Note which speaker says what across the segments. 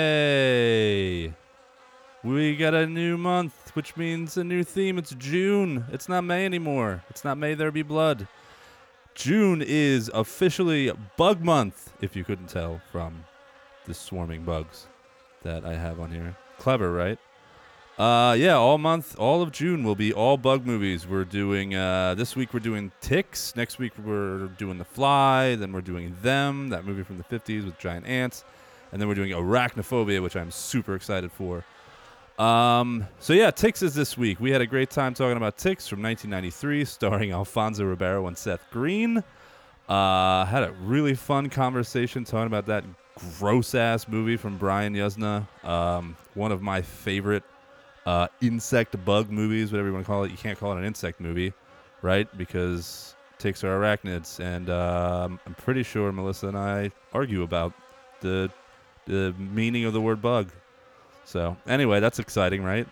Speaker 1: Hey, we got a new month, which means a new theme. It's June. It's not May anymore. It's not May There Be Blood. June is officially bug month, if you couldn't tell from the swarming bugs that I have on here. Clever, right? Uh, yeah, all month, all of June will be all bug movies. We're doing, uh, this week we're doing Ticks. Next week we're doing The Fly. Then we're doing Them, that movie from the 50s with giant ants. And then we're doing Arachnophobia, which I'm super excited for. Um, so yeah, Ticks is this week. We had a great time talking about Ticks from 1993, starring Alfonso Ribeiro and Seth Green. Uh, had a really fun conversation talking about that gross ass movie from Brian Yuzna. Um, one of my favorite uh, insect bug movies, whatever you want to call it. You can't call it an insect movie, right? Because ticks are arachnids, and um, I'm pretty sure Melissa and I argue about the the meaning of the word bug. So anyway, that's exciting, right?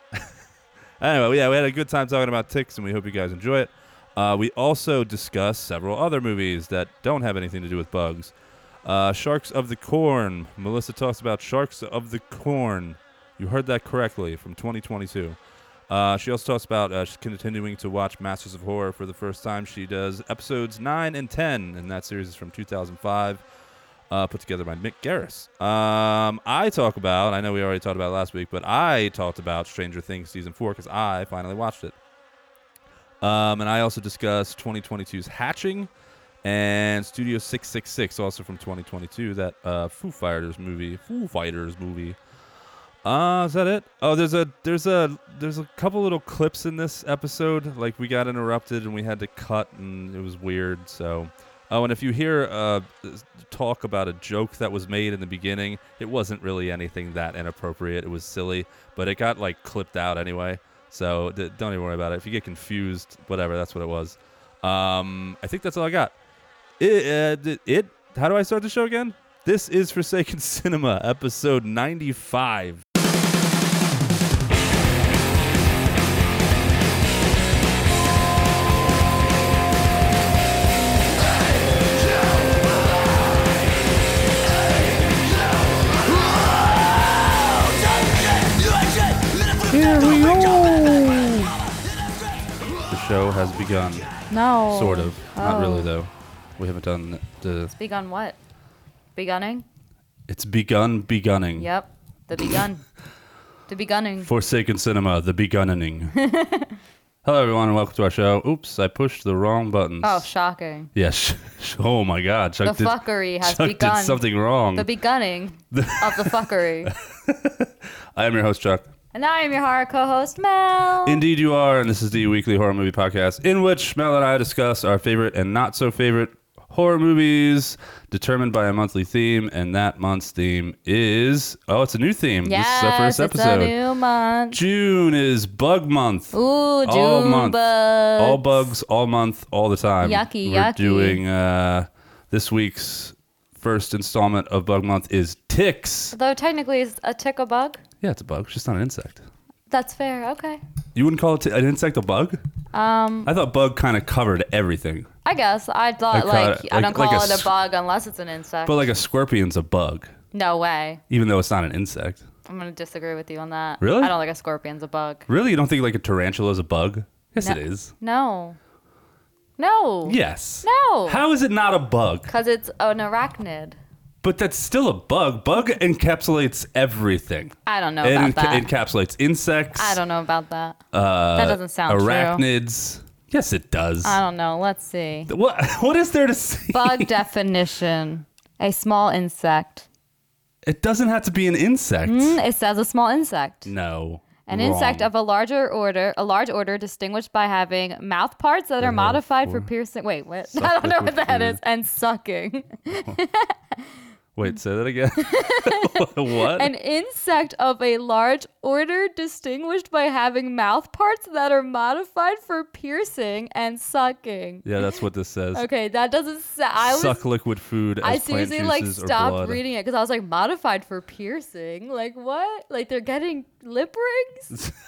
Speaker 1: anyway, yeah, we had a good time talking about ticks, and we hope you guys enjoy it. Uh, we also discuss several other movies that don't have anything to do with bugs. Uh, Sharks of the Corn. Melissa talks about Sharks of the Corn. You heard that correctly from 2022. Uh, she also talks about uh, she's continuing to watch Masters of Horror for the first time. She does episodes 9 and 10, and that series is from 2005, uh, put together by Mick Garris. Um, I talk about, I know we already talked about it last week, but I talked about Stranger Things Season 4 because I finally watched it. Um, and I also discussed 2022's Hatching and Studio 666, also from 2022, that uh, Foo Fighters movie. Foo Fighters movie. Uh, is that it? Oh, there's a there's a there's a couple little clips in this episode. Like we got interrupted and we had to cut, and it was weird. So, oh, and if you hear uh, talk about a joke that was made in the beginning, it wasn't really anything that inappropriate. It was silly, but it got like clipped out anyway. So d- don't even worry about it. If you get confused, whatever, that's what it was. Um, I think that's all I got. It, uh, th- it. How do I start the show again? This is Forsaken Cinema, episode 95.
Speaker 2: Here we go.
Speaker 1: The show has begun,
Speaker 2: No.
Speaker 1: sort of. Not
Speaker 2: Oh.
Speaker 1: really, though. We haven't done the.
Speaker 2: Begun what? Begunning?
Speaker 1: It's begun, begunning.
Speaker 2: Yep. The begun. the begunning.
Speaker 1: Forsaken Cinema, the begunning. Hello, everyone, and welcome to our show. Oops, I pushed the wrong buttons.
Speaker 2: oh, shocking.
Speaker 1: Yes. oh my God, Chuck
Speaker 2: The
Speaker 1: did.
Speaker 2: fuckery has
Speaker 1: Chuck
Speaker 2: begun.
Speaker 1: did something wrong.
Speaker 2: The begunning of the fuckery.
Speaker 1: I am your host, Chuck.
Speaker 2: And I am your horror co-host, Mel.
Speaker 1: Indeed, you are, and this is the weekly horror movie podcast in which Mel and I discuss our favorite and not so favorite horror movies determined by a monthly theme, and that month's theme is oh, it's a new theme. this
Speaker 2: yes,
Speaker 1: is our first episode.
Speaker 2: it's a new month.
Speaker 1: June is bug month.
Speaker 2: Ooh, June
Speaker 1: all month,
Speaker 2: bugs.
Speaker 1: all bugs, all month, all the time.
Speaker 2: Yucky,
Speaker 1: We're
Speaker 2: yucky.
Speaker 1: doing uh, this week's first installment of Bug Month is ticks.
Speaker 2: Though technically, it's a tick a bug.
Speaker 1: Yeah, it's a bug. It's just not an insect.
Speaker 2: That's fair. Okay.
Speaker 1: You wouldn't call it t- an insect a bug?
Speaker 2: Um,
Speaker 1: I thought bug kind of covered everything,
Speaker 2: I guess I
Speaker 1: I
Speaker 2: thought
Speaker 1: call
Speaker 2: like,
Speaker 1: it-
Speaker 2: I
Speaker 1: like-
Speaker 2: don't
Speaker 1: like
Speaker 2: call
Speaker 1: a
Speaker 2: it
Speaker 1: s-
Speaker 2: a bug unless it's an insect.
Speaker 1: but like a scorpion's a bug,
Speaker 2: no way.
Speaker 1: even though it's not an insect.
Speaker 2: I'm gonna disagree with you on that.
Speaker 1: Really?
Speaker 2: I don't think a scorpion's a bug.
Speaker 1: Really, you don't think like a tarantula is a bug? Yes,
Speaker 2: No.
Speaker 1: it is.
Speaker 2: No. No.
Speaker 1: Yes.
Speaker 2: No.
Speaker 1: How is it not a bug?
Speaker 2: Because it's an arachnid.
Speaker 1: But that's still a bug. Bug encapsulates everything.
Speaker 2: I don't know
Speaker 1: It
Speaker 2: about
Speaker 1: enca-
Speaker 2: that.
Speaker 1: encapsulates insects.
Speaker 2: I don't know about that.
Speaker 1: Uh,
Speaker 2: That doesn't sound true. Um,
Speaker 1: arachnids. Yes, it does.
Speaker 2: I don't know. Let's see.
Speaker 1: What what is there to see?
Speaker 2: Bug definition. A small insect.
Speaker 1: It doesn't have to be an insect.
Speaker 2: Mm, It says a small insect.
Speaker 1: No.
Speaker 2: An
Speaker 1: wrong.
Speaker 2: insect of a larger order, a large order distinguished by having mouth parts that are modified for
Speaker 1: for-
Speaker 2: piercing. Wait, what?
Speaker 1: Suck
Speaker 2: I don't know
Speaker 1: liquid
Speaker 2: what that
Speaker 1: food.
Speaker 2: is. And sucking.
Speaker 1: Wait, say that again. what?
Speaker 2: An insect of a large order distinguished by having mouth parts that are modified for piercing and sucking.
Speaker 1: yeah, that's what this says.
Speaker 2: Okay, that doesn't sound. I was.
Speaker 1: Suck liquid food as
Speaker 2: I
Speaker 1: plant
Speaker 2: seriously like
Speaker 1: juices or
Speaker 2: stopped
Speaker 1: blood.
Speaker 2: reading it because I was like modified for piercing. Like what? Like they're getting lip rings?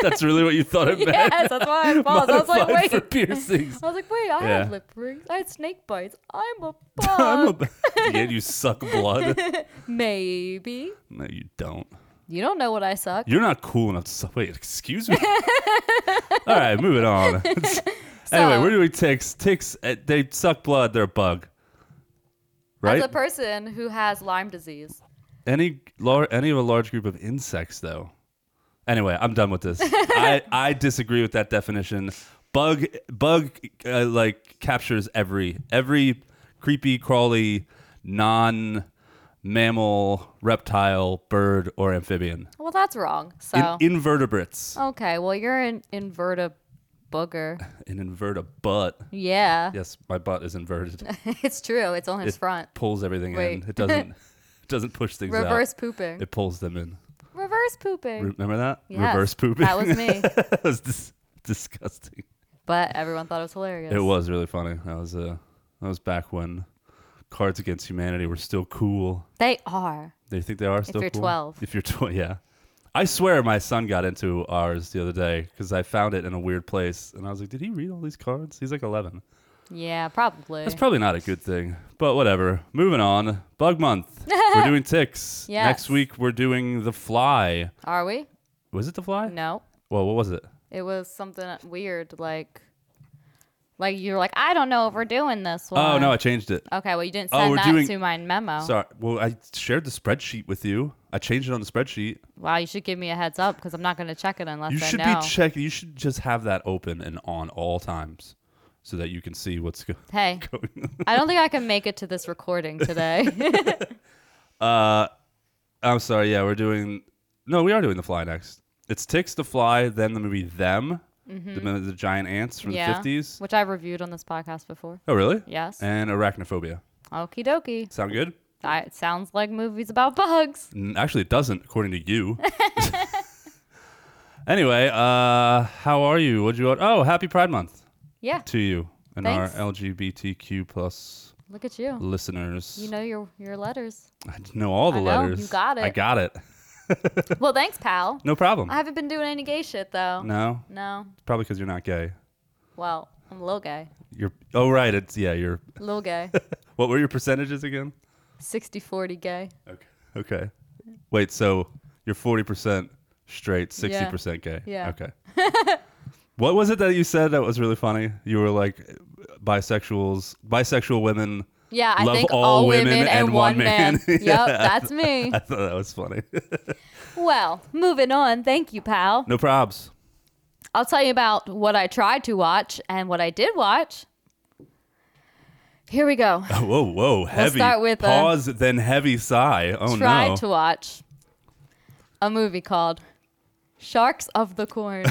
Speaker 1: That's really what you thought it meant.
Speaker 2: yes, that's why I paused. I was like,
Speaker 1: Modified
Speaker 2: wait.
Speaker 1: for piercings.
Speaker 2: I was like, wait, I
Speaker 1: Yeah.
Speaker 2: had lip rings. I had snake bites. I'm a bug.
Speaker 1: I'm a. Yeah, you suck blood.
Speaker 2: Maybe.
Speaker 1: No, you don't.
Speaker 2: You don't know what I suck.
Speaker 1: You're not cool enough to suck. Wait, excuse me. All right, moving on. anyway,
Speaker 2: So-
Speaker 1: we're doing ticks. Ticks, uh, they suck blood. They're a bug. Right?
Speaker 2: As a person who has Lyme disease.
Speaker 1: any lar- any of a large group of insects, though. Anyway, I'm done with this. I, I disagree with that definition. Bug bug uh, like captures every every creepy crawly non mammal reptile bird or amphibian
Speaker 2: Well, that's wrong. So.
Speaker 1: In- invertebrates
Speaker 2: okay, well, you're an inverted booger.
Speaker 1: an inverta butt.
Speaker 2: Yeah.
Speaker 1: Yes, my butt is inverted.
Speaker 2: it's true. It's on his
Speaker 1: It
Speaker 2: front.
Speaker 1: pulls everything
Speaker 2: Wait.
Speaker 1: in. It doesn't. it doesn't push things
Speaker 2: Reverse
Speaker 1: out.
Speaker 2: pooping.
Speaker 1: It pulls them in.
Speaker 2: Reverse pooping.
Speaker 1: Remember that?
Speaker 2: Yes,
Speaker 1: Reverse pooping.
Speaker 2: that was me.
Speaker 1: that was dis- disgusting.
Speaker 2: but everyone thought it was hilarious.
Speaker 1: It was really funny. That was uh, that was back when Cards Against Humanity were still cool.
Speaker 2: They are.
Speaker 1: They think they are still
Speaker 2: you're
Speaker 1: cool?
Speaker 2: 12.
Speaker 1: If you're 12, yeah. I swear my son got into ours the other day because I found it in a weird place. And I was like, did he read all these cards? He's like 11.
Speaker 2: Yeah, probably.
Speaker 1: That's probably not a good thing, but whatever. Moving on. Bug month. we're doing ticks.
Speaker 2: Yes.
Speaker 1: Next week we're doing the fly.
Speaker 2: Are we?
Speaker 1: Was it the fly?
Speaker 2: No.
Speaker 1: Well, what was it?
Speaker 2: It was something weird, like, like you're like, I don't know if we're doing this one.
Speaker 1: Oh no, I changed it.
Speaker 2: Okay, well you didn't
Speaker 1: Oh,
Speaker 2: send
Speaker 1: we're
Speaker 2: that
Speaker 1: doing-
Speaker 2: to my memo.
Speaker 1: Sorry. Well, I shared the spreadsheet with you. I changed it on the spreadsheet.
Speaker 2: Wow, you should give me a heads up because I'm not going to check it unless
Speaker 1: You
Speaker 2: I
Speaker 1: should
Speaker 2: know.
Speaker 1: be checking. You should just have that open and on all times, so that you can see what's go-
Speaker 2: hey,
Speaker 1: going.
Speaker 2: I don't think I can make it to this recording today.
Speaker 1: I'm sorry. Yeah, we're doing. No, we are doing the fly next. It's ticks the fly, then the movie them, the, mo- the giant ants from
Speaker 2: Mm-hmm. yeah,
Speaker 1: the 50s.
Speaker 2: which I've reviewed on this podcast before.
Speaker 1: Oh, really?
Speaker 2: Yes.
Speaker 1: And arachnophobia.
Speaker 2: Okie dokie.
Speaker 1: Sound good?
Speaker 2: I- It sounds like movies about bugs.
Speaker 1: N- Actually, it doesn't, according to you. anyway, uh, how are you? What'd you? Oh, happy Pride Month
Speaker 2: Yeah,
Speaker 1: to you and
Speaker 2: Thanks.
Speaker 1: our LGBTQ plus
Speaker 2: look at you.
Speaker 1: listeners.
Speaker 2: You know your your letters.
Speaker 1: I know all the
Speaker 2: I know, you
Speaker 1: letters.
Speaker 2: got
Speaker 1: I
Speaker 2: it.
Speaker 1: got it.
Speaker 2: well, thanks, pal.
Speaker 1: No problem.
Speaker 2: I haven't been doing any gay shit though.
Speaker 1: no,
Speaker 2: No.
Speaker 1: it's probably because you're not gay.
Speaker 2: Well, I'm a little gay.
Speaker 1: You're. Oh right. It's yeah. You're.
Speaker 2: Little gay.
Speaker 1: What were your percentages again?
Speaker 2: 60 40 gay.
Speaker 1: Okay. Okay. Wait. So you're forty percent straight, sixty percent gay.
Speaker 2: Yeah.
Speaker 1: Okay. what was it that you said that was really funny? You were like, bisexuals, bisexual women.
Speaker 2: Yeah, I
Speaker 1: Love
Speaker 2: think
Speaker 1: all
Speaker 2: all
Speaker 1: women
Speaker 2: women, and, one man.
Speaker 1: Yeah.
Speaker 2: Yep, that's me.
Speaker 1: I thought that was funny.
Speaker 2: Well, moving on. Thank you, pal.
Speaker 1: no probs.
Speaker 2: I'll tell you about what I tried to watch and what I did watch. Here we go.
Speaker 1: Whoa, whoa, heavy.
Speaker 2: start with a-
Speaker 1: pause, then heavy sigh. Oh
Speaker 2: Tried
Speaker 1: no.
Speaker 2: to watch a movie called Sharks of the Corn.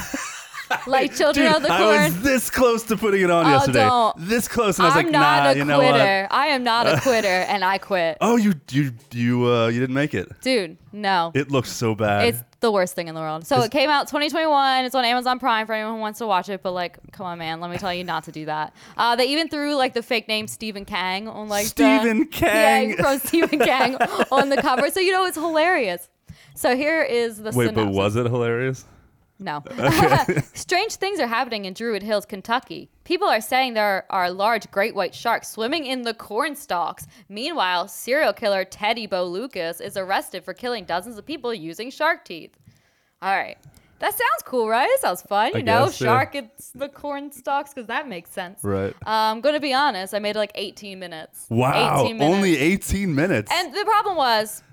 Speaker 2: like Children
Speaker 1: Dude,
Speaker 2: of the Corn.
Speaker 1: I was this close to putting it on
Speaker 2: Oh,
Speaker 1: yesterday.
Speaker 2: don't.
Speaker 1: This close, and I was
Speaker 2: I'm
Speaker 1: like,
Speaker 2: not
Speaker 1: nah,
Speaker 2: a
Speaker 1: you know what?
Speaker 2: quitter. I am not a quitter, and I quit.
Speaker 1: Oh, you you you uh you didn't make it.
Speaker 2: Dude, no.
Speaker 1: It looks so bad.
Speaker 2: It's the worst thing in the world. So
Speaker 1: It's-
Speaker 2: it came out 2021. It's on Amazon Prime for anyone who wants to watch it. But like, come on, man, let me tell you not to do that. Uh, they even threw like the fake name Stephen Kang on like
Speaker 1: Stephen
Speaker 2: the,
Speaker 1: Kang.
Speaker 2: yeah, from Stephen Kang on the cover. So you know it's hilarious. So here is the
Speaker 1: Wait, but
Speaker 2: synopsis.
Speaker 1: was it hilarious?
Speaker 2: No. Strange things are happening in Druid Hills, Kentucky. People are saying there are large great white sharks swimming in the corn stalks. Meanwhile, serial killer Teddy Bo Lucas is arrested for killing dozens of people using shark teeth. All right. That sounds cool, right? It sounds fun. You
Speaker 1: I
Speaker 2: know,
Speaker 1: guess, yeah.
Speaker 2: shark it's the corn stalks because that makes sense.
Speaker 1: Right.
Speaker 2: I'm going to be honest. I made like 18 minutes.
Speaker 1: Wow,
Speaker 2: 18 minutes.
Speaker 1: only 18 minutes.
Speaker 2: And the problem was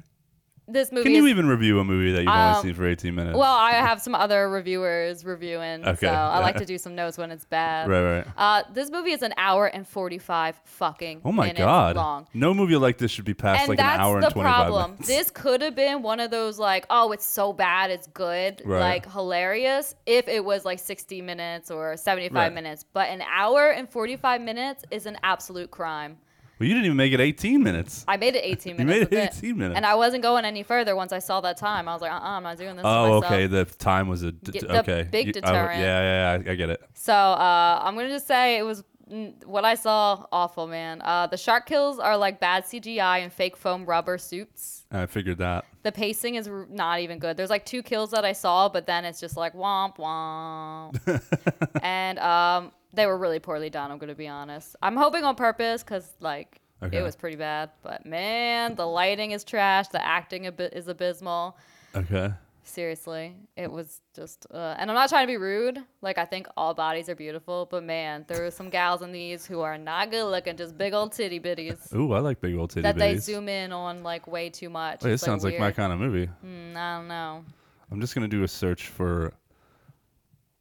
Speaker 2: this movie
Speaker 1: Can you
Speaker 2: is
Speaker 1: even review a movie that you've only
Speaker 2: Um,
Speaker 1: seen for 18 minutes?
Speaker 2: well, I have some other reviewers reviewing,
Speaker 1: Okay.
Speaker 2: so I like to do some notes when it's bad.
Speaker 1: Right, right.
Speaker 2: Uh, this movie is an hour and forty-five fucking
Speaker 1: oh my
Speaker 2: minutes
Speaker 1: god.
Speaker 2: long.
Speaker 1: No movie like this should be past
Speaker 2: And
Speaker 1: like an
Speaker 2: that's
Speaker 1: hour
Speaker 2: the
Speaker 1: and 25
Speaker 2: problem.
Speaker 1: minutes.
Speaker 2: This could have been one of those like, oh, it's so bad, it's good,
Speaker 1: Right.
Speaker 2: like hilarious. If it was like sixty minutes or seventy-five
Speaker 1: Right.
Speaker 2: minutes, but an hour and forty-five minutes is an absolute crime.
Speaker 1: Well, you didn't even make it 18 minutes.
Speaker 2: I made it eighteen minutes.
Speaker 1: You made
Speaker 2: of
Speaker 1: it 18 minutes.
Speaker 2: and I wasn't going any further. Once I saw that time, I was like, uh, uh I'm not doing this. to
Speaker 1: Oh,
Speaker 2: myself.
Speaker 1: okay. The time was a d-
Speaker 2: Get the
Speaker 1: okay.
Speaker 2: big
Speaker 1: You- oh,
Speaker 2: deterrent.
Speaker 1: yeah, yeah, yeah. I, I get it.
Speaker 2: So uh, I'm gonna just say it was mm, what I saw. Awful, man. Uh, the shark kills are like bad CGI and fake foam rubber suits.
Speaker 1: I figured that.
Speaker 2: The pacing is r- not even good. There's like two kills that I saw, but then it's just like womp womp. and um, they were really poorly done. I'm gonna be honest. I'm hoping on purpose because like
Speaker 1: Okay.
Speaker 2: it was pretty bad. But man, the lighting is trash. The acting ab- is abysmal.
Speaker 1: Okay.
Speaker 2: Seriously, it was just, uh, and I'm not trying to be rude. Like I think all bodies are beautiful, but man, there were some gals in these who are not good looking, just big old titty bitties
Speaker 1: Ooh, I like big old titty
Speaker 2: that they
Speaker 1: bitties.
Speaker 2: zoom in on like way too much.
Speaker 1: Wait, this
Speaker 2: It's,
Speaker 1: sounds like my
Speaker 2: weird.
Speaker 1: kind of movie.
Speaker 2: Mm, I don't know.
Speaker 1: I'm just gonna do a search for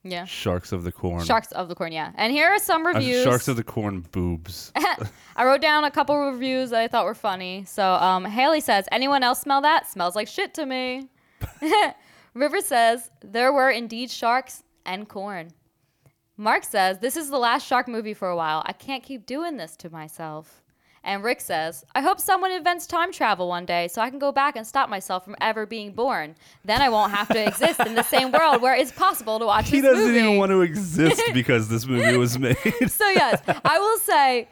Speaker 2: Yeah,
Speaker 1: sharks of the corn.
Speaker 2: sharks of the corn. Yeah, and here are some
Speaker 1: Uh,
Speaker 2: reviews.
Speaker 1: sharks of the corn boobs.
Speaker 2: I wrote down a couple reviews that I thought were funny. So um, Haley says, "Anyone else smell that? Smells like shit to me." River says, "There were indeed sharks and corn." Mark says, "This is the last shark movie for a while. I can't keep doing this to myself." And Rick says, "I hope someone invents time travel one day so I can go back and stop myself from ever being born. Then I won't have to exist in the same world where it's possible to watch
Speaker 1: he
Speaker 2: this
Speaker 1: doesn't even
Speaker 2: movie."
Speaker 1: want to exist because this movie was made.
Speaker 2: so yes, I will say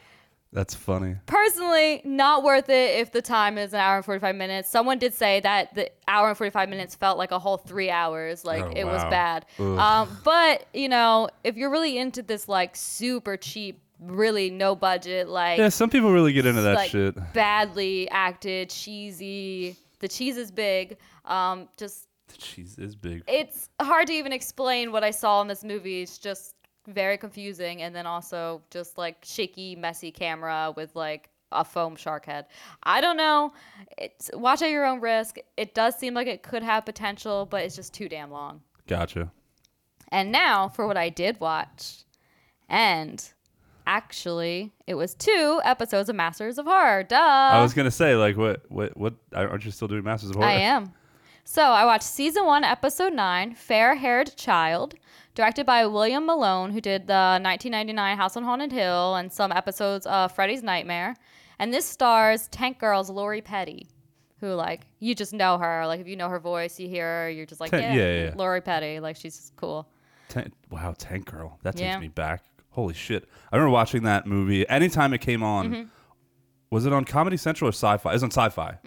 Speaker 1: That's funny.
Speaker 2: personally not worth it if the time is an hour and 45 minutes someone did say that the hour and 45 minutes felt like a whole three hours like
Speaker 1: Oh,
Speaker 2: it was
Speaker 1: wow.
Speaker 2: bad
Speaker 1: Ugh.
Speaker 2: um, but you know if you're really into this like super cheap really no budget like
Speaker 1: Yeah, some people really get into that
Speaker 2: like
Speaker 1: shit.
Speaker 2: badly acted cheesy the cheese is big um, just
Speaker 1: Cheese is big.
Speaker 2: it's hard to even explain what I saw in this movie. It's just very confusing, and then also just like shaky, messy camera with like a foam shark head. I don't know. It's watch at your own risk. It does seem like it could have potential, but it's just too damn long.
Speaker 1: Gotcha.
Speaker 2: And now for what I did watch, and actually, it was two episodes of Masters of Horror. Duh.
Speaker 1: I was gonna say like what what what aren't you still doing Masters of Horror?
Speaker 2: Uh, I am. So I watched season one, episode nine, Fair Haired Child, directed by William Malone, who did the 1999 House on Haunted Hill and some episodes of Freddy's Nightmare. And this stars Tank Girl's Lori Petty, who, like, you just know her. Like, if you know her voice, you hear her, you're just like, yeah,
Speaker 1: Yeah, yeah, yeah.
Speaker 2: Lori Petty. Like, she's just cool.
Speaker 1: Tan- wow, Tank Girl. That takes
Speaker 2: Yeah.
Speaker 1: me back. Holy shit. I remember watching that movie anytime it came on.
Speaker 2: Mm-hmm.
Speaker 1: Was it on Comedy Central or Sci Fi? It was on Sci Fi.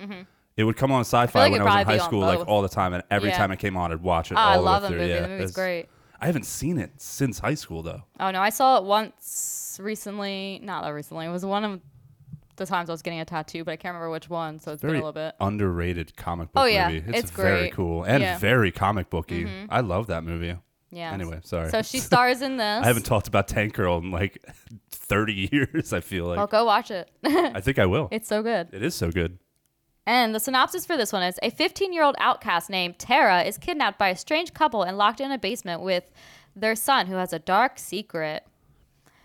Speaker 1: It would come on Sci Fi when
Speaker 2: Mm-hmm. like
Speaker 1: I was
Speaker 2: it'd
Speaker 1: in
Speaker 2: probably
Speaker 1: high
Speaker 2: be on
Speaker 1: school,
Speaker 2: both.
Speaker 1: like all the time. And every
Speaker 2: Yeah.
Speaker 1: time it came on, I'd watch it
Speaker 2: Ah, I
Speaker 1: all the way
Speaker 2: love the
Speaker 1: through.
Speaker 2: movie.
Speaker 1: Yeah,
Speaker 2: the movie's
Speaker 1: it's-
Speaker 2: great.
Speaker 1: I haven't seen it since high school, though.
Speaker 2: Oh, no, I saw it once recently. Not that recently. It was one of the times I was getting a tattoo, but I can't remember which one. So it's
Speaker 1: Very
Speaker 2: been a little bit.
Speaker 1: underrated comic book
Speaker 2: Oh, yeah.
Speaker 1: movie. It's,
Speaker 2: It's
Speaker 1: very
Speaker 2: great.
Speaker 1: cool and
Speaker 2: Yeah. Mm-hmm.
Speaker 1: very comic booky. I love that movie.
Speaker 2: Yeah.
Speaker 1: Anyway, sorry.
Speaker 2: So she stars in this.
Speaker 1: I haven't talked about Tank Girl in like 30 years, I feel like.
Speaker 2: Well, go watch it.
Speaker 1: I think I will.
Speaker 2: it's so good.
Speaker 1: it is so good.
Speaker 2: And the synopsis for this one is a 15 year old outcast named Tara is kidnapped by a strange couple and locked in a basement with their son who has a dark secret.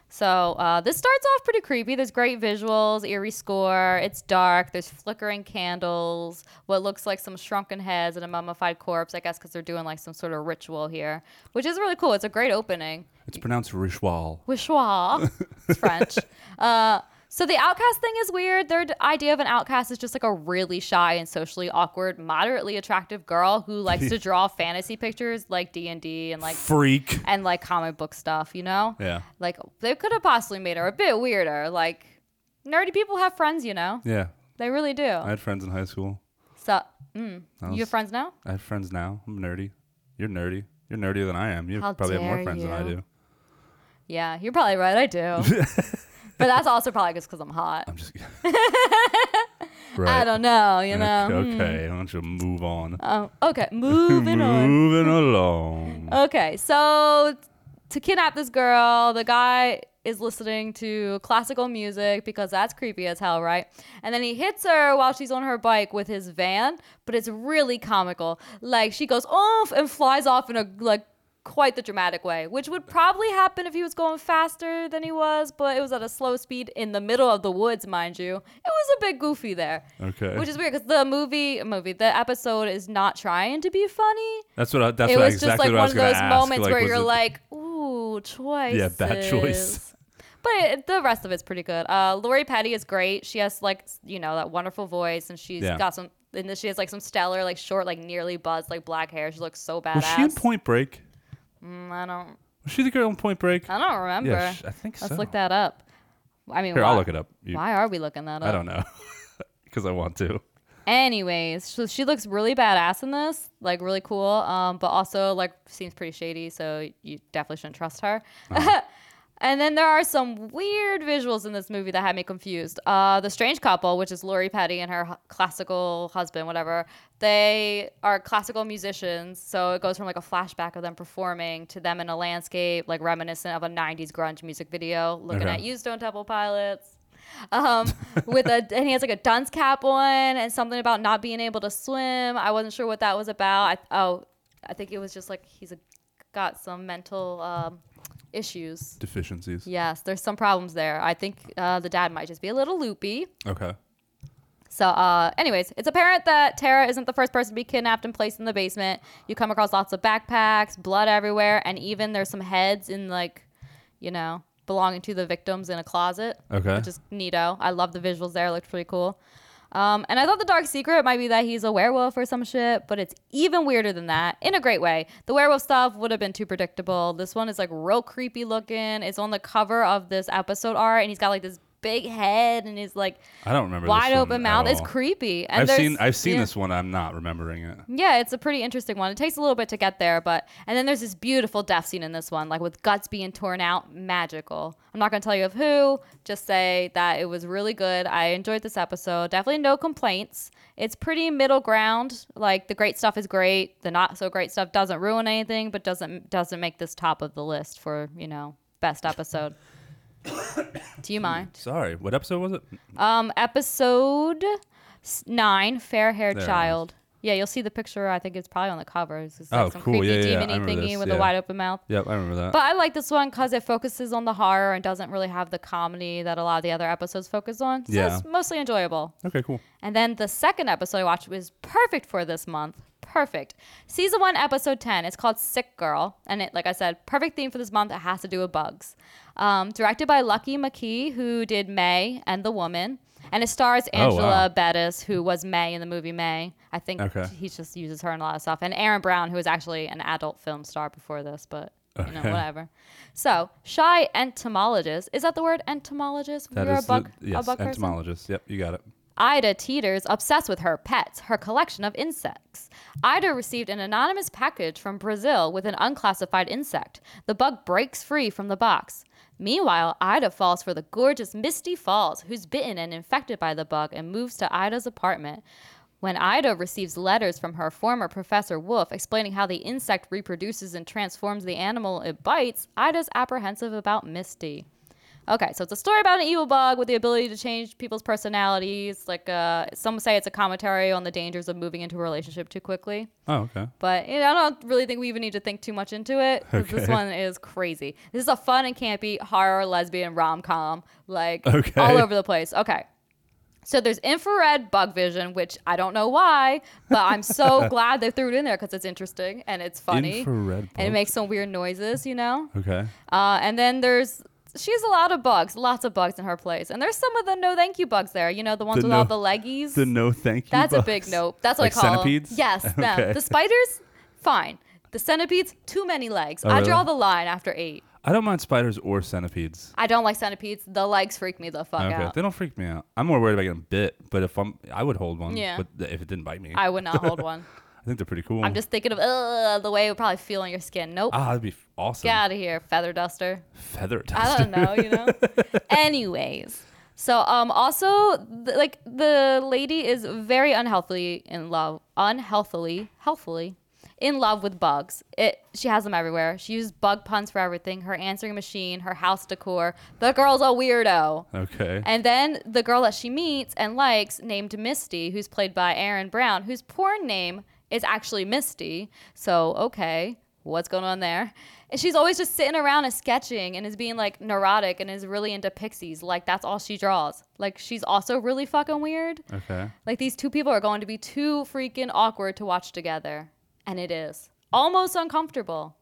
Speaker 2: So uh, this starts off pretty creepy. There's great visuals, eerie score. It's dark. There's flickering candles. What looks like some shrunken heads and a mummified corpse. I guess because they're doing like some sort of ritual here, which is really cool. It's a great opening.
Speaker 1: It's pronounced Ritual.
Speaker 2: Wichois. It's French. Uh, so the outcast thing is weird. Their d- idea of an outcast is just like a really shy and socially awkward, moderately attractive girl who likes to draw fantasy pictures like D and D and like
Speaker 1: Freak.
Speaker 2: and like comic book stuff. You know,
Speaker 1: Yeah.
Speaker 2: like they could have possibly made her a bit weirder. Like nerdy people have friends, you know,
Speaker 1: Yeah.
Speaker 2: they really do.
Speaker 1: I had friends in high school.
Speaker 2: so mm, you have friends now?
Speaker 1: I have friends now. I'm nerdy. You're nerdy. You're nerdier than I am. You
Speaker 2: How
Speaker 1: probably have more
Speaker 2: dare
Speaker 1: friends than I
Speaker 2: you.
Speaker 1: do.
Speaker 2: Yeah, you're probably right. I do. but that's also probably just because I'm hot.
Speaker 1: I'm just.
Speaker 2: I
Speaker 1: right.
Speaker 2: don't know, you know.
Speaker 1: Okay, okay, why don't you move on?
Speaker 2: Oh, okay. Moving on.
Speaker 1: Moving along.
Speaker 2: Okay, so to kidnap this girl, the guy is listening to classical music because that's creepy as hell, right? And then he hits her while she's on her bike with his van, but it's really comical. Like she goes off and flies off in a like quite the dramatic way, which would probably happen if he was going faster than he was, but it was at a slow speed in the middle of the woods, mind you. It was a bit goofy there.
Speaker 1: Okay.
Speaker 2: Which is weird because the movie, movie, the episode is not trying to be funny
Speaker 1: That's what. I, that's
Speaker 2: it
Speaker 1: what
Speaker 2: was
Speaker 1: exactly
Speaker 2: just like
Speaker 1: what I
Speaker 2: one
Speaker 1: was
Speaker 2: of
Speaker 1: gonna
Speaker 2: those
Speaker 1: ask.
Speaker 2: moments where
Speaker 1: was
Speaker 2: you're
Speaker 1: it-
Speaker 2: like, ooh, choice.
Speaker 1: bad choice.
Speaker 2: But it, the rest of it's pretty good. Uh, Lori Petty is great. She has like s- you know that wonderful voice, and she's
Speaker 1: Yeah.
Speaker 2: got some. And then she has like some stellar, like short, like nearly buzzed, like black hair. She looks so badass.
Speaker 1: was she in Point Break?
Speaker 2: Mm, I don't.
Speaker 1: Was she the girl in Point Break?
Speaker 2: I don't remember.
Speaker 1: yeah, sh- I think so.
Speaker 2: Let's look that up. I mean,
Speaker 1: Here,
Speaker 2: why,
Speaker 1: I'll look it up. You,
Speaker 2: Why are we looking that up?
Speaker 1: I don't know, because I want to.
Speaker 2: Anyways, so she looks really badass in this, like really cool, um, but also like seems pretty shady, so you definitely shouldn't trust her. and then there are some weird visuals in this movie that had me confused. Uh, the strange couple, which is Lori Petty and her hu- classical husband, whatever, they are classical musicians, so it goes from like a flashback of them performing to them in a landscape, like reminiscent of a '90s grunge music video, looking
Speaker 1: Okay.
Speaker 2: at you, Stone Temple Pilots um, with a and he has like a dunce cap on and something about not being able to swim. I wasn't sure what that was about. I, oh, I think it was just like he's a, got some mental um, issues.
Speaker 1: Deficiencies.
Speaker 2: Yes, there's some problems there. I think uh, the dad might just be a little loopy.
Speaker 1: Okay.
Speaker 2: So, uh, anyways, it's apparent that Tara isn't the first person to be kidnapped and placed in the basement. You come across lots of backpacks, blood everywhere, and even there's some heads in like, you know, belonging to the victims in a closet.
Speaker 1: Okay.
Speaker 2: Which is neato. I love the visuals there. It looked pretty cool. Um, and I thought the dark secret might be that he's a werewolf or some shit, but it's even weirder than that in a great way. The werewolf stuff would have been too predictable. This one is like real creepy looking. It's on the cover of this episode art, and he's got like this big head and he's like
Speaker 1: I don't remember.
Speaker 2: wide
Speaker 1: this one
Speaker 2: open
Speaker 1: at
Speaker 2: mouth. It's
Speaker 1: all.
Speaker 2: creepy. And
Speaker 1: I've
Speaker 2: there's-
Speaker 1: seen I've seen
Speaker 2: yeah.
Speaker 1: this one. I'm not remembering it.
Speaker 2: Yeah, it's a pretty interesting one. It takes a little bit to get there, but and then there's this beautiful death scene in this one, like with guts being torn out, magical. I'm not gonna tell you of who. Just say that it was really good. I enjoyed this episode. Definitely no complaints. It's pretty middle ground. Like the great stuff is great. The not so great stuff doesn't ruin anything, but doesn't doesn't make this top of the list for you know best episode. Do you mind?
Speaker 1: Sorry. What episode was it?
Speaker 2: Um, episode s- nine, fair haired
Speaker 1: There it is.
Speaker 2: child. Yeah, you'll see the picture. I think it's probably on the cover. It's just like
Speaker 1: Oh,
Speaker 2: some
Speaker 1: cool.
Speaker 2: creepy
Speaker 1: Yeah, yeah, yeah. I
Speaker 2: demon-y
Speaker 1: remember
Speaker 2: thingy
Speaker 1: this,
Speaker 2: with
Speaker 1: yeah.
Speaker 2: a wide open mouth.
Speaker 1: Yep, I remember that.
Speaker 2: But I like this one because it focuses on the horror and doesn't really have the comedy that a lot of the other episodes focus on. So
Speaker 1: Yeah.
Speaker 2: it's mostly enjoyable.
Speaker 1: okay, cool.
Speaker 2: And then the second episode I watched was perfect for this month. Perfect. Season one, episode 10. It's called Sick Girl. And it, like I said, perfect theme for this month. It has to do with bugs. Um, directed by Lucky McKee, who did May and The Woman. And it stars
Speaker 1: Oh, wow.
Speaker 2: Angela Bettis, who was May in the movie May. I think
Speaker 1: Okay.
Speaker 2: he just uses her in a lot of stuff. And Aaron Brown, who was actually an adult film star before this, but you know,
Speaker 1: Okay.
Speaker 2: whatever. So, shy entomologist. Is that the word entomologist?
Speaker 1: That
Speaker 2: You're
Speaker 1: is
Speaker 2: a bug,
Speaker 1: the, yes,
Speaker 2: a bug person?
Speaker 1: entomologist. Yep, you got it.
Speaker 2: Ida Teeter's obsessed with her pets, her collection of insects. Ida received an anonymous package from Brazil with an unclassified insect. The bug breaks free from the box. Meanwhile, Ida falls for the gorgeous Misty Falls, who's bitten and infected by the bug and moves to Ida's apartment. When Ida receives letters from her former professor Wolf explaining how the insect reproduces and transforms the animal it bites, Ida's apprehensive about Misty. Okay, so it's a story about an evil bug with the ability to change people's personalities. Like, uh, some say it's a commentary on the dangers of moving into a relationship too quickly.
Speaker 1: Oh, okay.
Speaker 2: But you know, I don't really think we even need to think too much into it 'cause this
Speaker 1: Okay.
Speaker 2: one is crazy. This is a fun and campy horror lesbian rom com, like
Speaker 1: Okay.
Speaker 2: all over the place. Okay. So there's infrared bug vision, which I don't know why, but I'm so glad they threw it in there because it's interesting and it's funny.
Speaker 1: Infrared
Speaker 2: And
Speaker 1: bug?
Speaker 2: it makes some weird noises, you know?
Speaker 1: Okay.
Speaker 2: Uh, and then there's she has a lot of bugs, lots of bugs in her place. And there's some of the no thank you bugs there. You know, the ones
Speaker 1: The
Speaker 2: with
Speaker 1: no-
Speaker 2: all the leggies.
Speaker 1: The no thank you.
Speaker 2: That's
Speaker 1: bugs.
Speaker 2: a big nope. That's what
Speaker 1: like
Speaker 2: I call 'em.
Speaker 1: centipedes.
Speaker 2: Yes, them.
Speaker 1: Okay.
Speaker 2: The spiders, fine. The centipedes, too many legs. I
Speaker 1: Oh, really?
Speaker 2: draw the line after eight.
Speaker 1: I don't mind spiders or centipedes.
Speaker 2: I don't like centipedes. The legs freak me the fuck
Speaker 1: Okay,
Speaker 2: out.
Speaker 1: they don't freak me out. I'm more worried about getting bit. But if I'm, I would hold one.
Speaker 2: Yeah.
Speaker 1: But th- if it didn't bite me, I,
Speaker 2: I would not hold one.
Speaker 1: think they're pretty cool.
Speaker 2: I'm just thinking of ugh, the way it would probably feel on your skin. Nope.
Speaker 1: ah, that'd be f- awesome.
Speaker 2: Get out of here, feather duster.
Speaker 1: Feather
Speaker 2: I
Speaker 1: duster.
Speaker 2: don't know, you know. Anyways, so um, also th- like the lady is very unhealthily in love, unhealthily, healthily in love with bugs. It she has them everywhere. She uses bug puns for everything. Her answering machine, her house decor. The girl's a weirdo.
Speaker 1: Okay.
Speaker 2: And then the girl that she meets and likes, named Misty, who's played by Aaron Brown, whose porn name is actually Misty. So, okay, what's going on there? And she's always just sitting around and sketching and is being like neurotic and is really into pixies. Like, that's all she draws. Like, she's also really fucking weird.
Speaker 1: okay.
Speaker 2: Like, these two people are going to be too freaking awkward to watch together. And it is almost uncomfortable.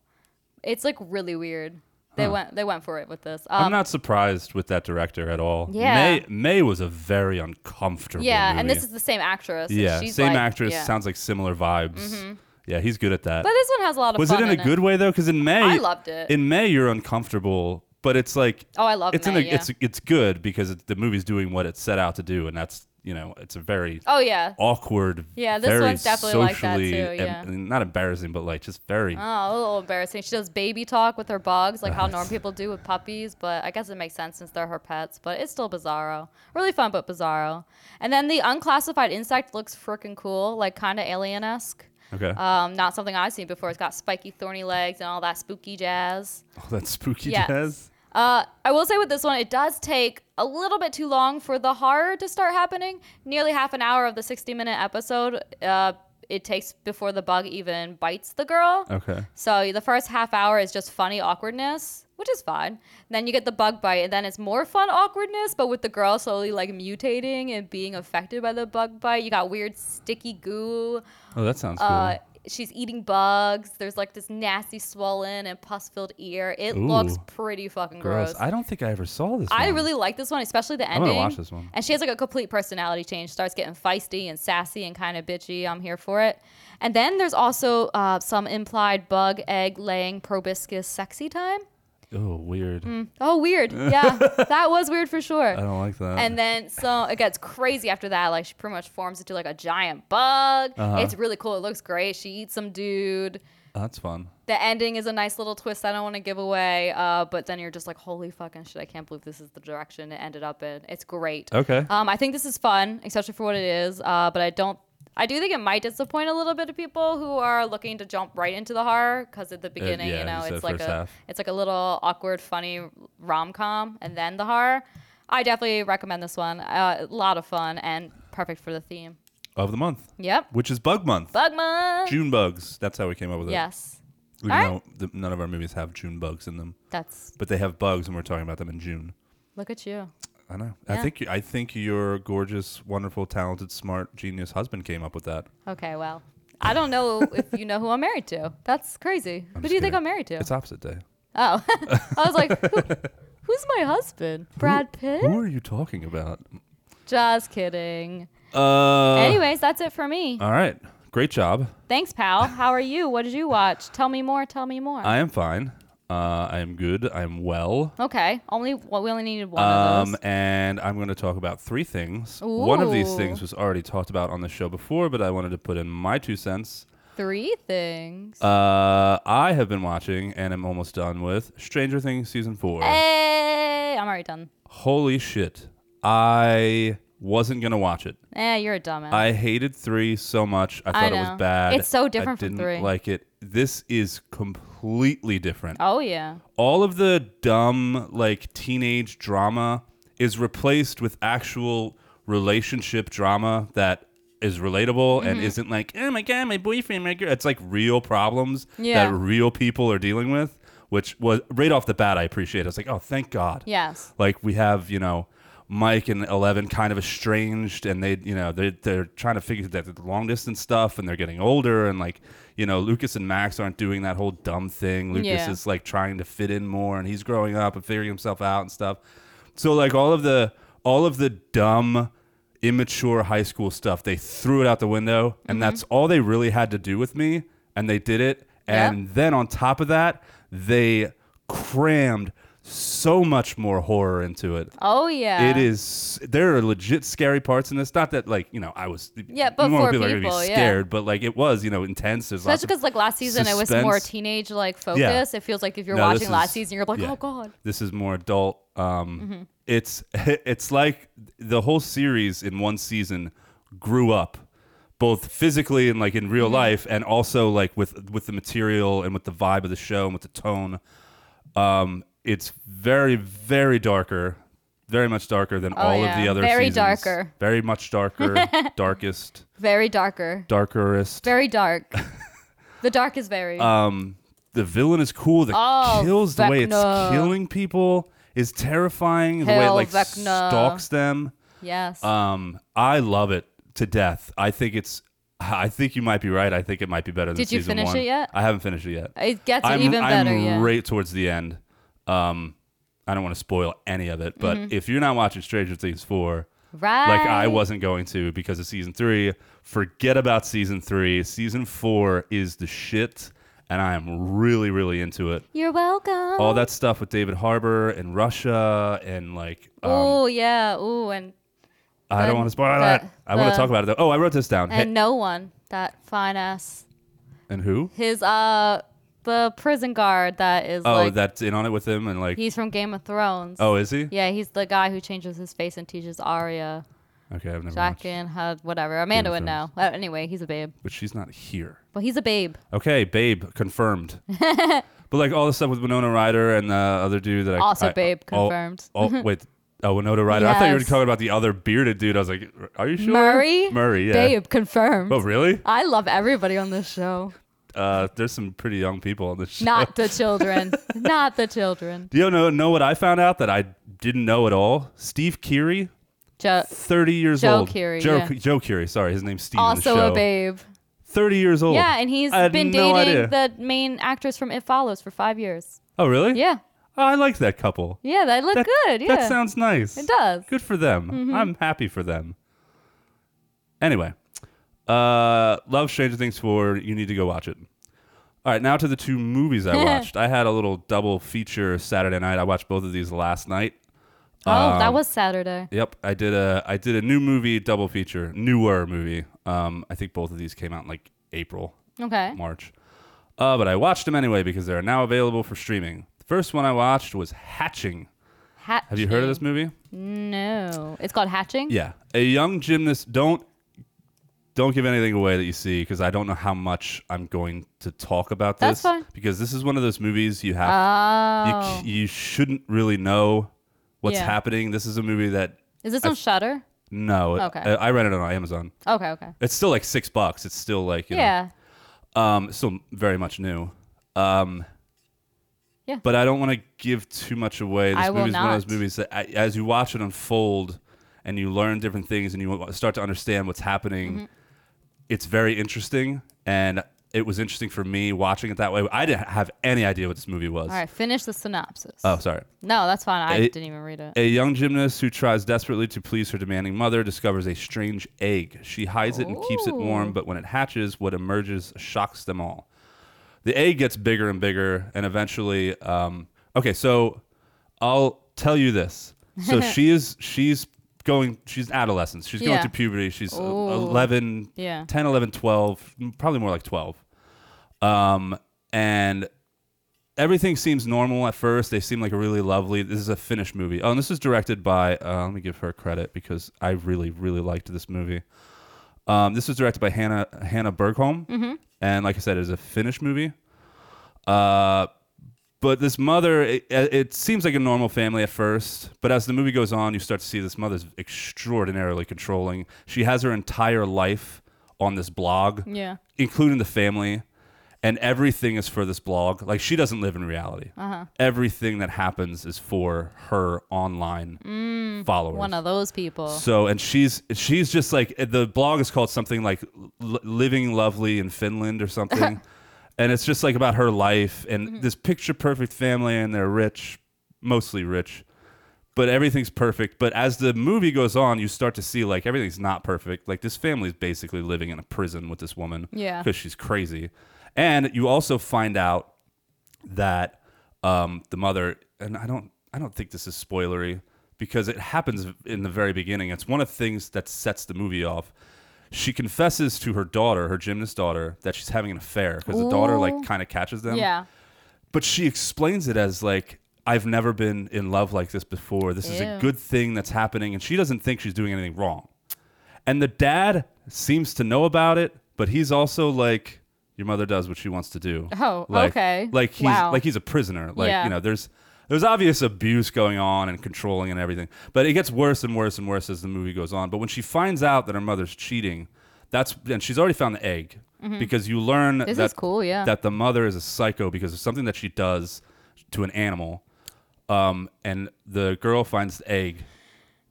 Speaker 2: It's like really weird. They went they went for it with this. Um,
Speaker 1: I'm not surprised with that director at all.
Speaker 2: Yeah.
Speaker 1: May May was a very uncomfortable.
Speaker 2: Yeah,
Speaker 1: movie.
Speaker 2: and this is the same actress. and
Speaker 1: yeah
Speaker 2: she's
Speaker 1: same
Speaker 2: like-
Speaker 1: actress.
Speaker 2: yeah. Mm-hmm.
Speaker 1: Sounds like similar vibes. Yeah, he's good at that.
Speaker 2: But this one has a lot of.
Speaker 1: was it
Speaker 2: fun
Speaker 1: in a good way though? Because in May,
Speaker 2: I loved it.
Speaker 1: In May, you're uncomfortable, but it's like
Speaker 2: Oh, I love
Speaker 1: it's
Speaker 2: May,
Speaker 1: in a,
Speaker 2: yeah.
Speaker 1: it's it's good because it, the movie's doing what it set out to do, and that's you know, it's a very
Speaker 2: Oh yeah.
Speaker 1: awkward.
Speaker 2: Yeah, this
Speaker 1: very
Speaker 2: one's definitely like that
Speaker 1: socially
Speaker 2: too, yeah.
Speaker 1: em- not embarrassing, but like just very.
Speaker 2: Oh, a little embarrassing. She does baby talk with her bugs, like how normal people do with puppies, but I guess it makes sense since they're her pets, but it's still bizarro. Really fun, but bizarro. And then the unclassified insect looks freaking cool, like kind of alien esque.
Speaker 1: okay.
Speaker 2: Um, not something I've seen before. It's got spiky, thorny legs and all that spooky jazz.
Speaker 1: oh, that spooky
Speaker 2: yes.
Speaker 1: jazz.
Speaker 2: Uh, I will say with this one, it does take a little bit too long for the horror to start happening. Nearly half an hour of the 60 minute episode, uh, it takes before the bug even bites the girl.
Speaker 1: Okay.
Speaker 2: So the first half hour is just funny awkwardness, which is fine. Then you get the bug bite, and then it's more fun awkwardness, but with the girl slowly like mutating and being affected by the bug bite. You got weird sticky goo.
Speaker 1: Oh, that sounds cool.
Speaker 2: Uh, she's eating bugs. There's like this nasty swollen and pus filled ear. It
Speaker 1: Ooh.
Speaker 2: looks pretty fucking gross.
Speaker 1: Gross. I don't think I ever saw this.
Speaker 2: I
Speaker 1: one.
Speaker 2: really like this one, especially the
Speaker 1: I'm
Speaker 2: ending.
Speaker 1: gonna watch this one.
Speaker 2: And she has like a complete personality change. Starts getting feisty and sassy and kind of bitchy. I'm here for it. And then there's also uh, some implied bug egg laying proboscis sexy time.
Speaker 1: Oh, weird.
Speaker 2: Oh, weird. Yeah, that was weird for sure.
Speaker 1: I don't like that.
Speaker 2: And then so it gets crazy after that. Like she pretty much forms into like a giant bug.
Speaker 1: Uh-huh.
Speaker 2: It's really cool. It looks great. She eats some dude.
Speaker 1: That's fun.
Speaker 2: The ending is a nice little twist I don't want to give away. Uh, but then you're just like, holy fucking shit! I can't believe this is the direction it ended up in. It's great.
Speaker 1: Okay.
Speaker 2: Um, I think this is fun, especially for what it is. Uh, but I don't. I do think it might disappoint a little bit of people who are looking to jump right into the horror because at the beginning,
Speaker 1: Uh, yeah,
Speaker 2: you
Speaker 1: you
Speaker 2: know,
Speaker 1: said
Speaker 2: it's like a
Speaker 1: first half.
Speaker 2: it's like a little awkward, funny rom com, and then the horror. I definitely recommend this one. Uh, a lot of fun and perfect for the theme.
Speaker 1: of the month,
Speaker 2: Yep,
Speaker 1: which is Bug Month.
Speaker 2: Bug Month.
Speaker 1: June bugs. That's how we came up with it.
Speaker 2: Yes,
Speaker 1: Even
Speaker 2: Alright.
Speaker 1: though th- none of our movies have June bugs in them,
Speaker 2: that's
Speaker 1: but they have bugs, and we're talking about them in June.
Speaker 2: look at you.
Speaker 1: I know.
Speaker 2: Yeah.
Speaker 1: I think you- I think your gorgeous, wonderful, talented, smart, genius husband came up with that.
Speaker 2: Okay, well, I don't know if you know who I'm married to. That's crazy. who do
Speaker 1: just
Speaker 2: you think
Speaker 1: kidding.
Speaker 2: I'm married to?
Speaker 1: It's opposite day.
Speaker 2: Oh, I was like, who, who's my husband? Brad Pitt?
Speaker 1: Who are you talking about?
Speaker 2: Just kidding.
Speaker 1: Uh.
Speaker 2: Anyways, that's it for me.
Speaker 1: All right. Great job.
Speaker 2: Thanks, pal. How are you? What did you watch? Tell me more. Tell me more.
Speaker 1: I am fine. Uh, I am good. I am well.
Speaker 2: okay, only well, we only needed one of
Speaker 1: Um,
Speaker 2: those.
Speaker 1: and I'm going to talk about three things. One of these
Speaker 2: Ooh.
Speaker 1: things was already talked about on the show before, but I wanted to put in my two cents.
Speaker 2: Three things.
Speaker 1: Uh, I have been watching and am almost done with Stranger Things season four.
Speaker 2: Eh. hey, I'm already done.
Speaker 1: Holy shit! I wasn't gonna watch it.
Speaker 2: Eh, you're a dumbass.
Speaker 1: I hated three so much. I
Speaker 2: I
Speaker 1: thought it
Speaker 2: know.
Speaker 1: was bad.
Speaker 2: It's so
Speaker 1: I
Speaker 2: different from
Speaker 1: didn't
Speaker 2: three.
Speaker 1: Like it. This is completely different.
Speaker 2: oh yeah.
Speaker 1: all of the dumb like teenage drama is replaced with actual relationship drama that is relatable
Speaker 2: Mm-hmm.
Speaker 1: and isn't like oh my god my boyfriend my girl it's like real problems
Speaker 2: Yeah.
Speaker 1: that real people are dealing with which was right off the bat i appreciate it. i was like oh thank god
Speaker 2: Yes.
Speaker 1: like we have you know mike and 11 kind of estranged and they you know they're, they're trying to figure that the long distance stuff and they're getting older and like you know lucas and max aren't doing that whole dumb thing lucas
Speaker 2: Yeah.
Speaker 1: is like trying to fit in more and he's growing up and figuring himself out and stuff so like all of the all of the dumb immature high school stuff they threw it out the window
Speaker 2: Mm-hmm.
Speaker 1: and that's all they really had to do with me and they did it
Speaker 2: Yeah.
Speaker 1: and then on top of that they crammed so much more horror into it
Speaker 2: Oh yeah.
Speaker 1: it is there are legit scary parts in this not that like you know i was
Speaker 2: Yeah, but
Speaker 1: you want
Speaker 2: for
Speaker 1: people, are
Speaker 2: people,
Speaker 1: gonna be
Speaker 2: yeah.
Speaker 1: scared but like it was you know intense there's lots
Speaker 2: Especially
Speaker 1: of
Speaker 2: because like last season it was more
Speaker 1: suspense.
Speaker 2: teenage like focus. It feels like if you're
Speaker 1: No, this
Speaker 2: watching last
Speaker 1: is-
Speaker 2: season, you're like,
Speaker 1: yeah.
Speaker 2: oh god.
Speaker 1: This is more adult. Um,
Speaker 2: Mm-hmm.
Speaker 1: It's it's like the whole series in one season grew up, both physically and like in
Speaker 2: Mm-hmm.
Speaker 1: real life, and also like with with the material and with the vibe of the show and with the tone. Um, it's very very darker, very much darker than all of
Speaker 2: Oh, yeah.
Speaker 1: the other
Speaker 2: Very
Speaker 1: seasons.
Speaker 2: darker.
Speaker 1: very much darker, darkest,
Speaker 2: Very darker.
Speaker 1: darkerest.
Speaker 2: Very dark. the dark is very.
Speaker 1: um the villain is cool the
Speaker 2: Oh,
Speaker 1: kills the way
Speaker 2: Vecna.
Speaker 1: it's killing people is terrifying the way it
Speaker 2: Hell,
Speaker 1: like
Speaker 2: Vecna.
Speaker 1: stalks them
Speaker 2: yes.
Speaker 1: um i love it to death i think it's i think you might be right i think it might be better than
Speaker 2: Did you
Speaker 1: season
Speaker 2: finish
Speaker 1: one
Speaker 2: it yet?
Speaker 1: i haven't finished it yet
Speaker 2: it gets it
Speaker 1: i'm,
Speaker 2: even
Speaker 1: I'm
Speaker 2: better. yeah.
Speaker 1: right towards the end um i don't want to spoil any of it but
Speaker 2: Mm-hmm.
Speaker 1: if you're not watching stranger things 4
Speaker 2: Right.
Speaker 1: like I wasn't going to because of season three. Forget about season three. Season four is the shit, and I am really, really into it.
Speaker 2: You're welcome.
Speaker 1: All that stuff with David Harbour and Russia and like um,
Speaker 2: oh yeah. Ooh, and
Speaker 1: I don't
Speaker 2: But
Speaker 1: want to spoil
Speaker 2: the-
Speaker 1: it. I want
Speaker 2: the-
Speaker 1: to talk about it though. Oh, I wrote this down. Hey-
Speaker 2: and no one that fine ass
Speaker 1: and who?
Speaker 2: his uh the prison guard that is
Speaker 1: Oh,
Speaker 2: like
Speaker 1: that's in on it with him and like.
Speaker 2: he's from Game of Thrones.
Speaker 1: Oh, is he?
Speaker 2: Yeah, he's the guy who changes his face and teaches Arya,
Speaker 1: Okay, I've never. Watched.
Speaker 2: Jaqen, Hud, whatever. Amanda
Speaker 1: of
Speaker 2: would know.
Speaker 1: Thrones.
Speaker 2: Uh, anyway, he's a babe.
Speaker 1: But she's not here.
Speaker 2: Well, he's a babe.
Speaker 1: Okay, babe, confirmed. but like all the stuff with Winona Ryder and the other dude that I
Speaker 2: Also
Speaker 1: I-
Speaker 2: babe,
Speaker 1: oh,
Speaker 2: confirmed.
Speaker 1: Oh wait, oh Winona Ryder. I thought you were
Speaker 2: Mm-hmm. Yes.
Speaker 1: talking about the other bearded dude. I was like, are you sure?
Speaker 2: Murray?
Speaker 1: Murray, yeah.
Speaker 2: Babe confirmed.
Speaker 1: Oh really?
Speaker 2: I love everybody on this show.
Speaker 1: Uh, there's some pretty young people on this show.
Speaker 2: Not the children. Not the children.
Speaker 1: Do you know know what I found out that I didn't know at all? Steve Keery,
Speaker 2: Jo-
Speaker 1: 30 years
Speaker 2: Joe
Speaker 1: old.
Speaker 2: Keery,
Speaker 1: Joe,
Speaker 2: yeah.
Speaker 1: Joe Keery, sorry, his name's Steve. in the
Speaker 2: also
Speaker 1: show.
Speaker 2: a babe.
Speaker 1: 30 years old.
Speaker 2: Yeah, and he's
Speaker 1: I had
Speaker 2: been
Speaker 1: no
Speaker 2: dating
Speaker 1: idea.
Speaker 2: the main actress from It Follows for five years.
Speaker 1: Oh, really?
Speaker 2: Yeah.
Speaker 1: Oh, I like that couple.
Speaker 2: Yeah, they look
Speaker 1: That,
Speaker 2: good. Yeah.
Speaker 1: That sounds nice.
Speaker 2: it does.
Speaker 1: Good for them. I'm happy for them. Anyway, uh, love Stranger Things 4. You need to go watch it. All right, now to the two movies I watched. I had a little double feature Saturday night. I watched both of these last night.
Speaker 2: Oh,
Speaker 1: Um,
Speaker 2: that was Saturday.
Speaker 1: Yep, I did a I did a new movie double feature, newer movie. Um, I think both of these came out in like April,
Speaker 2: Okay.
Speaker 1: March. Uh, but I watched them anyway because they are now available for streaming. The first one I watched was Hatching. Have you heard of this movie?
Speaker 2: No. It's called Hatching?
Speaker 1: Yeah, a young gymnast. Don't don't give anything away that you see because I don't know how much I'm going to talk about this.
Speaker 2: That's fine.
Speaker 1: Because this is one of those movies you have
Speaker 2: Oh.
Speaker 1: you, c- you shouldn't really know what's
Speaker 2: Yeah.
Speaker 1: happening. This is a movie that
Speaker 2: Is this on Shutter?
Speaker 1: no, it-
Speaker 2: Okay.
Speaker 1: I, I rented it on Amazon.
Speaker 2: Okay, okay.
Speaker 1: It's still like six bucks. It's still like you
Speaker 2: Yeah.
Speaker 1: know, um, still very much new. Um,
Speaker 2: Yeah.
Speaker 1: But I don't want to give too much away. This
Speaker 2: I will
Speaker 1: movie is one of those
Speaker 2: not.
Speaker 1: movies that, I, as you watch it unfold, and you learn different things, and you wa- start to understand what's happening.
Speaker 2: Mm-hmm.
Speaker 1: It's very interesting, and it was interesting for me watching it that way. I didn't have any idea what this movie was.
Speaker 2: All right, finish the synopsis.
Speaker 1: Oh, sorry.
Speaker 2: No, that's fine. I
Speaker 1: It-
Speaker 2: didn't even read it.
Speaker 1: A young gymnast who tries desperately to please her demanding mother discovers a strange egg. She hides it and keeps it warm,
Speaker 2: Ooh.
Speaker 1: but when it hatches, what emerges shocks them all. The egg gets bigger and bigger, and eventually, um, okay. So I'll tell you this. So she is she's going she's adolescence. She's going
Speaker 2: Yeah.
Speaker 1: through puberty. She's uh,
Speaker 2: Ooh.
Speaker 1: 11,
Speaker 2: Yeah.
Speaker 1: 10, 11, 12, m- probably more like 12. Um, and everything seems normal at first. They seem like a really lovely. This is a Finnish movie. Oh, and this is directed by. Uh, let me give her credit because I really, really liked this movie. Um, this was directed by Hannah Hannah Bergholm, and like I said, it is a Finnish movie. Uh, but this mother, it, it seems like a normal family at first, but as the movie goes on, you start to see this mother's extraordinarily controlling. She has her entire life on this blog,
Speaker 2: Yeah.
Speaker 1: including the family, and everything is for this blog. Like she doesn't live in reality. Everything that happens is for her online followers.
Speaker 2: One of those people.
Speaker 1: So and she's she's just like eh, the blog is called something like L- Living Lovely in Finland or something, and it's just like about her life and this picture perfect family and they're rich, mostly rich, but everything's perfect. But as the movie goes on, you start to see like everything's not perfect. Like this family's basically living in a prison with this woman,
Speaker 2: Yeah.
Speaker 1: because she's crazy, and you also find out that um, the mother and I don't I don't think this is spoilery because it happens in the very beginning. It's one of the things that sets the movie off. She confesses to her daughter, her gymnast daughter, that she's having an affair because the daughter like
Speaker 2: Ooh.
Speaker 1: kind of catches them.
Speaker 2: yeah.
Speaker 1: But she explains it as like I've never been in love like this before. This is a
Speaker 2: Ew.
Speaker 1: good thing that's happening and she doesn't think she's doing anything wrong. And the dad seems to know about it, but he's also like your mother does what she wants to do.
Speaker 2: Oh,
Speaker 1: Like-
Speaker 2: okay.
Speaker 1: Like he's
Speaker 2: Wow.
Speaker 1: like he's a prisoner. Like
Speaker 2: Yeah.
Speaker 1: you know, there's there's obvious abuse going on and controlling and everything. But it gets worse and worse and worse as the movie goes on. But when she finds out that her mother's cheating, that's and she's already found the egg because you learn
Speaker 2: Mm-hmm. This
Speaker 1: that
Speaker 2: is cool, yeah.
Speaker 1: that the mother is a psycho because of something that she does to an animal. Um, and the girl finds the egg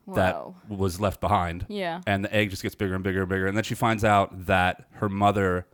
Speaker 2: Whoa.
Speaker 1: that was left behind.
Speaker 2: Yeah.
Speaker 1: And the egg just gets bigger and bigger and bigger. And then she finds out that her mother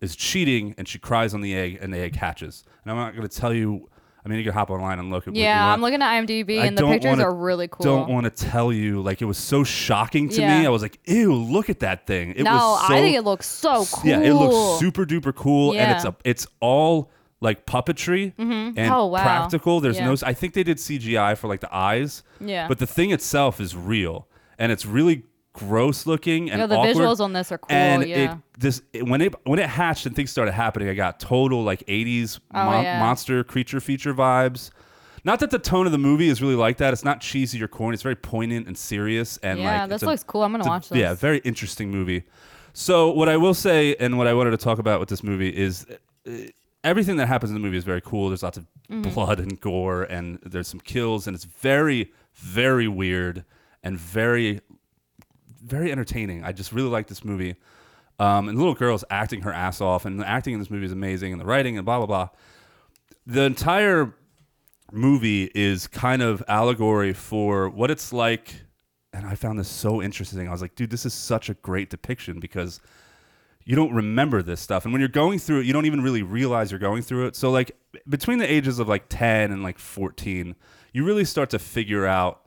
Speaker 1: is cheating and she cries on the egg and the egg hatches. And I'm not going to tell you. I mean, you can hop online and look at what you
Speaker 2: Yeah,
Speaker 1: want.
Speaker 2: I'm looking at IMDb
Speaker 1: I
Speaker 2: and the
Speaker 1: don't
Speaker 2: pictures
Speaker 1: wanna-
Speaker 2: are really cool.
Speaker 1: Don't want to tell you. Like, it was so shocking to me.
Speaker 2: Yeah.
Speaker 1: I was like, ew, look at that thing. It
Speaker 2: no,
Speaker 1: was so
Speaker 2: I think it looks so cool.
Speaker 1: yeah, it looks super duper cool, and it's
Speaker 2: Yeah.
Speaker 1: a it's all like puppetry and
Speaker 2: Oh, wow.
Speaker 1: practical. There's
Speaker 2: Yeah.
Speaker 1: no, I think they did CGI for like the eyes,
Speaker 2: Yeah.
Speaker 1: but the thing itself is real, and it's really gross looking and
Speaker 2: Yo, the
Speaker 1: awkward.
Speaker 2: visuals on this are cool.
Speaker 1: and
Speaker 2: yeah.
Speaker 1: it this it- when it when it hatched and things started happening, I got total like '80s
Speaker 2: Oh,
Speaker 1: mon-
Speaker 2: yeah.
Speaker 1: monster creature feature vibes. Not that the tone of the movie is really like that. It's not cheesy or corny. It's very poignant and serious. And
Speaker 2: yeah,
Speaker 1: like,
Speaker 2: this
Speaker 1: it's a-
Speaker 2: looks cool. I'm gonna
Speaker 1: it's a-
Speaker 2: watch this.
Speaker 1: Yeah, very interesting movie. So what I will say, and what I wanted to talk about with this movie is. uh, Everything that happens in the movie is very cool. There's lots of
Speaker 2: Mm-hmm.
Speaker 1: blood and gore, and there's some kills, and it's very, very weird and very very entertaining. I just really like this movie. Um, and the little girl's acting her ass off, and the acting in this movie is amazing, and the writing and blah blah blah. The entire movie is kind of allegory for what it's like, and I found this so interesting. I was like, dude, this is such a great depiction because you don't remember this stuff, and when you're going through it, you don't even really realize you're going through it. So like between the ages of like ten and like fourteen, you really start to figure out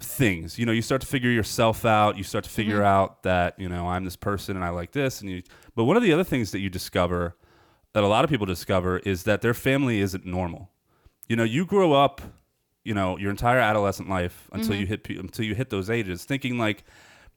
Speaker 1: things. You know, you start to figure yourself out. You start to figure
Speaker 2: Mm-hmm.
Speaker 1: out that you know I'm this person and I like this. And you, but one of the other things that you discover, that a lot of people discover, is that their family isn't normal. You know, you grow up, you know, your entire adolescent life until
Speaker 2: Mm-hmm.
Speaker 1: you hit pe- until you hit those ages, thinking like,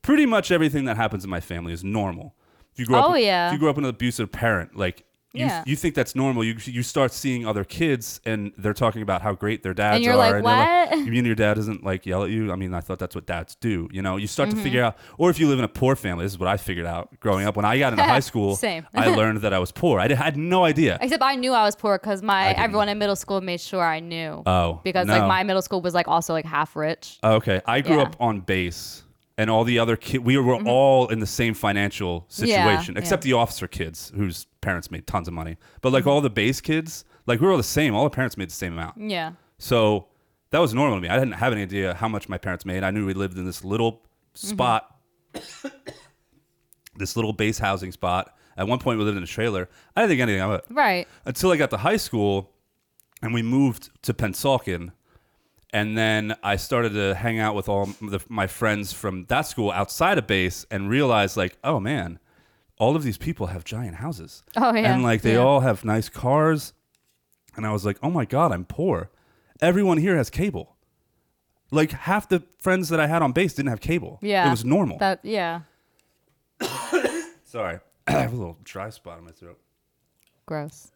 Speaker 1: pretty much everything that happens in my family is normal. If you grow
Speaker 2: Oh,
Speaker 1: up,
Speaker 2: yeah.
Speaker 1: if you grow up with an abusive parent, like. You,
Speaker 2: Yeah.
Speaker 1: you think that's normal. You, you start seeing other kids and they're talking about how great their dads
Speaker 2: you're
Speaker 1: are.
Speaker 2: like,
Speaker 1: and they're
Speaker 2: "What?"
Speaker 1: you mean your dad doesn't like yell at you? I mean, I thought that's what dads do. You know, you start to figure
Speaker 2: Mm-hmm.
Speaker 1: out, or if you live in a poor family, this is what I figured out growing up. When I got into high school,
Speaker 2: Same.
Speaker 1: I learned that I was poor. I, did, had no idea.
Speaker 2: Except I knew I was poor because my
Speaker 1: didn't.
Speaker 2: everyone in middle school made sure I knew.
Speaker 1: Oh,
Speaker 2: because
Speaker 1: no.
Speaker 2: like my middle school was like also like half rich.
Speaker 1: okay, I grew
Speaker 2: Yeah. Mm-hmm.
Speaker 1: up on base, and all the other kids, we were all in the same financial
Speaker 2: Yeah,
Speaker 1: situation, except the officer kids whose parents made tons of money. But
Speaker 2: Mm-hmm.
Speaker 1: like all the base kids, like we were all the same. All the parents made the same amount.
Speaker 2: Yeah,
Speaker 1: So that was normal to me. I didn't have any idea how much my parents made. I knew we lived in this little spot, this little base housing spot. At one point, we lived in a trailer. I didn't think anything of it
Speaker 2: right.
Speaker 1: until I got to high school and we moved to Pensacola. And then I started to hang out with all the, my friends from that school outside of base and realized, like, oh man, all of these people have giant houses.
Speaker 2: Oh, yeah.
Speaker 1: And like they
Speaker 2: Yeah.
Speaker 1: all have nice cars. And I was like, oh my God, I'm poor. Everyone here has cable. Like half the friends that I had on base didn't have cable.
Speaker 2: Yeah,
Speaker 1: It was normal.
Speaker 2: That yeah,
Speaker 1: Sorry. I have a little dry spot in my throat.
Speaker 2: gross.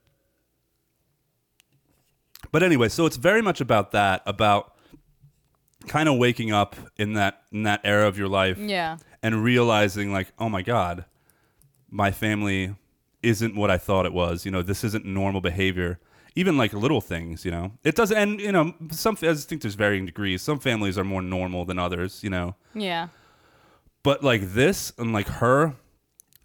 Speaker 1: But anyway, so it's very much about that, about kind of waking up in that in that era of your life
Speaker 2: Yeah,
Speaker 1: and realizing like, oh my god, my family isn't what I thought it was. You know, this isn't normal behavior. Even like little things, you know, it doesn't. And you know, some I think there's varying degrees. Some families are more normal than others. You know,
Speaker 2: yeah,
Speaker 1: but like this and like her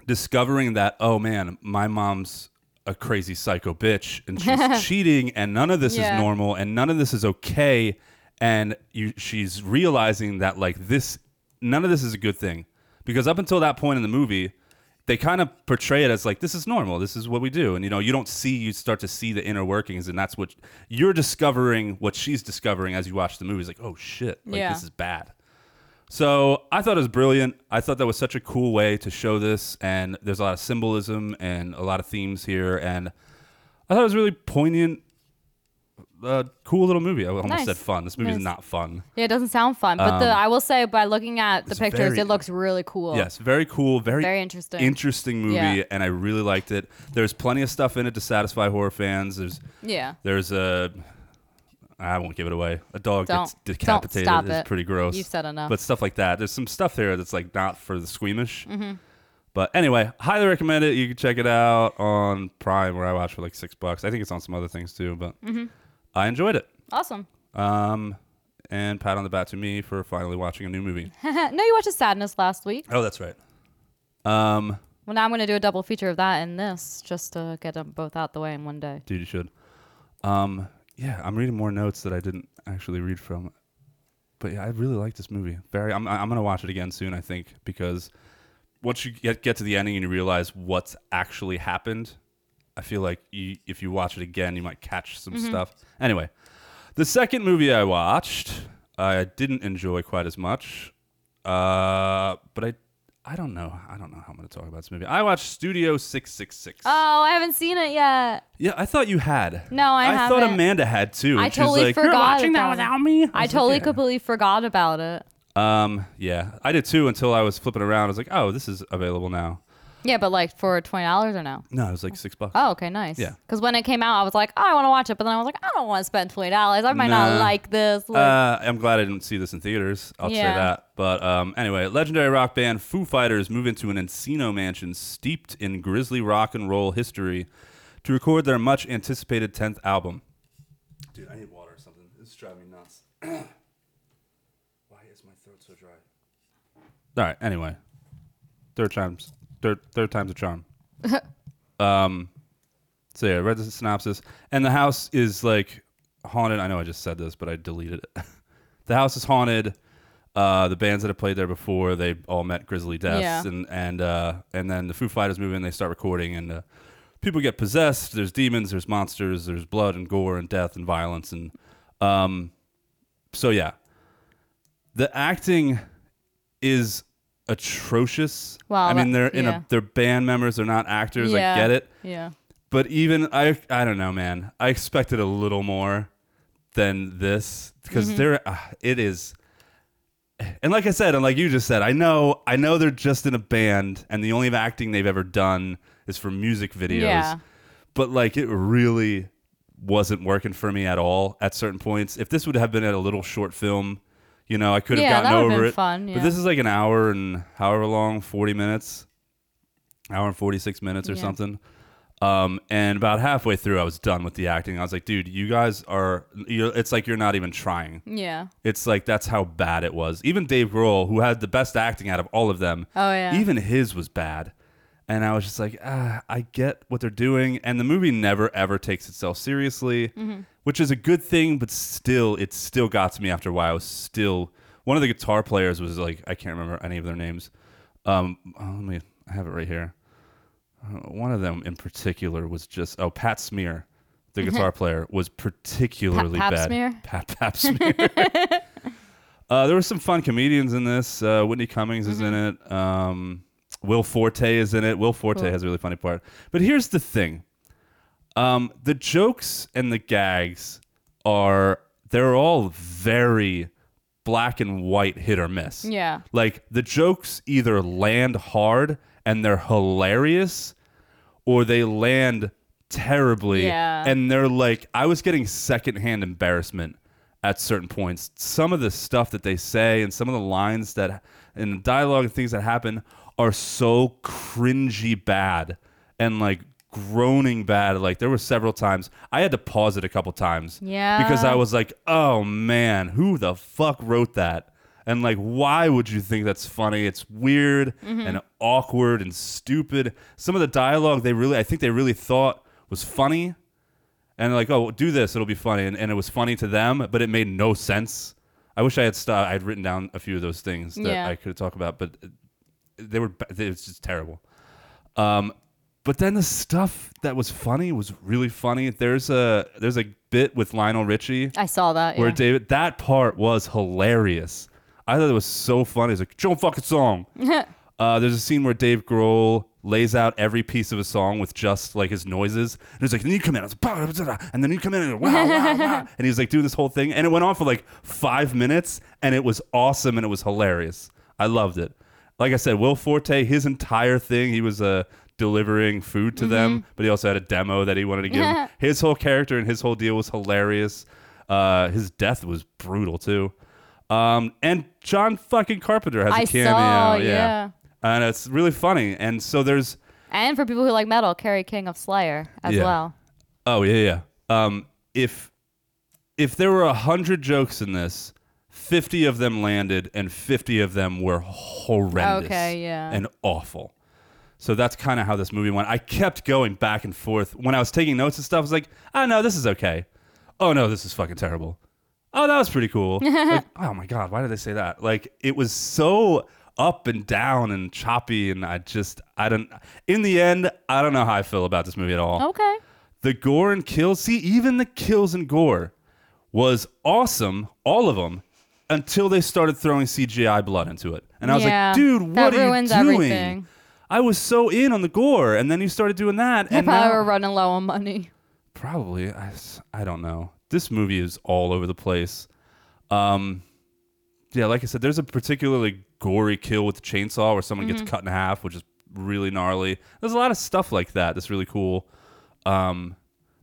Speaker 1: discovering that oh man my mom's a crazy psycho bitch and she's cheating and none of this
Speaker 2: Yeah.
Speaker 1: is normal and none of this is okay and you she's realizing that like this none of this is a good thing because up until that point in the movie they kind of portray it as like this is normal this is what we do and you know you don't see you start to see the inner workings and that's what you're discovering what she's discovering as you watch the movie it's like oh shit like
Speaker 2: Yeah.
Speaker 1: this is bad so I thought it was brilliant. I thought that was such a cool way to show this, and there's a lot of symbolism and a lot of themes here, and I thought it was a really poignant, uh, cool little movie. I almost
Speaker 2: Nice.
Speaker 1: said fun. This movie's
Speaker 2: Nice.
Speaker 1: not fun.
Speaker 2: yeah. It doesn't sound fun, but the I will say by looking at the
Speaker 1: Um, it's
Speaker 2: pictures,
Speaker 1: very-
Speaker 2: it looks really cool.
Speaker 1: Yes, very cool, very
Speaker 2: Very interesting.
Speaker 1: interesting movie,
Speaker 2: Yeah.
Speaker 1: and I really liked it. There's plenty of stuff in it to satisfy horror fans. There's
Speaker 2: Yeah.
Speaker 1: there's a I won't give it away. A dog
Speaker 2: Don't-
Speaker 1: gets
Speaker 2: don't
Speaker 1: decapitated
Speaker 2: stop
Speaker 1: is
Speaker 2: it.
Speaker 1: pretty gross.
Speaker 2: You've said enough.
Speaker 1: But stuff like that. There's some stuff there that's like not for the squeamish.
Speaker 2: Mm-hmm.
Speaker 1: But anyway, highly recommend it. You can check it out on Prime where I watch for like six bucks. I think it's on some other things too, but
Speaker 2: Mm-hmm.
Speaker 1: I enjoyed it.
Speaker 2: Awesome.
Speaker 1: Um, and pat on the back to me for finally watching a new movie.
Speaker 2: no, you watched a sadness last week.
Speaker 1: oh, that's right. Um,
Speaker 2: Well, now I'm gonna do a double feature of that and this just to get them both out the way in one day.
Speaker 1: dude, you should. Um, yeah, I'm reading more notes that I didn't actually read from. But yeah, I really like this movie. Very. I'm I'm gonna watch it again soon. I think because once you get get to the ending and you realize what's actually happened, I feel like you, if you watch it again, you might catch some stuff. Anyway, the second movie I watched, I didn't enjoy quite as much. Uh, but I. I don't know. I don't know how I'm going to talk about this movie. I watched Studio 666.
Speaker 2: Oh, I haven't seen it yet.
Speaker 1: Yeah, I thought you had.
Speaker 2: No, I
Speaker 1: thought
Speaker 2: haven't.
Speaker 1: Amanda had too.
Speaker 2: I
Speaker 1: and
Speaker 2: totally
Speaker 1: she's like, You're
Speaker 2: forgot
Speaker 1: watching that
Speaker 2: about it."
Speaker 1: without me.
Speaker 2: I, totally
Speaker 1: could.
Speaker 2: completely forgot about it.
Speaker 1: Um, yeah, I did too until I was flipping around. I was like, oh, this is available now.
Speaker 2: Yeah, but like for twenty dollars or no?
Speaker 1: No, it was like six bucks.
Speaker 2: Oh, okay, nice.
Speaker 1: Yeah.
Speaker 2: Because when it came out, I was like, oh, I want to watch it, but then I was like, I don't want to spend twenty dollars. I might
Speaker 1: Nah.
Speaker 2: not like this. Like,
Speaker 1: Uh, I'm glad I didn't see this in theaters. I'll say
Speaker 2: Yeah.
Speaker 1: that. But um, anyway, legendary rock band Foo Fighters move into an Encino mansion steeped in grisly rock and roll history to record their much anticipated 10th album. Dude, I need water or something. This is driving me nuts. Why is my throat so dry? All right, anyway. Third time's third third time's a charm. um so yeah, I read the synopsis. And the house is like haunted. I know I just said this, but I deleted it. the house is haunted. Uh, the bands that have played there before, they all met grisly deaths,
Speaker 2: Yeah.
Speaker 1: and and uh, and then the Foo Fighters move in. They start recording, and uh, people get possessed. There's demons, there's monsters, there's blood and gore and death and violence, and um, so yeah, the acting is atrocious.
Speaker 2: Wow,
Speaker 1: I mean
Speaker 2: that-
Speaker 1: they're in
Speaker 2: yeah.
Speaker 1: a they're band members, they're not actors.
Speaker 2: yeah.
Speaker 1: I get it,
Speaker 2: Yeah.
Speaker 1: but even I I don't know, man. I expected a little more than this because
Speaker 2: Mm-hmm.
Speaker 1: they're uh, it is. And like I said, and like you just said, I know I know they're just in a band, and the only acting they've ever done is for music videos.
Speaker 2: Yeah.
Speaker 1: But like it really wasn't working for me at all at certain points. If this would have been at a little short film, you know, I could have
Speaker 2: Yeah, that
Speaker 1: gotten
Speaker 2: would've
Speaker 1: over
Speaker 2: been
Speaker 1: it.
Speaker 2: fun, yeah.
Speaker 1: But this is like an hour and however long, forty minutes, hour and forty six minutes or
Speaker 2: Yeah.
Speaker 1: something. Um, and about halfway through, I was done with the acting. I was like, dude, you guys are, you're, it's like you're not even trying.
Speaker 2: Yeah.
Speaker 1: It's like that's how bad it was. Even Dave Grohl, who had the best acting out of all of them,
Speaker 2: Oh, yeah.
Speaker 1: even his was bad. And I was just like, ah, I get what they're doing. And the movie never ever takes itself seriously,
Speaker 2: Mm-hmm.
Speaker 1: which is a good thing. But still, it still got to me after a while. I was still one of the guitar players was like, I can't remember any of their names. Um, oh, let me, I have it right here. Uh, One of them in particular was just oh Pat Smear, the guitar player was particularly
Speaker 2: Pap
Speaker 1: bad.
Speaker 2: Smear?
Speaker 1: Pat Pap Smear. Uh, there were some fun comedians in this. Uh, Whitney Cummings is in it. Um, Will Forte is in it. Will Forte has a really funny part. But here's the thing: um, the jokes and the gags are they're all very black and white, hit or miss.
Speaker 2: Yeah.
Speaker 1: Like the jokes either land hard and they're hilarious, or they land terribly
Speaker 2: Yeah.
Speaker 1: and they're like I was getting secondhand embarrassment at certain points. Some of the stuff that they say and some of the lines that and the dialogue and things that happen are so cringy bad and like groaning bad. Like there were several times I had to pause it a couple times. Because I
Speaker 2: Yeah.
Speaker 1: was like, oh man, who the fuck wrote that? And like, why would you think that's funny? It's weird and awkward and stupid. Some of the dialogue they really, I think they really thought was funny. And like, oh, do this, it'll be funny. And, and it was funny to them, but it made no sense. I wish I had stu- I had written down a few of those things that
Speaker 2: Yeah.
Speaker 1: I could talk about, but uh, they were ba- it was just terrible. Um, but then the stuff that was funny was really funny. There's a there's a bit with Lionel Richie
Speaker 2: I saw that.
Speaker 1: where
Speaker 2: yeah.
Speaker 1: David that part was hilarious. I thought it was so funny. He's like, "Show 'em fucking song." uh, there's a scene where Dave Grohl lays out every piece of a song with just like his noises, and he's like, "Then you come in, and, it's bah, bah, bah, bah, and then you come in, and wow, wow, wow," and he's like doing this whole thing, and it went on for like five minutes, and it was awesome, and it was hilarious. I loved it. Like I said, Will Forte, his entire thing, he was uh, delivering food to
Speaker 2: Mm-hmm.
Speaker 1: them, but he also had a demo that he wanted to give. 'em. his whole character and his whole deal was hilarious. Uh, his death was brutal too. Um, and John fucking Carpenter has a
Speaker 2: I
Speaker 1: cameo.
Speaker 2: saw,
Speaker 1: yeah.
Speaker 2: yeah.
Speaker 1: And it's really funny. And so there's
Speaker 2: and for people who like metal, Kerry King of Slayer as
Speaker 1: Yeah.
Speaker 2: well.
Speaker 1: Oh yeah, yeah. Um, if if there were a hundred jokes in this, fifty of them landed, and fifty of them were horrendous.
Speaker 2: Okay, yeah.
Speaker 1: And awful. So that's kind of how this movie went. I kept going back and forth when I was taking notes and stuff. I was like, "Oh no, this is okay. Oh no, this is fucking terrible. Oh, that was pretty cool. like, oh my god, why did they say that? Like, it was so up and down and choppy, and I just, I don't. In the end, I don't know how I feel about this movie at all.
Speaker 2: Okay.
Speaker 1: The gore and kills, see, even the kills and gore was awesome, all of them, until they started throwing CGI blood into it. And I was
Speaker 2: Yeah,
Speaker 1: like, dude, what
Speaker 2: that
Speaker 1: are
Speaker 2: ruins
Speaker 1: you doing?
Speaker 2: everything.
Speaker 1: I was so in on the gore, and then you started doing that.
Speaker 2: They
Speaker 1: and
Speaker 2: probably
Speaker 1: now-
Speaker 2: were running low on money.
Speaker 1: probably I, s- I don't know this movie is all over the place um yeah, like I said, there's a particularly gory kill with the chainsaw where someone
Speaker 2: Mm-hmm.
Speaker 1: gets cut in half, which is really gnarly. There's a lot of stuff like that that's really cool. Um,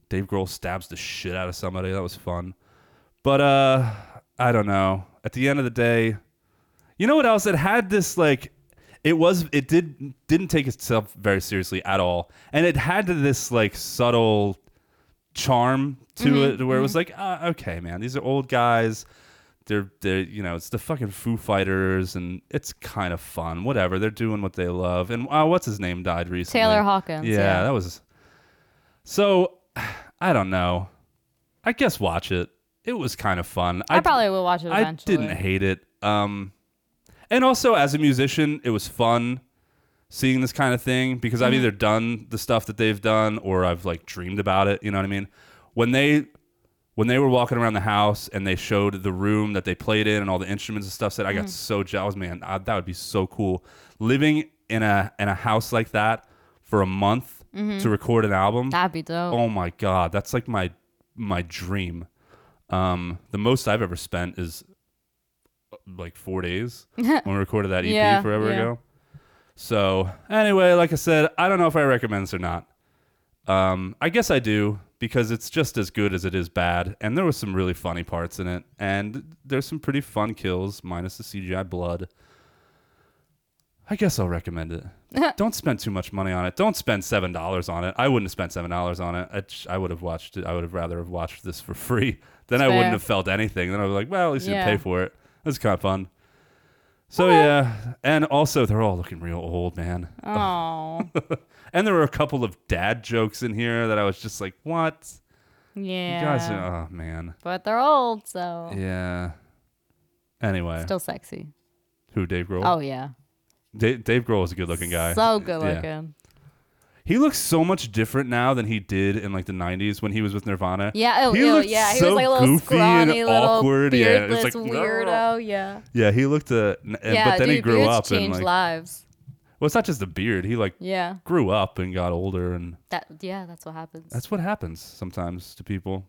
Speaker 1: Dave Grohl stabs the shit out of somebody. That was fun. But uh, I don't know. At the end of the day, you know what else? It had this like, it was it did didn't take itself very seriously at all, and it had this like subtle charm to
Speaker 2: Mm-hmm,
Speaker 1: it where it was like, ah, okay, man, these are old guys. They're they're you know it's the fucking Foo Fighters and it's kind of fun. Whatever they're doing what they love. And uh, what's his name died recently?
Speaker 2: Taylor Hawkins,
Speaker 1: Yeah,
Speaker 2: yeah.
Speaker 1: that was. So, I don't know. I guess watch it. It was kind of fun.
Speaker 2: I, probably will watch it
Speaker 1: I
Speaker 2: eventually.
Speaker 1: didn't hate it. Um, and also as a musician, it was fun seeing this kind of thing because
Speaker 2: Mm-hmm.
Speaker 1: I've either done the stuff that they've done or I've like dreamed about it. You know what I mean? When they when they were walking around the house and they showed the room that they played in and all the instruments and stuff, said I
Speaker 2: Mm-hmm.
Speaker 1: got so jealous, man. I, that would be so cool living in a in a house like that for a month
Speaker 2: Mm-hmm.
Speaker 1: to record an album.
Speaker 2: That'd be dope.
Speaker 1: Oh my god, that's like my my dream. Um, the most I've ever spent is uh, like four days when we recorded that EP
Speaker 2: Yeah,
Speaker 1: forever
Speaker 2: yeah.
Speaker 1: ago. So anyway, like I said, I don't know if I recommend this or not. Um, I guess I do because it's just as good as it is bad, and there was some really funny parts in it, and there's some pretty fun kills minus the CGI blood. I guess I'll recommend it. Don't spend too much money on it. Don't spend seven dollars on it. I wouldn't have spent seven dollars on it. I, ch- I would have watched it. I would have rather have watched this for free. Then I
Speaker 2: Fair.
Speaker 1: wouldn't have felt anything. Then I was like, well, at least you didn't
Speaker 2: Yeah.
Speaker 1: pay for it. That's kind of fun. So yeah, and also they're all looking real old, man.
Speaker 2: Oh,
Speaker 1: And there were a couple of dad jokes in here that I was just like, what?
Speaker 2: yeah.
Speaker 1: You guys are, oh man.
Speaker 2: But they're old, so
Speaker 1: Yeah. Anyway,
Speaker 2: still sexy.
Speaker 1: who Dave Grohl?
Speaker 2: Oh yeah,
Speaker 1: Da- Dave Grohl is a good-looking guy.
Speaker 2: so good
Speaker 1: Yeah.
Speaker 2: looking.
Speaker 1: He looks so much different now than he did in like the '90s when he was with Nirvana.
Speaker 2: Yeah, oh,
Speaker 1: he
Speaker 2: ew,
Speaker 1: looked
Speaker 2: yeah. He
Speaker 1: so
Speaker 2: was like a little
Speaker 1: goofy and
Speaker 2: scrawny, little
Speaker 1: awkward. Yeah, it's
Speaker 2: beardless
Speaker 1: like,
Speaker 2: weirdo. Yeah,
Speaker 1: Yeah, he looked. Uh, n- and-
Speaker 2: yeah.
Speaker 1: but then
Speaker 2: dude,
Speaker 1: he grew
Speaker 2: beards
Speaker 1: up and
Speaker 2: change
Speaker 1: like,
Speaker 2: lives.
Speaker 1: well, it's not just the beard. He like
Speaker 2: Yeah,
Speaker 1: grew up and got older, and
Speaker 2: that. Yeah, that's what happens.
Speaker 1: that's what happens sometimes to people.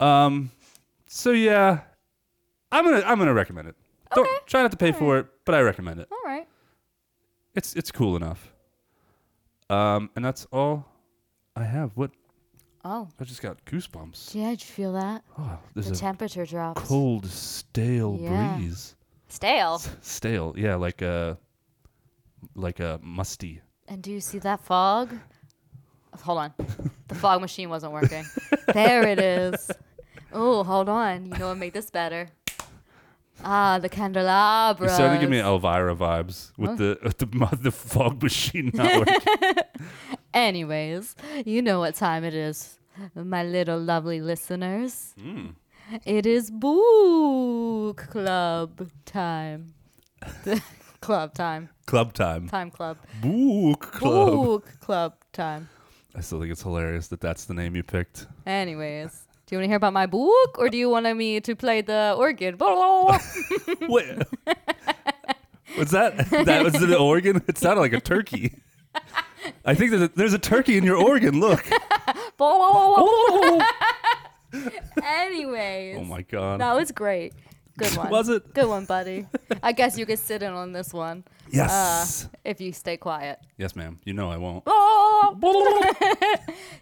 Speaker 1: Um, so yeah, I'm gonna I'm gonna recommend it. Don't try not to pay for it, but I recommend it.
Speaker 2: all right.
Speaker 1: It's it's cool enough. Um, and that's all I have. What
Speaker 2: Oh,
Speaker 1: I just got goosebumps.
Speaker 2: yeah. Did you feel that?
Speaker 1: Oh, there's
Speaker 2: The
Speaker 1: a
Speaker 2: temperature drops.
Speaker 1: cold, stale
Speaker 2: Yeah.
Speaker 1: breeze.
Speaker 2: Stale.
Speaker 1: Stale, yeah, like a like a musty.
Speaker 2: And do you see that fog? Hold on. The fog machine wasn't working. there it is. Oh, hold on. You know what make this better? Ah, the candelabra.
Speaker 1: You're starting to give me Elvira vibes with the with the, mu- the fog machine not working.
Speaker 2: Anyways, you know what time it is, my little lovely listeners.
Speaker 1: Hmm.
Speaker 2: It is book club time. club time.
Speaker 1: club time.
Speaker 2: Time club.
Speaker 1: Book club.
Speaker 2: Book club time.
Speaker 1: I still think it's hilarious that that's the name you picked.
Speaker 2: Anyways, do you want to hear about my book or do you want me to play the organ?
Speaker 1: Wait. What's that? That was the organ? It sounded like a turkey. I think there's a, there's a turkey in your organ. Look. Oh,
Speaker 2: Anyways,
Speaker 1: my god.
Speaker 2: that was great. Good one.
Speaker 1: Was it?
Speaker 2: Good one, buddy. I guess you could sit in on this one uh,
Speaker 1: Yes.
Speaker 2: if you stay quiet.
Speaker 1: yes, ma'am. You know I won't.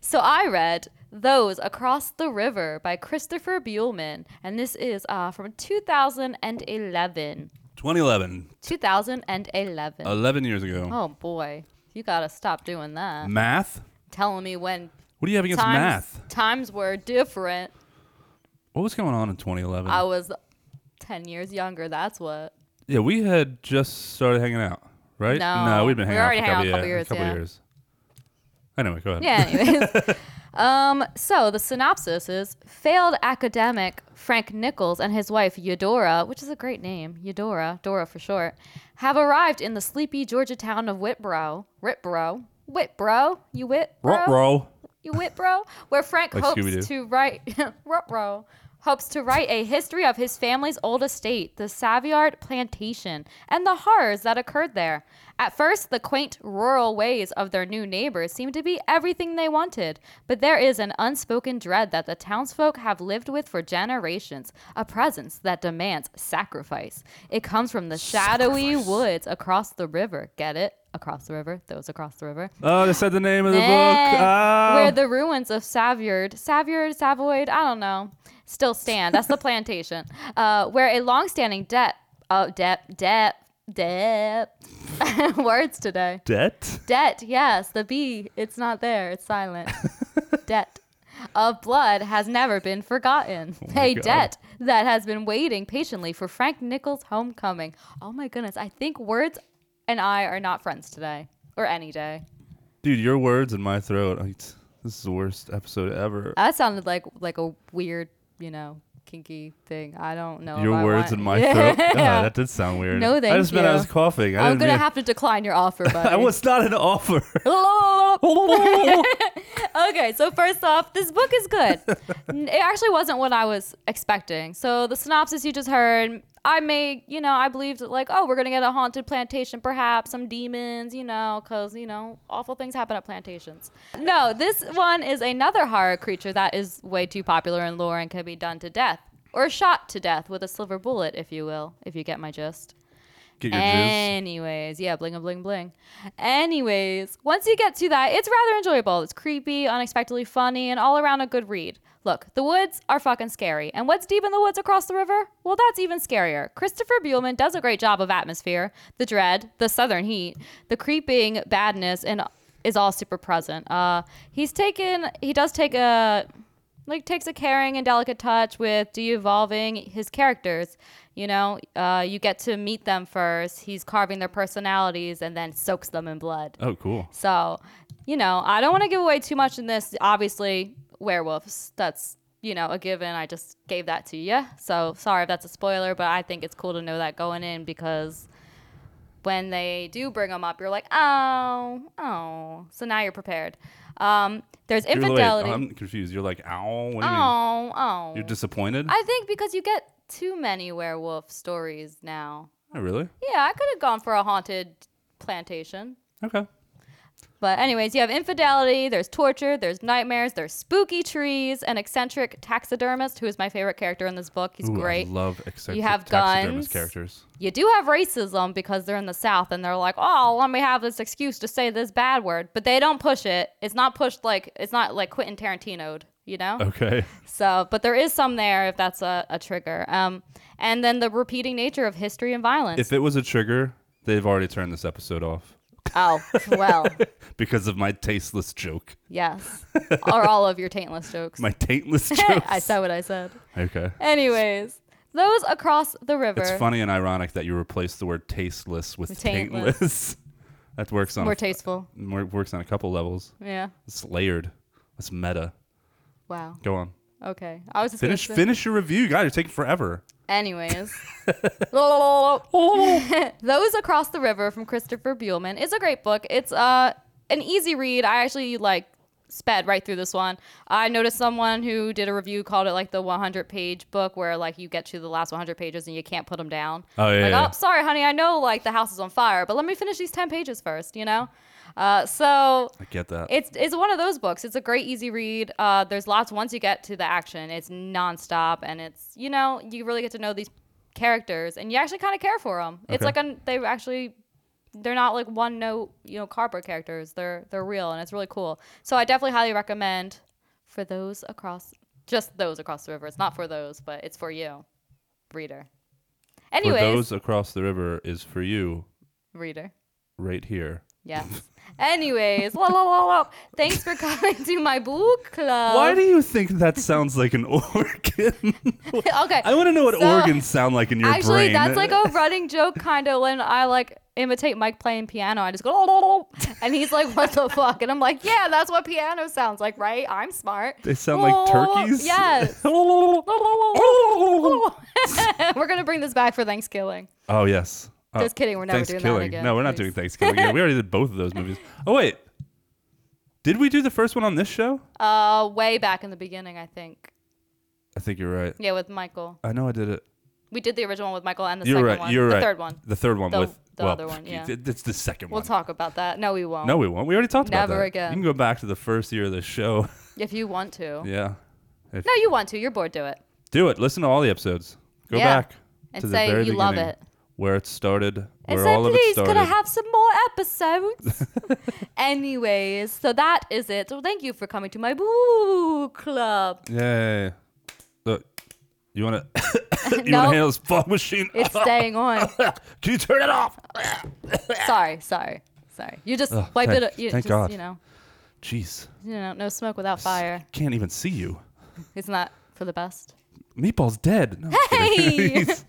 Speaker 2: So I read Those Across the River by Christopher Buhlman, and this is uh, from 2011.
Speaker 1: 2011.
Speaker 2: 2011.
Speaker 1: 11 years ago.
Speaker 2: oh boy, you gotta stop doing that.
Speaker 1: Math?
Speaker 2: Telling me when
Speaker 1: What do you have against
Speaker 2: times
Speaker 1: math?
Speaker 2: times were different.
Speaker 1: What was going on in 2011?
Speaker 2: I was 10 years younger. That's what.
Speaker 1: yeah, we had just started hanging out, right?
Speaker 2: No.
Speaker 1: we've been
Speaker 2: We
Speaker 1: hanging out
Speaker 2: already
Speaker 1: for
Speaker 2: hung
Speaker 1: a
Speaker 2: out a
Speaker 1: couple,
Speaker 2: couple
Speaker 1: yeah,
Speaker 2: years,
Speaker 1: couple
Speaker 2: yeah.
Speaker 1: years. Anyway, go ahead.
Speaker 2: Yeah, anyways. um, so the synopsis is failed academic Frank Nichols and his wife Eudora, which is a great name, Eudora, Dora for short, have arrived in the sleepy Georgia town of Whitbro. Whitbro. Whitbro? You Whitbro?
Speaker 1: Ruh-roh.
Speaker 2: You Whitbro? Where Frank
Speaker 1: Like
Speaker 2: hopes
Speaker 1: Scooby-Doo.
Speaker 2: to write Ruh-roh. hopes to write a history of his family's old estate, the Savoyard plantation, and the horrors that occurred there. At first, the quaint rural ways of their new neighbors seem to be everything they wanted, but there is an unspoken dread that the townsfolk have lived with for generations, a presence that demands sacrifice. It comes from the shadowy woods across the river. Get it? Across the river, those across the river.
Speaker 1: Oh, they said the name of the book.
Speaker 2: Eh,
Speaker 1: Ah.
Speaker 2: Where the ruins of Saviard, Saviard, Savoyd, I don't know, still stand. That's the plantation. Uh, where a long-standing debt, oh, debt, debt, debt, words today.
Speaker 1: debt?
Speaker 2: Debt, yes, the B, it's not there, it's silent. debt of blood has never been forgotten.
Speaker 1: Oh my
Speaker 2: a
Speaker 1: God.
Speaker 2: debt that has been waiting patiently for Frank Nichols' homecoming. Oh my goodness, I think words and I are not friends today or any day.
Speaker 1: Dude, your words in my throat. I- This is the worst episode ever.
Speaker 2: That sounded like like a weird, you know, kinky thing. I don't know. if
Speaker 1: your
Speaker 2: I
Speaker 1: words
Speaker 2: want-
Speaker 1: in my
Speaker 2: Oh, Yeah.
Speaker 1: throat. God, that did sound weird.
Speaker 2: No,
Speaker 1: I
Speaker 2: thank
Speaker 1: just meant I
Speaker 2: you.
Speaker 1: was coughing. I
Speaker 2: I'm
Speaker 1: didn't
Speaker 2: gonna
Speaker 1: mean-
Speaker 2: have to decline your offer, buddy.
Speaker 1: I was not an offer.
Speaker 2: okay, so first off, this book is good. N- it actually wasn't what I was expecting. So the synopsis you just heard, I made, you know, I believed like, oh, we're gonna get a haunted plantation, perhaps some demons, you know, because you know, awful things happen at plantations. No, this one is another horror creature that is way too popular in lore and can be done to death or shot to death with a silver bullet, if you will, if you get my gist.
Speaker 1: Get your jizz.
Speaker 2: Anyways, yeah, bling a bling bling. Anyways, once you get to that, it's rather enjoyable. It's creepy, unexpectedly funny, and all around a good read. Look, the woods are fucking scary. And what's deep in the woods across the river? Well, that's even scarier. Christopher Buhlman does a great job of atmosphere, the dread, the southern heat, the creeping badness, and is all super present. Uh, he's taken, he does take a like takes a caring and delicate touch with de-evolving his characters you know uh, you get to meet them first he's carving their personalities and then soaks them in blood
Speaker 1: Oh, cool.
Speaker 2: so you know i don't want to give away too much in this obviously werewolves that's you know a given i just gave that to you so sorry if that's a spoiler but i think it's cool to know that going in because when they do bring them up you're like oh oh so now you're prepared um, there's
Speaker 1: You're like-
Speaker 2: infidelity
Speaker 1: I'm confused. You're like, ow. What do you mean?
Speaker 2: Oh, oh.
Speaker 1: You're disappointed?
Speaker 2: I think because you get too many werewolf stories now.
Speaker 1: oh, really?
Speaker 2: Yeah, I could have gone for a haunted plantation.
Speaker 1: Okay.
Speaker 2: But anyways, you have infidelity, there's torture, there's nightmares, there's spooky trees, an eccentric taxidermist who is my favorite character in this book. He's
Speaker 1: Ooh,
Speaker 2: great.
Speaker 1: I love eccentric
Speaker 2: You have
Speaker 1: taxidermist
Speaker 2: guns.
Speaker 1: characters.
Speaker 2: you do have racism because they're in the South and they're like, oh, let me have this excuse to say this bad word, but they don't push it. It's not pushed like it's not like Quentin Tarantino'd, you
Speaker 1: Oh,
Speaker 2: know?
Speaker 1: Okay.
Speaker 2: So, but there is some there if that's a, a trigger. Um, and then the repeating nature of history and violence.
Speaker 1: If it was a trigger, they've already turned this episode off
Speaker 2: oh, well,
Speaker 1: because of my tasteless joke.
Speaker 2: yes. or all of your taintless jokes.
Speaker 1: My taintless joke.
Speaker 2: I said what I said.
Speaker 1: Okay.
Speaker 2: Anyways, those across the river.
Speaker 1: It's funny and ironic that you replaced the word tasteless with taintless.
Speaker 2: Taintless.
Speaker 1: that works on
Speaker 2: More
Speaker 1: a,
Speaker 2: tasteful.
Speaker 1: more- works on a couple levels.
Speaker 2: Yeah.
Speaker 1: It's layered. It's meta.
Speaker 2: Wow.
Speaker 1: Go on.
Speaker 2: Okay. I was just gonna
Speaker 1: Finish
Speaker 2: say-
Speaker 1: finish your review, guys. You're taking forever.
Speaker 2: Anyways, those across the river from Christopher Buhlman is a great book. It's uh an easy read. I actually like sped right through this one. I noticed someone who did a review called it like the 100 page book, where like you get to the last 100 pages and you can't put them down.
Speaker 1: Oh, yeah,
Speaker 2: Like,
Speaker 1: yeah.
Speaker 2: oh, sorry, honey. I know like the house is on fire, but let me finish these 10 pages first. You know. Uh, so
Speaker 1: I get that.
Speaker 2: it's it's one of those books. It's a great easy read. Uh, there's lots once you get to the action. It's nonstop, and it's you know you really get to know these characters, and you actually kind of care for them. It's
Speaker 1: Okay.
Speaker 2: like an, they actually they're not like one note you know cardboard characters. They're they're real, and it's really cool. So I definitely highly recommend for those across just those across the river. It's not for those, but it's for you, reader.
Speaker 1: For
Speaker 2: Anyways,
Speaker 1: those across the river is for you
Speaker 2: reader.
Speaker 1: right here.
Speaker 2: Yes. Anyways, la, la, la, la. thanks for coming to my book club.
Speaker 1: Why do you think that sounds like an organ?
Speaker 2: okay.
Speaker 1: I want to know what
Speaker 2: So-
Speaker 1: organs sound like in your
Speaker 2: Actually,
Speaker 1: brain.
Speaker 2: that's like a running joke kind of when I like imitate Mike playing piano. I just go, "Oh, oh, oh," and he's like, "What the fuck?" And I'm like, "Yeah, that's what piano sounds like, right? I'm smart."
Speaker 1: They sound like turkeys.
Speaker 2: Oh, Yes.
Speaker 1: oh
Speaker 2: We're gonna bring this back for Thanksgiving.
Speaker 1: yes. Oh,
Speaker 2: Just kidding, we're never doing that
Speaker 1: Thanksgiving.
Speaker 2: again,
Speaker 1: No, we're not
Speaker 2: please.
Speaker 1: doing Thanksgiving again. We already did both of those movies. Oh wait, did we do the first one on this show?
Speaker 2: Uh, way back in the beginning, I think.
Speaker 1: I think you're right.
Speaker 2: Yeah, with Michael.
Speaker 1: I know I did it.
Speaker 2: We did the original one with Michael and the
Speaker 1: You're
Speaker 2: second
Speaker 1: right.
Speaker 2: one.
Speaker 1: You're
Speaker 2: the
Speaker 1: right.
Speaker 2: third one.
Speaker 1: The third one
Speaker 2: The-
Speaker 1: with
Speaker 2: the
Speaker 1: well,
Speaker 2: other one, yeah.
Speaker 1: it- It's the 2nd
Speaker 2: We'll
Speaker 1: one.
Speaker 2: talk about that. No, we won't.
Speaker 1: No, we won't. We already talked about that.
Speaker 2: Never again.
Speaker 1: You can go back to the first year of the show.
Speaker 2: If you want to.
Speaker 1: yeah. If-
Speaker 2: No, you want to. You're bored. Do it.
Speaker 1: Do it. Listen to all the episodes. Go
Speaker 2: Yeah.
Speaker 1: back
Speaker 2: And
Speaker 1: to the
Speaker 2: say
Speaker 1: very
Speaker 2: you love
Speaker 1: beginning,
Speaker 2: it.
Speaker 1: where it started,
Speaker 2: And
Speaker 1: where
Speaker 2: say,
Speaker 1: all of it
Speaker 2: please,
Speaker 1: started.
Speaker 2: could I have some more episodes? Anyways, so that is it. So thank you for coming to my boo club.
Speaker 1: Yay. Look, you want to you want
Speaker 2: No.
Speaker 1: to handle this fog machine?
Speaker 2: It's staying on.
Speaker 1: Can you turn it off?
Speaker 2: sorry, sorry, sorry. You just
Speaker 1: Oh,
Speaker 2: wipe
Speaker 1: thank-
Speaker 2: it. You,
Speaker 1: thank
Speaker 2: just,
Speaker 1: God.
Speaker 2: You know,
Speaker 1: Jeez.
Speaker 2: you know, no smoke without fire.
Speaker 1: Can't even see you.
Speaker 2: Isn't that for the best?
Speaker 1: Meatball's dead. No, I'm kidding.
Speaker 2: Hey!
Speaker 1: He's-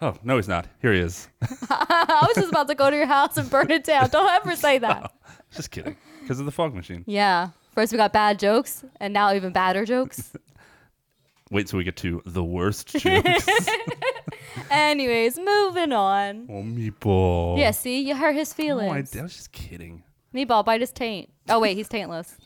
Speaker 1: oh, no, he's not. Here he is.
Speaker 2: I was just about to go to your house and burn it down. Don't ever say that.
Speaker 1: Just kidding. Because of the fog machine.
Speaker 2: Yeah. First we got bad jokes, and now even badder jokes.
Speaker 1: Wait till we get to the worst jokes.
Speaker 2: Anyways, moving on.
Speaker 1: oh, Meatball.
Speaker 2: Yeah, see, you hurt his
Speaker 1: Oh, I, I was
Speaker 2: feelings.
Speaker 1: just kidding.
Speaker 2: Meatball bite his taint. Oh wait, he's taintless.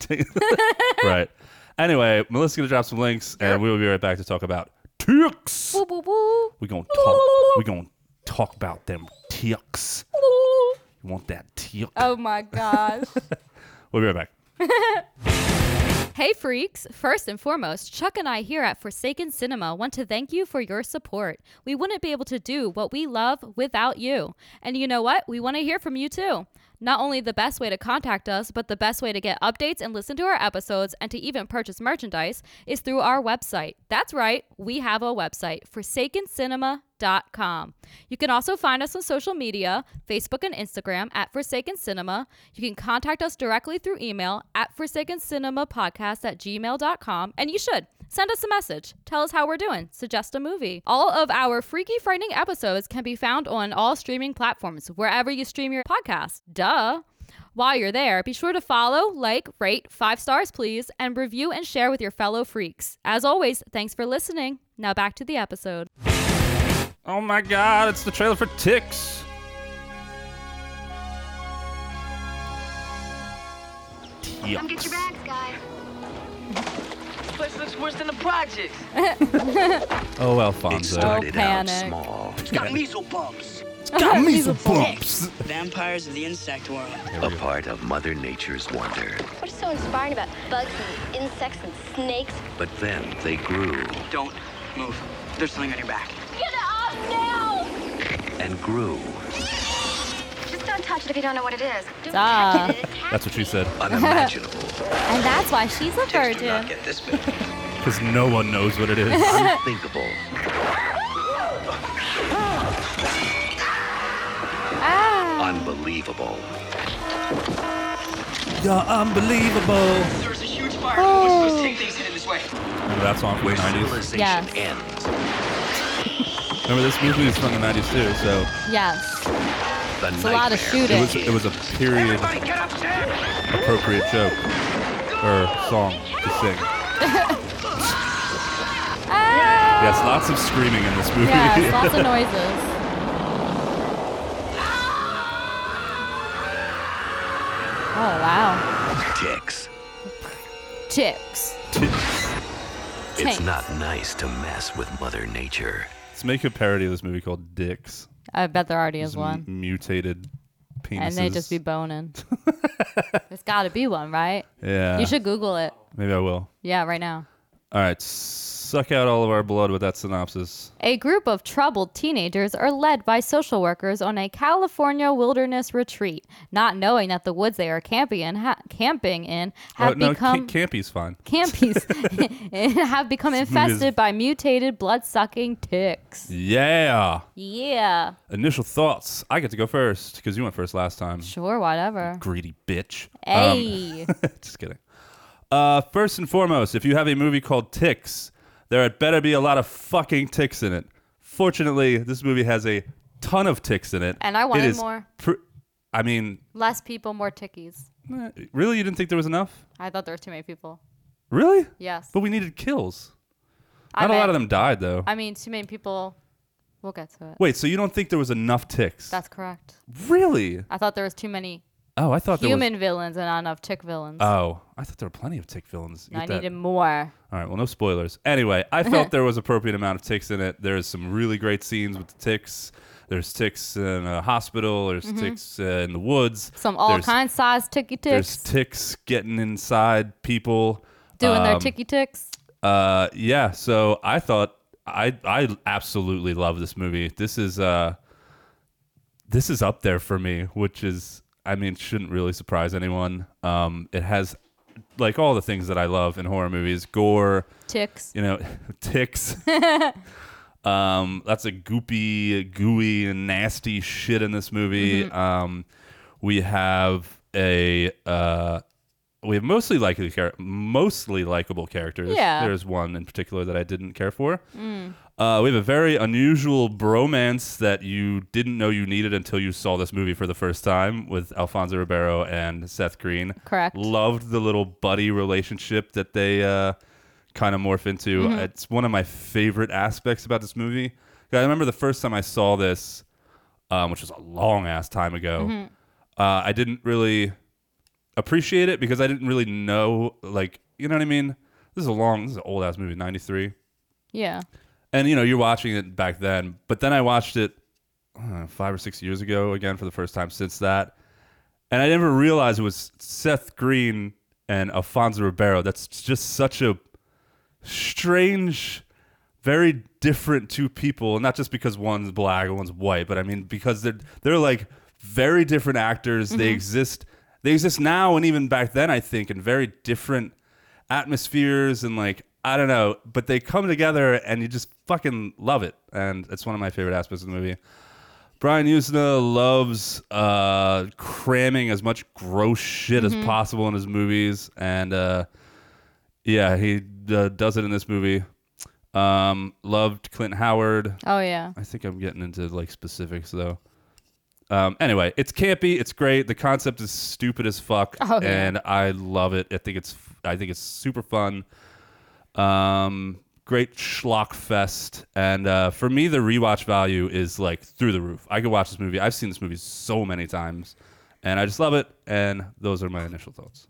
Speaker 1: right. Anyway, Melissa's gonna drop some links, and we will be right back to talk about ticks.
Speaker 2: Woo, woo, woo.
Speaker 1: We gonna talk. We gonna talk about them ticks. You want that tick?
Speaker 2: Oh my gosh.
Speaker 1: We'll be right back.
Speaker 2: Hey freaks! First and foremost, Chuck and I here at Forsaken Cinema want to thank you for your support. We wouldn't be able to do what we love without you. And you know what? We want to hear from you too. Not only the best way to contact us, but the best way to get updates and listen to our episodes and to even purchase merchandise is through our website. That's right, we have a website, forsakencinema.com. You can also find us on social media, Facebook and Instagram at Forsaken Cinema. You can contact us directly through email at forsakencinema.podcast at gmail.com. And you should send us a message. Tell us how we're doing. Suggest a movie. All of our freaky, frightening episodes can be found on all streaming platforms, wherever you stream your podcast. Duh. While you're there, be sure to follow, like, rate, five stars, please, and review and share with your fellow freaks. As always, thanks for listening. Now back to the episode.
Speaker 1: Oh my God! It's the trailer for Ticks.
Speaker 3: Come get your bags, guys.
Speaker 4: place looks worse than the projects.
Speaker 1: Oh,
Speaker 5: It
Speaker 1: Alfonso.
Speaker 5: started out
Speaker 2: panic.
Speaker 5: small.
Speaker 6: Got measle bumps.
Speaker 1: got me some bumps.
Speaker 6: Vampires of the insect world.
Speaker 5: A part of Mother Nature's wonder.
Speaker 3: What is so inspiring about bugs and insects and snakes?
Speaker 5: But then they grew
Speaker 6: Don't move. There's something on your back.
Speaker 3: Get off now!
Speaker 5: and grew.
Speaker 3: Just don't touch it if you don't know what it is.
Speaker 2: Duh.
Speaker 3: Don't touch it, it attacks
Speaker 1: That's what she
Speaker 3: me.
Speaker 1: said.
Speaker 5: Unimaginable.
Speaker 2: And that's why she's a
Speaker 6: Just do not
Speaker 2: virgin.
Speaker 6: get this big.
Speaker 1: Because no one knows what it is.
Speaker 5: unthinkable.
Speaker 2: Ah.
Speaker 5: Unbelievable.
Speaker 1: You're unbelievable.
Speaker 6: There's a huge fire. Oh. Let's take things headed this way.
Speaker 1: Remember that song from the
Speaker 5: Where
Speaker 1: 90s?
Speaker 5: civilization
Speaker 2: Yes.
Speaker 5: ends,
Speaker 1: Remember this movie was from the 90s too, so
Speaker 2: Yes.
Speaker 5: the
Speaker 2: a lot of shooting.
Speaker 1: it was it was a period
Speaker 6: Everybody get upstairs!
Speaker 1: appropriate joke or song to sing. Yes, lots of screaming in this movie.
Speaker 2: Yes, lots of noises. Oh wow.
Speaker 5: Ticks.
Speaker 2: Chicks.
Speaker 5: It's
Speaker 2: Ticks.
Speaker 5: not nice to mess with Mother Nature.
Speaker 1: Let's make a parody of this movie called Dicks.
Speaker 2: I bet there already is
Speaker 1: It's
Speaker 2: one.
Speaker 1: m- mutated penises.
Speaker 2: And they just be boning. There's gotta be one, right?
Speaker 1: yeah.
Speaker 2: You should Google it.
Speaker 1: Maybe I will.
Speaker 2: Yeah, right now.
Speaker 1: All right, suck out all of our blood with that synopsis.
Speaker 2: A group of troubled teenagers are led by social workers on a California wilderness retreat, not knowing that the woods they are camping in, ha- camping in
Speaker 1: Oh,
Speaker 2: have
Speaker 1: no,
Speaker 2: become
Speaker 1: Ca- Campy's fine.
Speaker 2: campies have become
Speaker 1: movie is-
Speaker 2: infested by mutated blood-sucking ticks.
Speaker 1: Yeah.
Speaker 2: Yeah,
Speaker 1: Initial thoughts. I get to go first because you went first last time.
Speaker 2: sure, whatever.
Speaker 1: Greedy bitch. Um,
Speaker 2: Hey,
Speaker 1: Just kidding. Uh, first and foremost, if you have a movie called Ticks, there had better be a lot of fucking ticks in it. Fortunately, this movie has a ton of ticks in it.
Speaker 2: And I
Speaker 1: It
Speaker 2: wanted
Speaker 1: is
Speaker 2: more.
Speaker 1: pr- I mean,
Speaker 2: less people, more tickies.
Speaker 1: eh, really, you didn't think there was enough?
Speaker 2: I thought there were too many people.
Speaker 1: Really?
Speaker 2: Yes,
Speaker 1: But we needed kills.
Speaker 2: I
Speaker 1: Not a lot
Speaker 2: meant-
Speaker 1: of them died, though.
Speaker 2: I mean, too many people. We'll get to it.
Speaker 1: Wait, so you don't think there was enough ticks?
Speaker 2: That's correct.
Speaker 1: really?
Speaker 2: I thought there was too many
Speaker 1: Oh, I thought
Speaker 2: Human
Speaker 1: there
Speaker 2: villains and not enough chick villains.
Speaker 1: was. Oh, I thought there were plenty of tick villains. Get
Speaker 2: I
Speaker 1: that-
Speaker 2: needed more.
Speaker 1: All right, well, no spoilers. Anyway, I felt there was appropriate amount of ticks in it. There's some really great scenes with the ticks. There's ticks in a hospital. There's ticks uh, in the woods.
Speaker 2: Mm-hmm. Some all
Speaker 1: there's,
Speaker 2: kinds size ticky
Speaker 1: There's
Speaker 2: ticks
Speaker 1: ticks getting inside people.
Speaker 2: doing their
Speaker 1: um,
Speaker 2: ticky ticks.
Speaker 1: Uh, yeah. So I thought I I absolutely love this movie. This is uh, this is up there for me, which is I mean shouldn't really surprise anyone. Um, it has like all the things that I love in horror movies: gore,
Speaker 2: Ticks.
Speaker 1: you know, ticks. um, that's a goopy, gooey, and nasty shit in this movie.
Speaker 2: Mm-hmm.
Speaker 1: Um, we have a uh, we have mostly likely char- mostly likable characters.
Speaker 2: Yeah.
Speaker 1: There's one in particular that I didn't care for. Uh, we have a very unusual bromance that you didn't know you needed until you saw this movie for the first time with Alfonso Ribeiro and Seth Green.
Speaker 2: Correct.
Speaker 1: Loved the little buddy relationship that they uh, kind of morph into. It's one of my favorite aspects about this movie. 'Cause I remember the first time I saw this, um, which was a long ass time ago. Uh, I didn't really appreciate it because I didn't really know, like, you know what I mean? This is a long, this is an old ass movie, 93
Speaker 2: Yeah.
Speaker 1: and you know you're watching it back then but then i watched it I don't know, five or six years ago again for the first time since that and i never realized it was seth green and alfonso ribeiro that's just such a strange very different two people and not just because one's black and one's white but i mean because they're they're like very different actors they exist they exist now and even back then i think in very different atmospheres and like i don't know but they come together and you just fucking love it and it's one of my favorite aspects of the movie Brian Usna loves uh, cramming as much gross shit as possible in his movies, and uh, yeah, he uh, does it in this movie. Um, loved Clint Howard.
Speaker 2: Oh yeah.
Speaker 1: I think I'm getting into like specifics though. Um, anyway, it's campy. It's great. The concept is stupid as fuck,
Speaker 2: Oh, yeah.
Speaker 1: and I love it. I think it's I think it's super fun. Um, great schlock fest, and uh, for me, the rewatch value is like through the roof. I could watch this movie. I've seen this movie so many times, and I just love it. And those are my initial thoughts.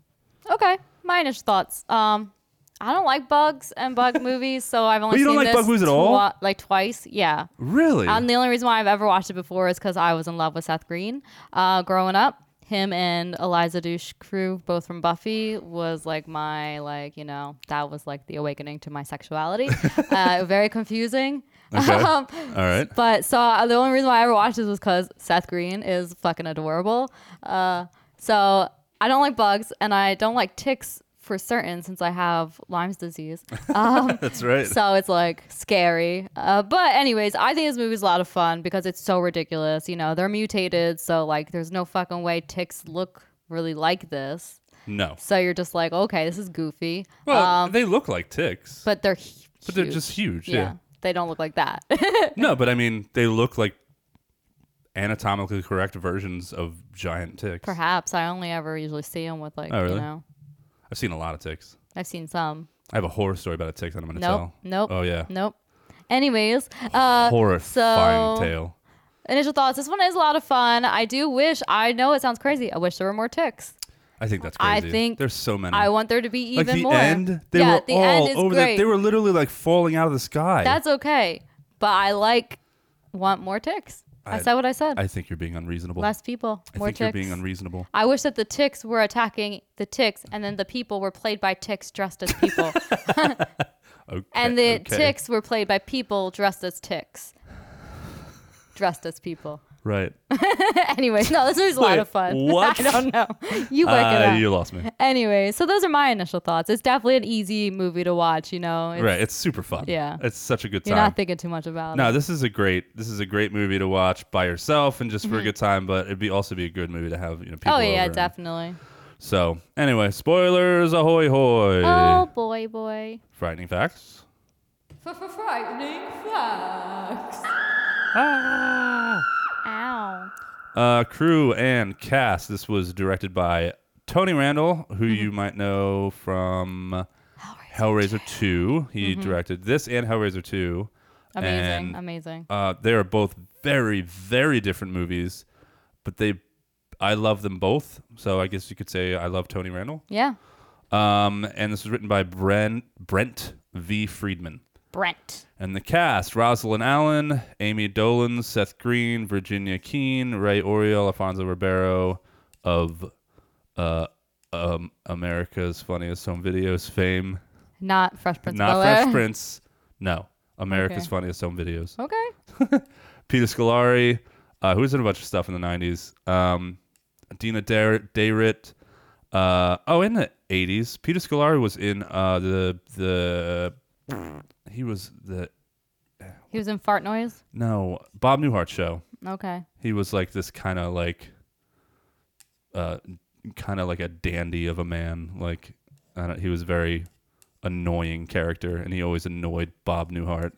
Speaker 2: Okay. My initial thoughts. Um, I don't like bugs and bug movies, so I've only
Speaker 1: you don't
Speaker 2: seen
Speaker 1: like
Speaker 2: this
Speaker 1: bug movies at all?
Speaker 2: twi- like twice. Yeah.
Speaker 1: Really?
Speaker 2: And Um, the only reason why I've ever watched it before is because I was in love with Seth Green uh, growing up. Him and Eliza Dush Crew, both from Buffy, was like my like you know that was like the awakening to my sexuality. uh, very confusing.
Speaker 1: Okay.
Speaker 2: Um,
Speaker 1: all right.
Speaker 2: But so uh, the only reason why I ever watched this was because Seth Green is fucking adorable. Uh, so I don't like bugs and I don't like ticks for certain since I have Lyme's disease. Um,
Speaker 1: That's right.
Speaker 2: so it's like scary. Uh, but anyways, I think this movie's a lot of fun because it's so ridiculous. You know, they're mutated, so like there's no fucking way ticks look really like this.
Speaker 1: no.
Speaker 2: So you're just like, okay, this is goofy.
Speaker 1: Well,
Speaker 2: um,
Speaker 1: they look like ticks,
Speaker 2: but they're hu-
Speaker 1: but they're
Speaker 2: huge.
Speaker 1: just huge. yeah.
Speaker 2: They don't look like that.
Speaker 1: No, but I mean, they look like anatomically correct versions of giant ticks.
Speaker 2: Perhaps I only ever usually see them with like
Speaker 1: Oh, really?
Speaker 2: you know.
Speaker 1: I've seen a lot of ticks.
Speaker 2: I've seen some.
Speaker 1: I have a horror story about a tick that I'm going to
Speaker 2: Nope.
Speaker 1: tell.
Speaker 2: Nope.
Speaker 1: Oh, yeah.
Speaker 2: Nope. Anyways, uh,
Speaker 1: Horrifying
Speaker 2: so-
Speaker 1: tale.
Speaker 2: initial thoughts. This one is a lot of fun. I do wish. I know it sounds crazy. I wish there were more ticks.
Speaker 1: I think that's
Speaker 2: I
Speaker 1: crazy.
Speaker 2: think
Speaker 1: There's so many.
Speaker 2: I want there to be even
Speaker 1: like the
Speaker 2: more.
Speaker 1: end, they
Speaker 2: yeah,
Speaker 1: were
Speaker 2: the
Speaker 1: all
Speaker 2: end is
Speaker 1: over
Speaker 2: great.
Speaker 1: The, they were literally like falling out of the sky.
Speaker 2: That's okay, but I like want more ticks. I,
Speaker 1: I-
Speaker 2: said what I said.
Speaker 1: I think you're being unreasonable.
Speaker 2: Less people,
Speaker 1: I
Speaker 2: more
Speaker 1: think
Speaker 2: ticks.
Speaker 1: you're being unreasonable.
Speaker 2: I wish that the ticks were attacking the ticks, and then the people were played by ticks dressed as people,
Speaker 1: Okay,
Speaker 2: and the
Speaker 1: okay.
Speaker 2: ticks were played by people dressed as ticks, dressed as people.
Speaker 1: Right.
Speaker 2: Anyways, no, this is a
Speaker 1: Wait,
Speaker 2: lot of fun.
Speaker 1: what?
Speaker 2: I don't know. You work it
Speaker 1: Ah,
Speaker 2: out.
Speaker 1: you lost me.
Speaker 2: Anyway, so those are my initial thoughts. It's definitely an easy movie to watch. You know, It's-
Speaker 1: right. It's super fun.
Speaker 2: Yeah.
Speaker 1: It's such a good time.
Speaker 2: You're not thinking too much about
Speaker 1: No,
Speaker 2: it.
Speaker 1: this is a great this is a great movie to watch by yourself and just for a good time. But it'd be also be a good movie to have you know people.
Speaker 2: Mm-hmm. Oh yeah,
Speaker 1: over.
Speaker 2: definitely.
Speaker 1: So anyway, spoilers, ahoy hoy!
Speaker 2: Oh boy, boy.
Speaker 1: Frightening facts.
Speaker 2: Frightening facts. Ow.
Speaker 1: Ah. Uh, crew and cast. This was directed by Tony Randall, who
Speaker 2: Mm-hmm.
Speaker 1: you might know from Hellraiser, 2. He directed this and Hellraiser 2.
Speaker 2: Mm-hmm. Amazing,
Speaker 1: And
Speaker 2: amazing.
Speaker 1: Uh, they are both very, very different movies, but they I love them both. So I guess you could say I love Tony Randall.
Speaker 2: Yeah.
Speaker 1: Um, and this was written by Brent, Brent V. Friedman.
Speaker 2: Brent.
Speaker 1: And the cast Rosalind Allen, Amy Dolan, Seth Green, Virginia Keene, Ray Oriel, Alfonso Ribeiro of uh, um, America's Funniest Home Videos fame.
Speaker 2: Not Fresh Prince
Speaker 1: Not
Speaker 2: of
Speaker 1: Fresh
Speaker 2: Bel-Air.
Speaker 1: Prince. No. America's
Speaker 2: Okay.
Speaker 1: Funniest Home Videos.
Speaker 2: Okay.
Speaker 1: Peter Scolari, uh, who was in a bunch of stuff in the 90s. Um, Dina Dar- Dayrit. Uh, oh, in the 80s. Peter Scolari was in uh, the, the. He was the.
Speaker 2: He was in Fart Noise.
Speaker 1: No, Bob Newhart show.
Speaker 2: Okay.
Speaker 1: He was like this kind of like. Uh, kind of like a dandy of a man. Like, I don't, he was very annoying character, and he always annoyed Bob Newhart.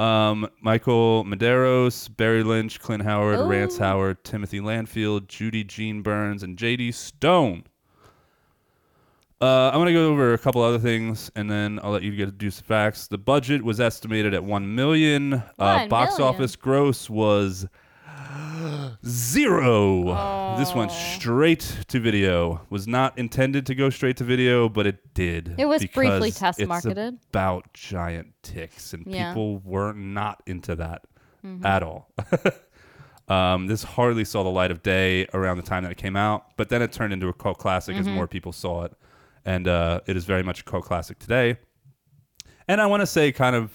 Speaker 1: um, Michael Medeiros, Barry Lynch, Clint Howard, Rance
Speaker 2: Ooh.
Speaker 1: Howard, Timothy Landfield, Judy Jean Burns, and J.D. Stone. Uh, I'm gonna go over a couple other things, and then I'll let you get do some facts. The budget was estimated at one million. uh,
Speaker 2: One
Speaker 1: box
Speaker 2: million.
Speaker 1: office gross was zero. This went straight to video. Was not intended to go straight to video, but it did.
Speaker 2: It was briefly
Speaker 1: because
Speaker 2: test
Speaker 1: it's
Speaker 2: marketed.
Speaker 1: about giant ticks, and
Speaker 2: Yeah. Mm-hmm.
Speaker 1: people were not into that at all. um, this hardly saw the light of day around the time that it came out, but then it turned into a cult classic
Speaker 2: Mm-hmm.
Speaker 1: as more people saw it, and uh, it is very much a cult classic today. And I want to say, kind of,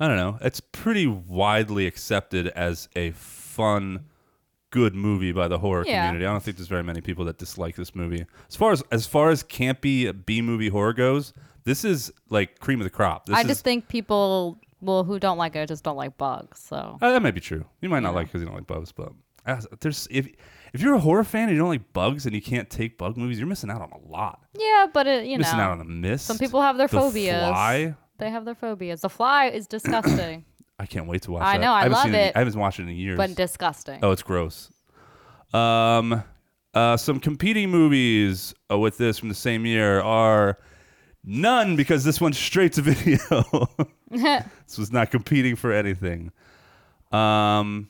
Speaker 1: I don't know, it's pretty widely accepted as a fun. Good movie by the horror
Speaker 2: Yeah.
Speaker 1: community. I don't think there's very many people that dislike this movie. As far as as far as campy B movie horror goes, this is like cream of the crop. This
Speaker 2: I
Speaker 1: is,
Speaker 2: just think people, well, who don't like it, just don't like bugs. So
Speaker 1: Uh, that might be true. You might not like because you don't like bugs, but uh, there's if if you're a horror fan and you don't like bugs and you can't take bug movies, you're missing out on a lot.
Speaker 2: yeah, but it, you
Speaker 1: You're missing
Speaker 2: know,
Speaker 1: out on a miss.
Speaker 2: some people have their
Speaker 1: The
Speaker 2: phobias.
Speaker 1: Fly.
Speaker 2: They have their phobias. The fly is disgusting,
Speaker 1: I can't wait to watch.
Speaker 2: I
Speaker 1: that.
Speaker 2: know, I
Speaker 1: haven't
Speaker 2: love
Speaker 1: seen in-
Speaker 2: it,
Speaker 1: I haven't watched it in years.
Speaker 2: but disgusting.
Speaker 1: oh, it's gross. Um, uh, some competing movies uh, with this from the same year are none because this went straight to video. this was not competing for anything. Um,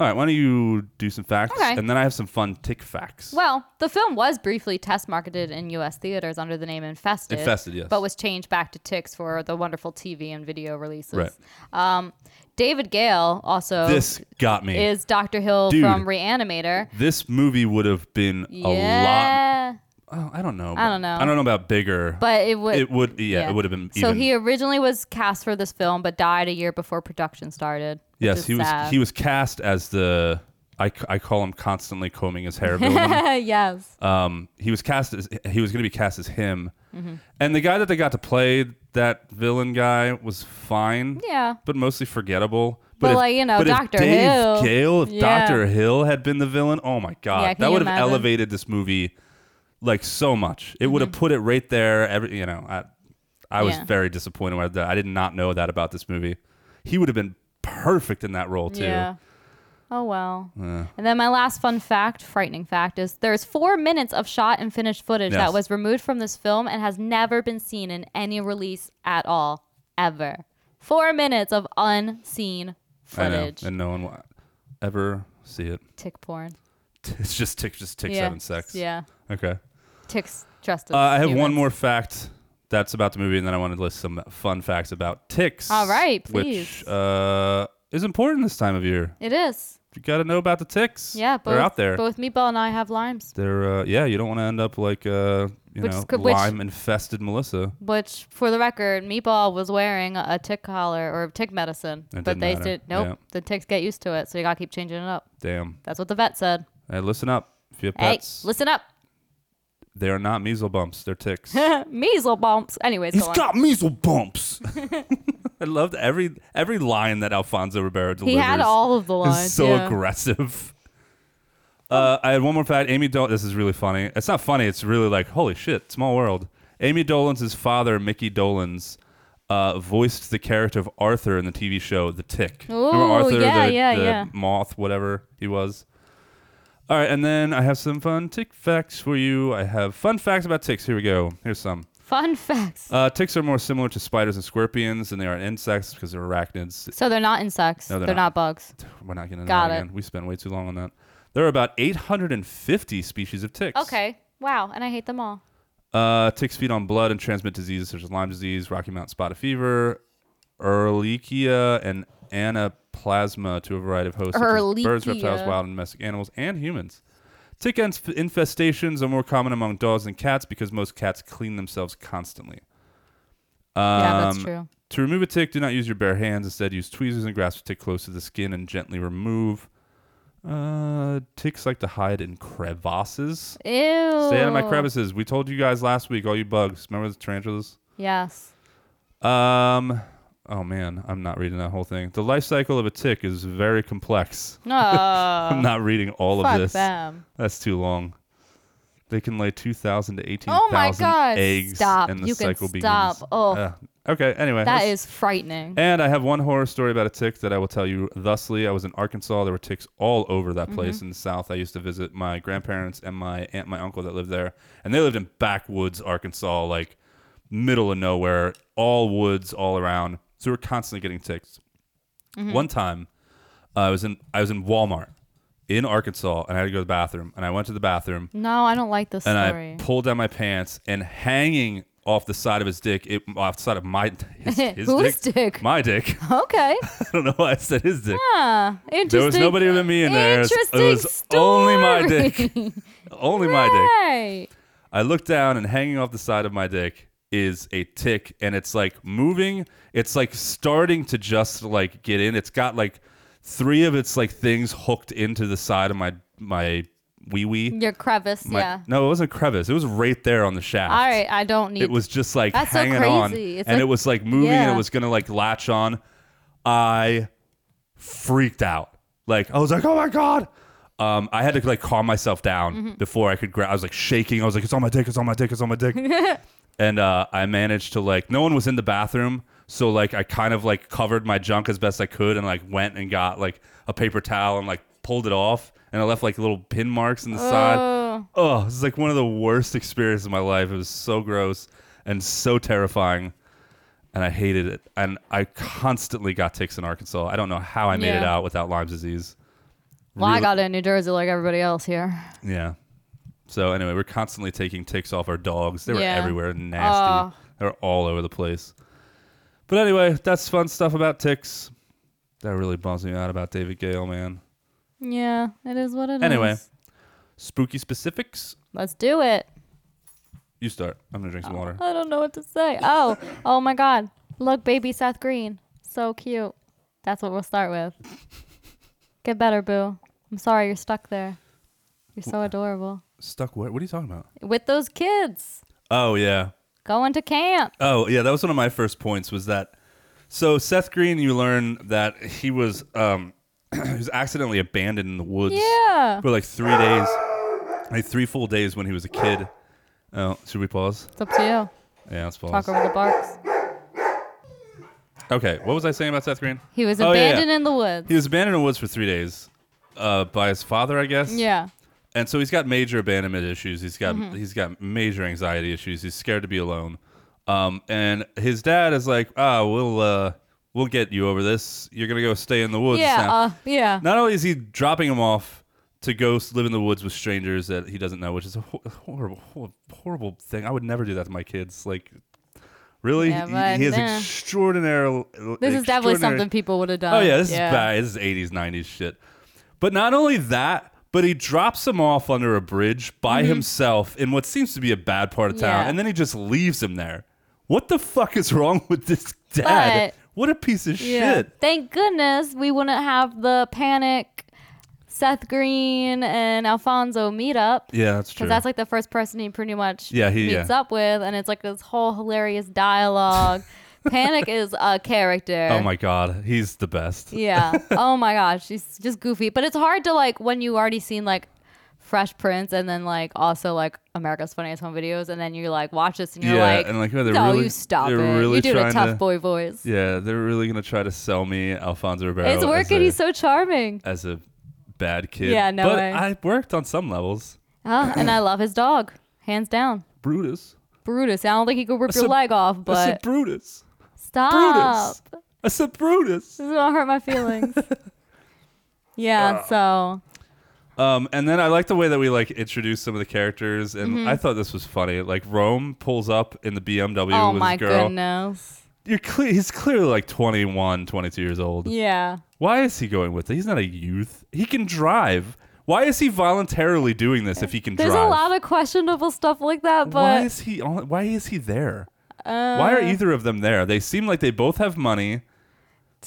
Speaker 1: all right, why don't you do some facts,
Speaker 2: Okay.
Speaker 1: and then I have some fun tick facts.
Speaker 2: Well, the film was briefly test marketed in U.S. theaters under the name Infested.
Speaker 1: Infested, yes.
Speaker 2: But was changed back to Ticks for the wonderful TV and video releases.
Speaker 1: Right.
Speaker 2: Um, David Gale also
Speaker 1: this got me.
Speaker 2: is Dr. Hill
Speaker 1: Dude.
Speaker 2: from Reanimator.
Speaker 1: this movie would have been a lot.
Speaker 2: yeah.
Speaker 1: Oh, I don't know.
Speaker 2: I don't know.
Speaker 1: I don't know about bigger,
Speaker 2: But it would.
Speaker 1: it would. Yeah, it would have been.
Speaker 2: So
Speaker 1: even,
Speaker 2: he originally was cast for this film, but died a year before production started. which
Speaker 1: Yes,
Speaker 2: is
Speaker 1: he was.
Speaker 2: sad.
Speaker 1: He was cast as the. I, c- I call him constantly combing his hair. villain.
Speaker 2: yes.
Speaker 1: um, he was cast as he was going to be cast as him,
Speaker 2: Mm-hmm.
Speaker 1: and the guy that they got to play that villain guy was fine.
Speaker 2: Yeah.
Speaker 1: but mostly forgettable.
Speaker 2: But, like, you know,
Speaker 1: but
Speaker 2: Dr.
Speaker 1: if Dave
Speaker 2: Hill-
Speaker 1: Gale, if
Speaker 2: Yeah.
Speaker 1: Doctor Hill had been the villain, oh my god,
Speaker 2: Yeah, can
Speaker 1: that
Speaker 2: you
Speaker 1: would have
Speaker 2: imagine?
Speaker 1: elevated this movie like so much. It would have put it right there. Every you know, I I was
Speaker 2: Mm-hmm. Yeah.
Speaker 1: very disappointed with that. I did not know that about this movie. He would have been perfect in that role too.
Speaker 2: Yeah. Oh well. And then my last fun fact, frightening fact, is there's four minutes of shot and finished footage
Speaker 1: Yes.
Speaker 2: that was removed from this film and has never been seen in any release at all, ever. Four minutes of unseen
Speaker 1: I know,
Speaker 2: footage.
Speaker 1: and no one will ever see it.
Speaker 2: Tick porn.
Speaker 1: It's just tick, just tick
Speaker 2: yeah.
Speaker 1: seven sex.
Speaker 2: Yeah.
Speaker 1: Okay.
Speaker 2: Ticks trusted.
Speaker 1: Uh, I have one more fact that's about the movie, and then I want to list some fun facts about ticks.
Speaker 2: All right,
Speaker 1: Which
Speaker 2: please.
Speaker 1: uh, is important this time of year.
Speaker 2: It is.
Speaker 1: You got to know about the ticks.
Speaker 2: Yeah. Both,
Speaker 1: they're out there.
Speaker 2: Both Meatball and I have limes,
Speaker 1: They're uh, yeah. You don't want to end up like uh, you
Speaker 2: Which
Speaker 1: know
Speaker 2: could- which-
Speaker 1: lime infested Melissa.
Speaker 2: which, for the record, Meatball was wearing a a tick collar or tick medicine,
Speaker 1: It
Speaker 2: but
Speaker 1: didn't
Speaker 2: they
Speaker 1: matter.
Speaker 2: said nope.
Speaker 1: Yeah.
Speaker 2: The ticks get used to it, so you gotta keep changing it up.
Speaker 1: Damn.
Speaker 2: That's what the vet said.
Speaker 1: Hey, listen up. If you have
Speaker 2: Hey,
Speaker 1: pets,
Speaker 2: listen up.
Speaker 1: they are not measles bumps. They're ticks.
Speaker 2: Measle bumps. Anyways,
Speaker 1: He's
Speaker 2: go on.
Speaker 1: got measles bumps. I loved every every line that Alfonso Ribeiro delivers.
Speaker 2: he had all of the
Speaker 1: It's
Speaker 2: lines.
Speaker 1: so
Speaker 2: yeah.
Speaker 1: aggressive. Uh, I had one more fact. Amy Dolan. This is really funny. It's not funny. It's really like holy shit, small world. Amy Dolan's father, Mickey Dolan's, uh, voiced the character of Arthur in the TV show The Tick.
Speaker 2: Ooh,
Speaker 1: Arthur,
Speaker 2: yeah,
Speaker 1: the,
Speaker 2: yeah,
Speaker 1: the
Speaker 2: yeah.
Speaker 1: moth, whatever he was. All right, and then I have some fun tick facts for you. I have fun facts about ticks. Here we go. Here's some.
Speaker 2: Fun facts.
Speaker 1: Uh, ticks are more similar to spiders and scorpions than they are insects because they're arachnids.
Speaker 2: so they're not insects.
Speaker 1: No, they're
Speaker 2: they're,
Speaker 1: not.
Speaker 2: not. bugs.
Speaker 1: We're not getting into
Speaker 2: Got
Speaker 1: that
Speaker 2: it.
Speaker 1: again. We spent way too long on that. There are about 850 species of ticks.
Speaker 2: Okay. Wow. And I hate them all.
Speaker 1: Uh, ticks feed on blood and transmit diseases such as Lyme disease, Rocky Mountain spotted fever, Ehrlichia, and Anaplasma to a variety of hosts such as birds, reptiles,
Speaker 2: Ehrlichia.
Speaker 1: wild and domestic animals, and humans. Tick inf- infestations are more common among dogs than cats because most cats clean themselves constantly.
Speaker 2: yeah, that's
Speaker 1: Um,
Speaker 2: true.
Speaker 1: To remove a tick, do not use your bare hands. Instead, use tweezers and grasp the tick close to the skin and gently remove. Uh, ticks like to hide in crevasses.
Speaker 2: Ew.
Speaker 1: Stay out of my crevices. We told you guys last week, all you bugs. Remember the tarantulas?
Speaker 2: Yes.
Speaker 1: Um, oh man, I'm not reading that whole thing. The life cycle of a tick is very complex. I'm
Speaker 2: No.
Speaker 1: not reading all
Speaker 2: Uh, fuck
Speaker 1: of this.
Speaker 2: them.
Speaker 1: That's too long. They can lay 2,000 to 18,000
Speaker 2: Oh my God,
Speaker 1: eggs,
Speaker 2: stop.
Speaker 1: and the
Speaker 2: You can
Speaker 1: cycle
Speaker 2: stop.
Speaker 1: begins.
Speaker 2: Ugh.
Speaker 1: Ugh. okay, anyway.
Speaker 2: That
Speaker 1: that's-
Speaker 2: is frightening.
Speaker 1: and I have one horror story about a tick that I will tell you thusly. I was in Arkansas. There were ticks all over
Speaker 2: Mm-hmm.
Speaker 1: that place in the South. I used to visit my grandparents and my aunt, my uncle that lived there. And they lived in backwoods, Arkansas, like middle of nowhere, all woods all around. So we were constantly getting ticks.
Speaker 2: Mm-hmm.
Speaker 1: One time, uh, I was in I was in Walmart in Arkansas, and I had to go to the bathroom. And I went to the bathroom,
Speaker 2: No, I don't like this
Speaker 1: and
Speaker 2: story.
Speaker 1: I pulled down my pants and hanging off the side of his dick, it, off the side of my his, his
Speaker 2: Whose
Speaker 1: dick,
Speaker 2: dick?
Speaker 1: my dick.
Speaker 2: okay.
Speaker 1: I don't know why I said his dick.
Speaker 2: Huh. Interesting.
Speaker 1: There was nobody but me in there. It was-
Speaker 2: Interesting
Speaker 1: it was only my dick.
Speaker 2: story.
Speaker 1: Only my dick.
Speaker 2: Right.
Speaker 1: I look down and hanging off the side of my dick is a tick and it's like moving. It's like starting to just like get in. It's got like three of its like things hooked into the side of my my wee wee.
Speaker 2: Your crevice. yeah.
Speaker 1: No, it wasn't a crevice. It was right there on the shaft.
Speaker 2: All right. I don't need.
Speaker 1: It was just like
Speaker 2: That's so
Speaker 1: hanging on,
Speaker 2: crazy. It's
Speaker 1: and
Speaker 2: like-
Speaker 1: it was like moving, and
Speaker 2: Yeah.
Speaker 1: it was gonna like latch on. I freaked out. Like I was like, oh my god. Um, I had to like calm myself down
Speaker 2: Mm-hmm.
Speaker 1: before I could grab. I was like shaking. I was like, it's on my dick. It's on my dick. It's on my dick. and uh, I managed to like. No one was in the bathroom, so like I kind of like covered my junk as best I could, and like went and got like a paper towel and like pulled it off, and I left like little pin marks in the side.
Speaker 2: Oh.
Speaker 1: Oh, this is like one of the worst experiences of my life. It was so gross and so terrifying. And I hated it. And I constantly got ticks in Arkansas. I don't know how I made it
Speaker 2: Yeah.
Speaker 1: out without Lyme disease.
Speaker 2: Well, I
Speaker 1: Really-
Speaker 2: got it in New Jersey like everybody else here.
Speaker 1: Yeah. So anyway, we're constantly taking ticks off our dogs. They were
Speaker 2: Yeah.
Speaker 1: everywhere, nasty. they were all over the place. But anyway, that's fun stuff about ticks. That really bums me out about David Gale, man.
Speaker 2: Yeah, it is what it is.
Speaker 1: Anyway. Spooky specifics.
Speaker 2: let's do it.
Speaker 1: You start. I'm gonna drink some water.
Speaker 2: I don't know what to say. Oh, oh my God! Look, baby Seth Green, so cute. That's what we'll start with. Get better, Boo. I'm sorry you're stuck there. You're so adorable
Speaker 1: Stuck where? What are you talking about?
Speaker 2: with those kids
Speaker 1: Oh yeah.
Speaker 2: going to camp.
Speaker 1: Oh yeah, that was one of my first points was that. So Seth Green, you learn that he was um, he was accidentally abandoned in the woods.
Speaker 2: Yeah.
Speaker 1: For like three days, like three full days when he was a kid. Oh, should we pause?
Speaker 2: It's up to you.
Speaker 1: Yeah, let's pause.
Speaker 2: Talk over the barks.
Speaker 1: Okay, what was I saying about Seth Green?
Speaker 2: He was
Speaker 1: Oh, yeah, yeah.
Speaker 2: abandoned in the woods.
Speaker 1: He was abandoned in the woods for three days, uh, by his father, I guess.
Speaker 2: yeah. Mm-hmm.
Speaker 1: and so he's got major abandonment issues. He's got he's got major anxiety issues. He's scared to be alone. Um, and his dad is like, ah, we'll uh, we'll get you over this. You're gonna go stay in the woods.
Speaker 2: Yeah.
Speaker 1: now."
Speaker 2: Uh, yeah.
Speaker 1: Not only is he dropping him off to go s- live in the woods with strangers that he doesn't know, which is a ho- horrible, hor- horrible thing. I would never do that to my kids. Like, really,
Speaker 2: Yeah,
Speaker 1: He-
Speaker 2: but
Speaker 1: he has
Speaker 2: nah.
Speaker 1: extraordinary.
Speaker 2: this is definitely
Speaker 1: extraordinary-
Speaker 2: something people would have done.
Speaker 1: Oh yeah, this is bad. This is eighties, nineties shit. But not only that, but he drops him off under a bridge by himself in what seems to be a bad part of town,
Speaker 2: Mm-hmm. Yeah.
Speaker 1: and then he just leaves him there. What the fuck is wrong with this dad?
Speaker 2: But-
Speaker 1: what a piece of
Speaker 2: Yeah.
Speaker 1: shit.
Speaker 2: Thank goodness we wouldn't have the panic Seth Green and Alfonso meet up.
Speaker 1: Yeah, that's true.
Speaker 2: Because that's like the first person he pretty much
Speaker 1: Yeah, he-
Speaker 2: meets
Speaker 1: yeah.
Speaker 2: up with, and it's like this whole hilarious dialogue. Panic is a character.
Speaker 1: oh my god, he's the best.
Speaker 2: Yeah. Oh my gosh, she's just goofy. But it's hard to like when you already seen like Fresh Prince and then like also like America's Funniest Home Videos, and then you like watch this and you're
Speaker 1: Yeah,
Speaker 2: like,
Speaker 1: and, like, oh, they're
Speaker 2: no,
Speaker 1: really-
Speaker 2: you stop it.
Speaker 1: they're really
Speaker 2: you do a
Speaker 1: trying
Speaker 2: tough
Speaker 1: to-
Speaker 2: boy voice.
Speaker 1: Yeah, they're really gonna try to sell me Alfonso Ribeiro.
Speaker 2: it's working.
Speaker 1: As a,
Speaker 2: He's so charming.
Speaker 1: as a bad kid.
Speaker 2: Yeah, no
Speaker 1: but
Speaker 2: way.
Speaker 1: I worked on some levels.
Speaker 2: Oh, and I love his dog, hands down.
Speaker 1: Brutus.
Speaker 2: Brutus. I don't think he could rip
Speaker 1: That's
Speaker 2: your
Speaker 1: a-
Speaker 2: leg off,
Speaker 1: I said
Speaker 2: but
Speaker 1: Brutus.
Speaker 2: stop. Mm-hmm.
Speaker 1: I said Brutus. Uh,
Speaker 2: This is gonna hurt my feelings. yeah. so
Speaker 1: Um, and then I like the way that we like introduce some of the characters, and
Speaker 2: Mm-hmm.
Speaker 1: I thought this was funny. Like Rome pulls up in the BMW
Speaker 2: oh
Speaker 1: with
Speaker 2: my
Speaker 1: his girl.
Speaker 2: goodness.
Speaker 1: You're cle- he's clearly like 21, 22 years old.
Speaker 2: Yeah.
Speaker 1: Why is he going with it? He's not a youth. He can drive. Why is he voluntarily doing this if he can
Speaker 2: There's
Speaker 1: drive?
Speaker 2: a lot of questionable stuff like that,
Speaker 1: why
Speaker 2: but Uh,
Speaker 1: is he on, why is he there? why are either of them there? They seem like they both have money.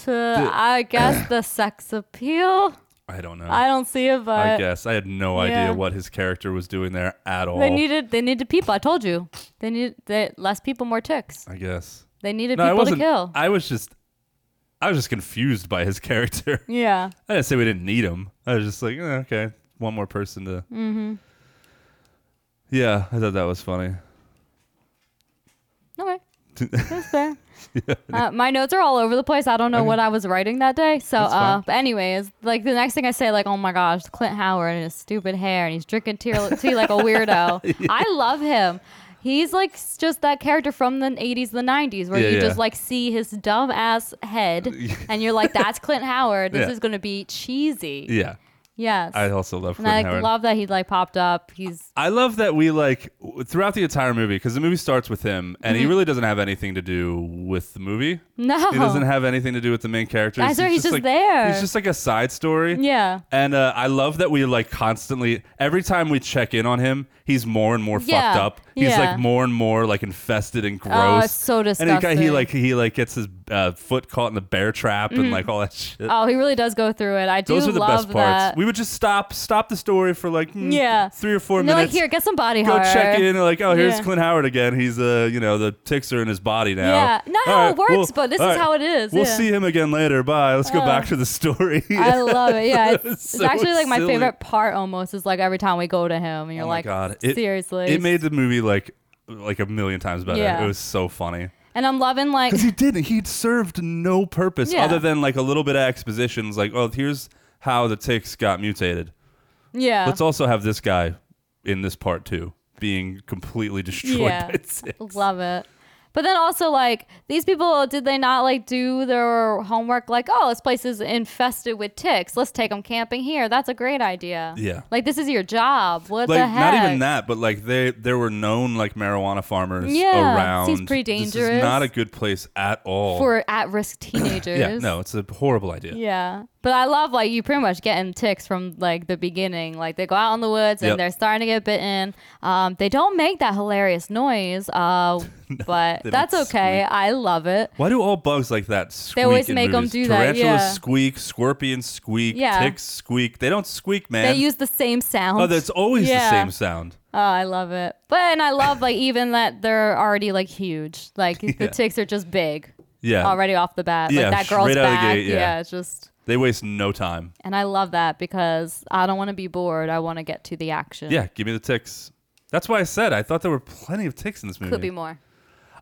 Speaker 2: to I guess the sex appeal.
Speaker 1: I don't know.
Speaker 2: I don't see it,
Speaker 1: I
Speaker 2: but
Speaker 1: guess I had no
Speaker 2: yeah.
Speaker 1: idea what his character was doing there at all.
Speaker 2: they needed they needed people. I told you they needed they, less people, more ticks.
Speaker 1: I guess.
Speaker 2: They needed
Speaker 1: No, I
Speaker 2: people to
Speaker 1: wasn't.
Speaker 2: kill.
Speaker 1: I was just, I was just confused by his character.
Speaker 2: yeah.
Speaker 1: I didn't say we didn't need him. I was just like, eh, okay, one more person to. Mm-hmm. Yeah, I thought that was funny.
Speaker 2: Okay. That's fair. uh, my notes are all over the place. I don't know what I was writing that day. So,
Speaker 1: That's fine.
Speaker 2: uh, but anyways, like the next thing I say, like, oh my gosh, Clint Howard and his stupid hair, and he's drinking tea, tea like a weirdo. I love him. He's like s- just that character from the 80s, the 90s, where
Speaker 1: Yeah,
Speaker 2: you
Speaker 1: yeah.
Speaker 2: just like see his dumb ass head, and you're like, that's Clint Howard. This
Speaker 1: Yeah.
Speaker 2: is gonna be cheesy.
Speaker 1: Yeah,
Speaker 2: Yes.
Speaker 1: I also love
Speaker 2: and
Speaker 1: Clint
Speaker 2: I like,
Speaker 1: Howard.
Speaker 2: love that he like popped up. He's
Speaker 1: I love that we like w- throughout the entire movie because the movie starts with him and he really doesn't have anything to do with the movie.
Speaker 2: Mm-hmm. no.
Speaker 1: He doesn't have anything to do with the main characters.
Speaker 2: That's right, he's just
Speaker 1: like,
Speaker 2: there.
Speaker 1: He's just like a side story.
Speaker 2: Yeah.
Speaker 1: And uh, I love that we like constantly every time we check in on him, he's more and more
Speaker 2: Yeah,
Speaker 1: fucked up. He's
Speaker 2: yeah. Oh,
Speaker 1: like more and more like infested and gross.
Speaker 2: it's so
Speaker 1: And he, got- he
Speaker 2: disgusting.
Speaker 1: like he like gets his uh, foot caught in the bear trap and like all that shit.
Speaker 2: Oh, he really does go through it. I do
Speaker 1: Those are the
Speaker 2: love
Speaker 1: best parts.
Speaker 2: that.
Speaker 1: We would just stop stop the story for like mm,
Speaker 2: Yeah.
Speaker 1: three or four
Speaker 2: And they're
Speaker 1: minutes.
Speaker 2: Like, here, get some body
Speaker 1: Go
Speaker 2: horror.
Speaker 1: check in. Like, oh, here's
Speaker 2: Yeah.
Speaker 1: Clint Howard again. He's uh, you know, the ticks are in his body now.
Speaker 2: Yeah. Not
Speaker 1: All
Speaker 2: how it works,
Speaker 1: well,
Speaker 2: but this
Speaker 1: all
Speaker 2: is how it is,
Speaker 1: We'll
Speaker 2: yeah. Oh.
Speaker 1: see him again later. Bye. Let's go back to the story.
Speaker 2: I love it. Yeah, it's, it's
Speaker 1: so
Speaker 2: actually like my
Speaker 1: silly.
Speaker 2: favorite part. Almost is like every time we go to him, and you're
Speaker 1: Oh my
Speaker 2: like,
Speaker 1: God. It-
Speaker 2: seriously.
Speaker 1: It made the movie like like a million times better.
Speaker 2: Yeah.
Speaker 1: It was so funny.
Speaker 2: and I'm loving like
Speaker 1: Because he didn't. He served no purpose
Speaker 2: Yeah.
Speaker 1: other than like a little bit of expositions like, oh, here's how the ticks got mutated.
Speaker 2: yeah.
Speaker 1: Let's also have this guy in this part too being completely destroyed
Speaker 2: Yeah.
Speaker 1: by ticks.
Speaker 2: Love it. But then also like these people, did they not like do their homework? Like, oh, this place is infested with ticks. Let's take them camping here. That's a great idea.
Speaker 1: Yeah.
Speaker 2: Like this is your job. What
Speaker 1: like
Speaker 2: the heck?
Speaker 1: not even that, but like they there were known like marijuana farmers
Speaker 2: Yeah,
Speaker 1: around.
Speaker 2: seems pretty
Speaker 1: This is
Speaker 2: dangerous.
Speaker 1: not a good place at all.
Speaker 2: for at-risk teenagers.
Speaker 1: yeah, no, it's a horrible idea.
Speaker 2: Yeah. But I love like you pretty much getting ticks from like the beginning. Like they go out in the woods and
Speaker 1: Yep.
Speaker 2: they're starting to get bitten. Um, they don't make that hilarious noise, uh, but
Speaker 1: they don't
Speaker 2: that's okay. I love it.
Speaker 1: Why do all bugs like that squeak?
Speaker 2: always
Speaker 1: in
Speaker 2: make 'em
Speaker 1: movies?
Speaker 2: do that,
Speaker 1: Tarantulas
Speaker 2: yeah.
Speaker 1: squeak, scorpions squeak,
Speaker 2: Yeah.
Speaker 1: ticks squeak. They don't squeak, man.
Speaker 2: They use the same sound.
Speaker 1: oh, that's always
Speaker 2: Yeah.
Speaker 1: the same sound.
Speaker 2: Oh, I love it. But and I love like even that they're already like huge. Like the
Speaker 1: Yeah.
Speaker 2: ticks are just big
Speaker 1: Yeah,
Speaker 2: already off the bat.
Speaker 1: Yeah,
Speaker 2: like that girl's
Speaker 1: straight out of the
Speaker 2: back.
Speaker 1: gate, yeah.
Speaker 2: it's just
Speaker 1: They waste no time.
Speaker 2: and I love that because I don't want to be bored. I want to get to the action.
Speaker 1: Yeah, give me the ticks. That's why I said I thought there were plenty of ticks in this movie.
Speaker 2: Could be more.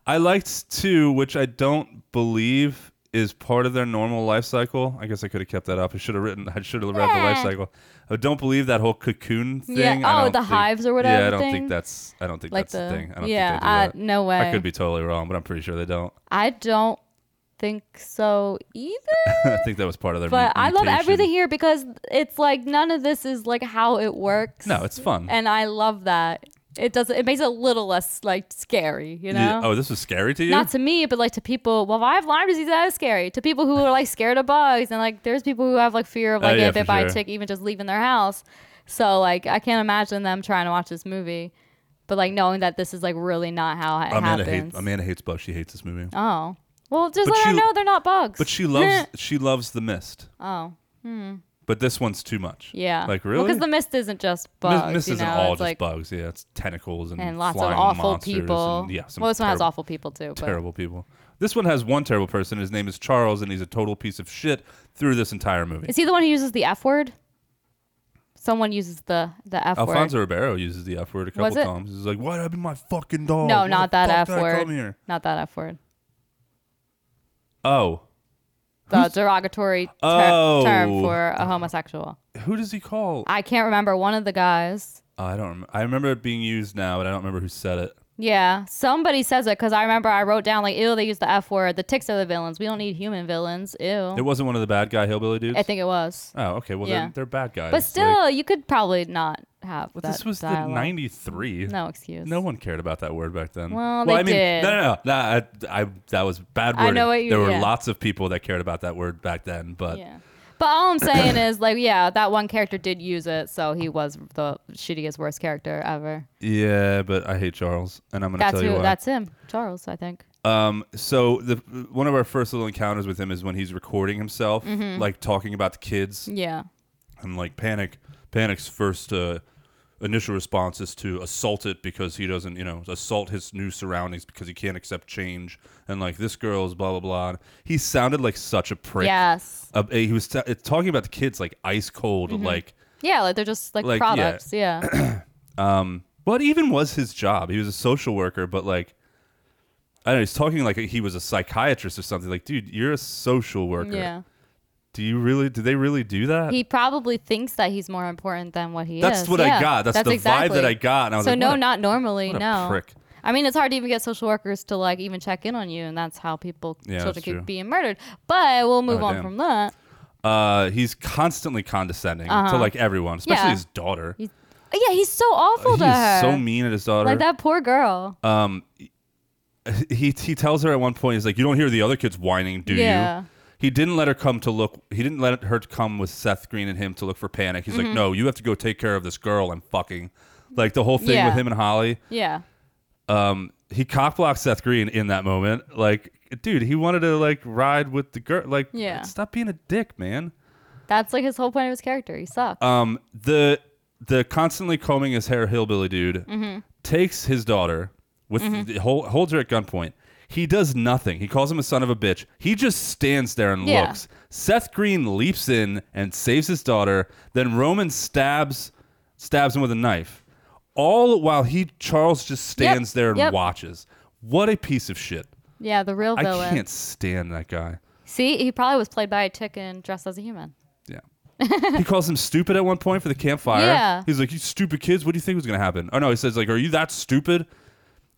Speaker 1: I liked two, which I don't believe is part of their normal life cycle. I guess I could have kept that up. I should have written. I should have read the life
Speaker 2: Yeah.
Speaker 1: cycle. I don't believe that whole cocoon thing.
Speaker 2: Yeah,
Speaker 1: I
Speaker 2: oh,
Speaker 1: don't
Speaker 2: the hives or whatever
Speaker 1: Yeah, I don't
Speaker 2: thing?
Speaker 1: think that's. I don't think
Speaker 2: Like
Speaker 1: that's the,
Speaker 2: the-
Speaker 1: thing. I don't
Speaker 2: yeah,
Speaker 1: think they do
Speaker 2: uh,
Speaker 1: that.
Speaker 2: no
Speaker 1: I
Speaker 2: way.
Speaker 1: could be totally wrong, but I'm pretty sure they don't.
Speaker 2: I don't think so either.
Speaker 1: I think that was part of their.
Speaker 2: But I love
Speaker 1: mutation.
Speaker 2: everything here because it's like none of this is like how it works.
Speaker 1: No, it's fun.
Speaker 2: and I love that. It does it makes it a little less like scary, you know?
Speaker 1: Yeah. Oh, this was scary to you.
Speaker 2: Not to me, but like to people. Well, if I have Lyme disease, that is scary. To people who are like scared of bugs, and like there's people who have like fear of
Speaker 1: Oh,
Speaker 2: like
Speaker 1: yeah,
Speaker 2: if
Speaker 1: for
Speaker 2: bit by a
Speaker 1: sure.
Speaker 2: tick, even just leaving their house. So like I can't imagine them trying to watch this movie, but like knowing that this is like really not how it
Speaker 1: Amanda
Speaker 2: happens.
Speaker 1: hates. Amanda hates bugs. She hates this movie.
Speaker 2: Oh. Well, just
Speaker 1: But
Speaker 2: let her
Speaker 1: she-
Speaker 2: know they're not bugs.
Speaker 1: But she loves. she loves the mist.
Speaker 2: Oh.
Speaker 1: But this one's too much.
Speaker 2: Yeah.
Speaker 1: Like really.
Speaker 2: Because the mist isn't just
Speaker 1: Mi-
Speaker 2: bugs.
Speaker 1: Mist
Speaker 2: you
Speaker 1: isn't
Speaker 2: know?
Speaker 1: all just
Speaker 2: it's like,
Speaker 1: bugs. Yeah, it's tentacles and,
Speaker 2: And lots of
Speaker 1: flying
Speaker 2: awful
Speaker 1: monsters
Speaker 2: people.
Speaker 1: And, yeah, some
Speaker 2: well, this one has
Speaker 1: terrible-
Speaker 2: awful people too. But
Speaker 1: terrible people. This one has one terrible person. His name is Charles, and he's a total piece of shit through this entire movie.
Speaker 2: is he the one who uses the F word? Someone uses the the F
Speaker 1: Alfonso
Speaker 2: word.
Speaker 1: Ribeiro uses the F word a
Speaker 2: Was
Speaker 1: couple
Speaker 2: it?
Speaker 1: times. He's like, "Why'd I be my fucking dog?
Speaker 2: No,
Speaker 1: Why
Speaker 2: not
Speaker 1: the
Speaker 2: that
Speaker 1: fuck
Speaker 2: F
Speaker 1: did I Come
Speaker 2: word.
Speaker 1: here.
Speaker 2: Not that F word.
Speaker 1: Oh,
Speaker 2: The derogatory ter-
Speaker 1: Oh.
Speaker 2: term for a homosexual.
Speaker 1: who does he call?
Speaker 2: I can't remember one of the guys.
Speaker 1: I don't. Rem- I remember it being used now, but I don't remember who said it.
Speaker 2: Yeah, somebody says it because I remember I wrote down like, "Ew, they use the F word. The ticks are the villains. We don't need human villains. Ew."
Speaker 1: It wasn't one of the bad guy hillbilly dudes.
Speaker 2: I think it was,
Speaker 1: Oh, okay. Well,
Speaker 2: Yeah.
Speaker 1: they're, they're bad guys.
Speaker 2: but
Speaker 1: Like,
Speaker 2: still, you could probably not have that.
Speaker 1: this was
Speaker 2: dialogue.
Speaker 1: the '93.
Speaker 2: No excuse.
Speaker 1: No one cared about that word back then.
Speaker 2: Well,
Speaker 1: I
Speaker 2: they
Speaker 1: mean,
Speaker 2: did.
Speaker 1: No, no, no. no, I, I, that was bad
Speaker 2: I
Speaker 1: wording.
Speaker 2: know what you-
Speaker 1: there were
Speaker 2: yeah.
Speaker 1: lots of people that cared about that word back then, but
Speaker 2: Yeah. But all I'm saying is, like, yeah, that one character did use it, so he was the shittiest, worst character ever.
Speaker 1: yeah. But I hate Charles, and I'm going to
Speaker 2: That's
Speaker 1: tell you
Speaker 2: who.
Speaker 1: why.
Speaker 2: That's him, Charles. I think.
Speaker 1: Um, so the one of our first little encounters with him is when he's recording himself,
Speaker 2: Mm-hmm.
Speaker 1: like talking about the kids,
Speaker 2: Yeah.
Speaker 1: and like panic, panic's first uh, initial response is to assault it because he doesn't, you know, assault his new surroundings because he can't accept change, and like this girl's blah blah blah. He sounded like such a prick.
Speaker 2: Yes.
Speaker 1: Uh, he was t- talking about the kids like ice cold,
Speaker 2: Mm-hmm.
Speaker 1: like
Speaker 2: Yeah, like they're just like,
Speaker 1: Like, yeah.
Speaker 2: products. Yeah.
Speaker 1: What even was his job? He was a social worker, but like, I don't know. He's talking like he was a psychiatrist or something. Like, dude, you're a social worker.
Speaker 2: yeah.
Speaker 1: Do you really? Do they really do that?
Speaker 2: He probably thinks that he's more important than what he is.
Speaker 1: That's what I
Speaker 2: Yeah,
Speaker 1: got. That's the vibe that I got, and I was
Speaker 2: so
Speaker 1: like,
Speaker 2: no,
Speaker 1: what a-
Speaker 2: not normally.
Speaker 1: what a
Speaker 2: no.
Speaker 1: prick.
Speaker 2: I mean, it's hard to even get social workers to like even check in on you, and that's how people
Speaker 1: Yeah,
Speaker 2: children
Speaker 1: that's
Speaker 2: keep
Speaker 1: true.
Speaker 2: being murdered. But we'll move
Speaker 1: Oh,
Speaker 2: on
Speaker 1: damn.
Speaker 2: from that.
Speaker 1: uh, he's constantly condescending to like everyone, especially
Speaker 2: Uh-huh. Yeah.
Speaker 1: his daughter. He's
Speaker 2: Yeah, he's so awful to her.
Speaker 1: so Uh, mean at his daughter.
Speaker 2: Like that poor girl.
Speaker 1: he he tells her at one point, he's like, "You don't hear the other kids whining, do
Speaker 2: Yeah.
Speaker 1: you?" He didn't let her come to look. He didn't let her come with Seth Green and him to look for panic. He's
Speaker 2: Mm-hmm.
Speaker 1: like, "No, you have to go take care of this girl and fucking." Like the whole thing
Speaker 2: Yeah.
Speaker 1: with him and Holly.
Speaker 2: yeah.
Speaker 1: he cockblocked Seth Green in that moment. Like, dude, he wanted to like ride with the girl. Like,
Speaker 2: Yeah.
Speaker 1: stop being a dick, man.
Speaker 2: That's like his whole point of his character. He sucks.
Speaker 1: Um, the the constantly combing his hair hillbilly dude
Speaker 2: Mm-hmm.
Speaker 1: takes his daughter with the, hold, holds her at gunpoint. He does nothing. He calls him a son of a bitch. He just stands there and
Speaker 2: Yeah.
Speaker 1: looks. Seth Green leaps in and saves his daughter. Then Roman stabs stabs him with a knife. All while he Charles just stands there and
Speaker 2: yep.
Speaker 1: watches. What a piece of shit.
Speaker 2: yeah, the real villain.
Speaker 1: I can't stand that guy.
Speaker 2: See, he probably was played by a chicken dressed as a human.
Speaker 1: Yeah. he calls him stupid at one point for the campfire.
Speaker 2: Yeah.
Speaker 1: He's like, "You stupid kids, what do you think was going to happen?" Oh no, he says like, "Are you that stupid?"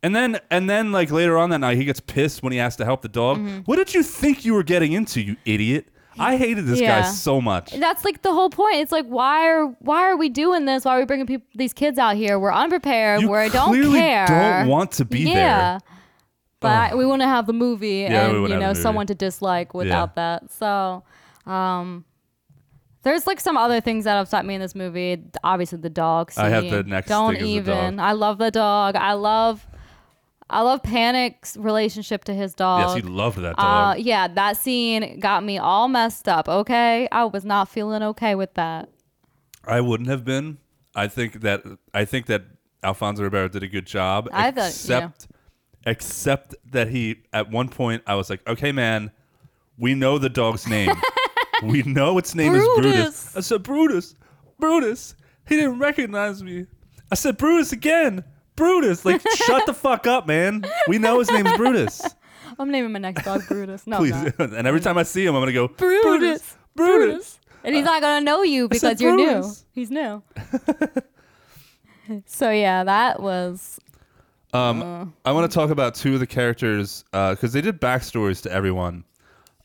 Speaker 1: And then and then like later on that night he gets pissed when he has to help the dog.
Speaker 2: Mm-hmm.
Speaker 1: What did you think you were getting into, you idiot? I hated this
Speaker 2: Yeah.
Speaker 1: guy so much.
Speaker 2: That's like the whole point. It's like why are why are we doing this? Why are we bringing peop these kids out here? We're unprepared.
Speaker 1: You
Speaker 2: we don't
Speaker 1: clearly
Speaker 2: care.
Speaker 1: don't want to be
Speaker 2: yeah.
Speaker 1: there.
Speaker 2: But we want to have the movie
Speaker 1: Yeah, we
Speaker 2: and
Speaker 1: wanna
Speaker 2: you
Speaker 1: have the
Speaker 2: know
Speaker 1: movie.
Speaker 2: someone to dislike without that. So, um, there's like some other things that upset me in this movie. Obviously, the dog. Scene.
Speaker 1: I have the next
Speaker 2: Don't
Speaker 1: thing is the
Speaker 2: even.
Speaker 1: dog.
Speaker 2: I love the dog. I love. I love Panic's relationship to his dog.
Speaker 1: Yes, he loved that
Speaker 2: Uh,
Speaker 1: dog.
Speaker 2: yeah, that scene got me all messed up. Okay, I was not feeling okay with that.
Speaker 1: I wouldn't have been. I think that I think that Alfonso Ribeiro did a good job.
Speaker 2: I thought- yeah.
Speaker 1: except except that he at one point I was like, okay, man, we know the dog's name. we know its name is
Speaker 2: Brutus.
Speaker 1: Brutus. I said Brutus, Brutus. He didn't recognize me. I said Brutus again. Brutus, like shut the fuck up, man. We know his name's Brutus.
Speaker 2: I'm naming my next dog Brutus. No, I'm
Speaker 1: Please.
Speaker 2: not.
Speaker 1: and every time I see him, I'm gonna go
Speaker 2: Brutus,
Speaker 1: Brutus, Brutus.
Speaker 2: and he's not gonna know you because you're
Speaker 1: Brutus.
Speaker 2: new. He's new. so yeah, that was
Speaker 1: I want to talk about two of the characters because they did backstories to everyone,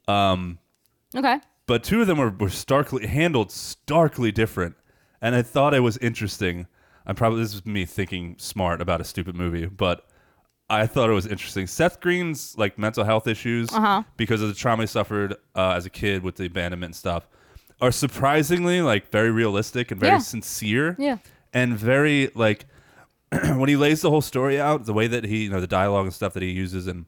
Speaker 2: okay.
Speaker 1: but two of them were, were starkly handled starkly different, and I thought it was interesting. I'm probably this is me thinking smart about a stupid movie, but I thought it was interesting. Seth Green's like mental health issues
Speaker 2: Uh-huh.
Speaker 1: because of the trauma he suffered uh, as a kid with the abandonment and stuff are surprisingly like very realistic and very
Speaker 2: Yeah.
Speaker 1: sincere.
Speaker 2: Yeah.
Speaker 1: and very like when he lays the whole story out, the way that he, you know, the dialogue and stuff that he uses and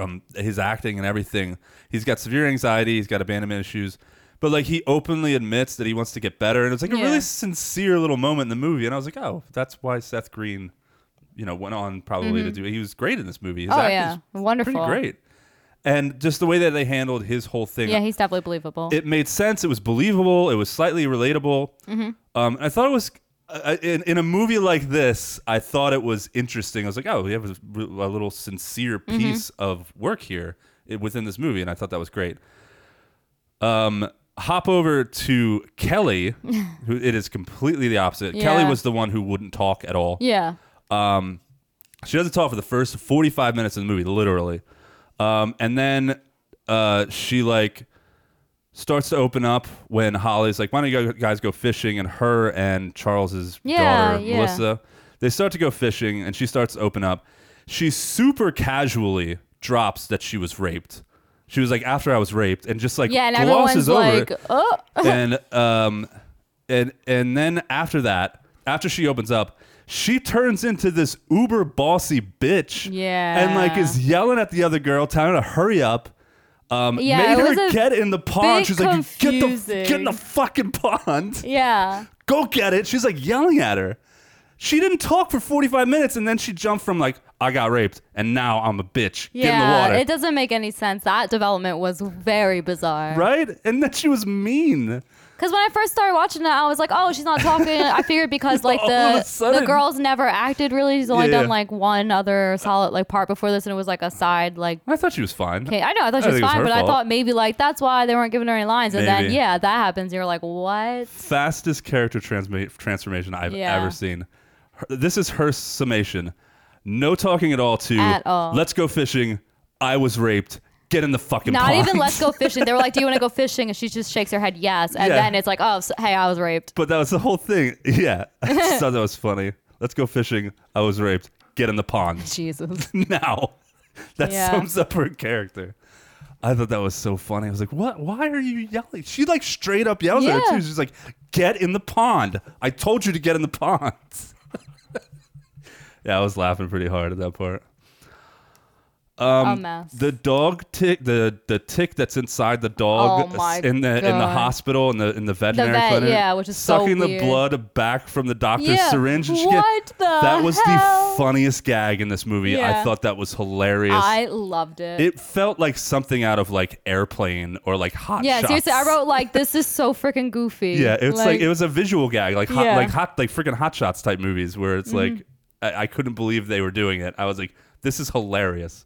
Speaker 1: um, his acting and everything, he's got severe anxiety, he's got abandonment issues, but like he openly admits that he wants to get better, and it's like a
Speaker 2: Yeah.
Speaker 1: really sincere little moment in the movie, and I was like, oh, that's why Seth Green, you know, went on probably to do. He was great in this movie. His
Speaker 2: Mm-hmm. Oh,
Speaker 1: acting's
Speaker 2: yeah. Wonderful.
Speaker 1: pretty great, and just the way that they handled his whole thing,
Speaker 2: Yeah, he's definitely believable. Mm-hmm.
Speaker 1: it made sense. It was believable. It was slightly relatable. Um, I thought it was uh, in, in a movie like this. I thought it was interesting. I was like, oh, we have a, r- a little sincere
Speaker 2: Mm-hmm.
Speaker 1: piece of work here i- within this movie, and I thought that was great. Um, hop over to Kelly, who it is completely the opposite.
Speaker 2: Yeah.
Speaker 1: Kelly was the one who wouldn't talk at all.
Speaker 2: yeah,
Speaker 1: She doesn't talk for the first 45 minutes of the movie, literally. Um, and then uh, she like starts to open up when Holly's like, "Why don't you guys go fishing?" And her and Charles's
Speaker 2: Yeah,
Speaker 1: daughter
Speaker 2: yeah.
Speaker 1: Melissa, they start to go fishing, and she starts to open up. She super casually drops that she was raped. She was like, "After I was raped," and just like
Speaker 2: Yeah, and
Speaker 1: glosses
Speaker 2: everyone's
Speaker 1: over. it
Speaker 2: like, oh.
Speaker 1: and um and and then after that after she opens up she turns into this uber bossy bitch
Speaker 2: Yeah.
Speaker 1: and like is yelling at the other girl telling her to hurry up um
Speaker 2: Yeah,
Speaker 1: made
Speaker 2: it was
Speaker 1: her
Speaker 2: a
Speaker 1: get in the pond
Speaker 2: bit
Speaker 1: she's like "You get the get in
Speaker 2: confusing.
Speaker 1: the fucking pond
Speaker 2: Yeah.
Speaker 1: go get it she's like yelling at her she didn't talk for 45 minutes and then she jumped from like i got raped and now i'm a bitch get in the
Speaker 2: Yeah.
Speaker 1: water
Speaker 2: It doesn't make any sense. That development was very bizarre.
Speaker 1: right and then she was mean
Speaker 2: Because when I first started watching it, I was like, "Oh, she's not talking." I figured because like
Speaker 1: All of a
Speaker 2: the
Speaker 1: sudden.
Speaker 2: the girls never acted really. She's only
Speaker 1: Yeah,
Speaker 2: done
Speaker 1: yeah.
Speaker 2: like one other solid like part before this, and it was like a side like.
Speaker 1: i thought she was fine
Speaker 2: Okay, I know I thought
Speaker 1: I
Speaker 2: she was
Speaker 1: think it was
Speaker 2: fine,
Speaker 1: her
Speaker 2: but I
Speaker 1: fault.
Speaker 2: thought maybe like that's why they weren't giving her any lines. And then
Speaker 1: Maybe.
Speaker 2: yeah, that happens. You're like, what?
Speaker 1: fastest character transma- transformation I've
Speaker 2: Yeah.
Speaker 1: ever seen. Her, this is her summation. No talking at all to
Speaker 2: At all.
Speaker 1: let's go fishing. I was raped. Get in the fucking
Speaker 2: Not
Speaker 1: pond.
Speaker 2: even let's go fishing. They were like, do you want to go fishing? And she just shakes her head yes. And
Speaker 1: Yeah.
Speaker 2: then it's like, oh, s hey, I was raped.
Speaker 1: but that was the whole thing. Yeah. I just thought that was funny. Let's go fishing. I was raped. Get in the pond.
Speaker 2: Jesus.
Speaker 1: now. That
Speaker 2: Yeah.
Speaker 1: sums up her character. I thought that was so funny. I was like, "What? Why are you yelling?" She like straight up yells at her
Speaker 2: Yeah.
Speaker 1: too. She's like, "Get in the pond! I told you to get in the pond." yeah, I was laughing pretty hard at that part. Um,
Speaker 2: a mess.
Speaker 1: The dog tick, the the tick that's inside the dog
Speaker 2: Oh my
Speaker 1: s- in the in the
Speaker 2: God.
Speaker 1: hospital in the in the veterinary
Speaker 2: vet,
Speaker 1: clinic,
Speaker 2: yeah, which is so
Speaker 1: sucking the
Speaker 2: weird.
Speaker 1: blood back from the doctor's
Speaker 2: Yeah,
Speaker 1: syringe. And she get-
Speaker 2: what the
Speaker 1: that was
Speaker 2: hell?
Speaker 1: the funniest gag in this movie. I
Speaker 2: Yeah.
Speaker 1: thought that was hilarious.
Speaker 2: I loved it.
Speaker 1: It felt like something out of like airplane or like hot.
Speaker 2: yeah,
Speaker 1: Shots.
Speaker 2: seriously, I wrote like this is so freaking goofy.
Speaker 1: Yeah, it's like, it was a visual gag, like hot,
Speaker 2: Yeah. Mm-hmm.
Speaker 1: like hot, like freaking hot shots type movies where it's like I, I couldn't believe they were doing it. I was like, this is hilarious,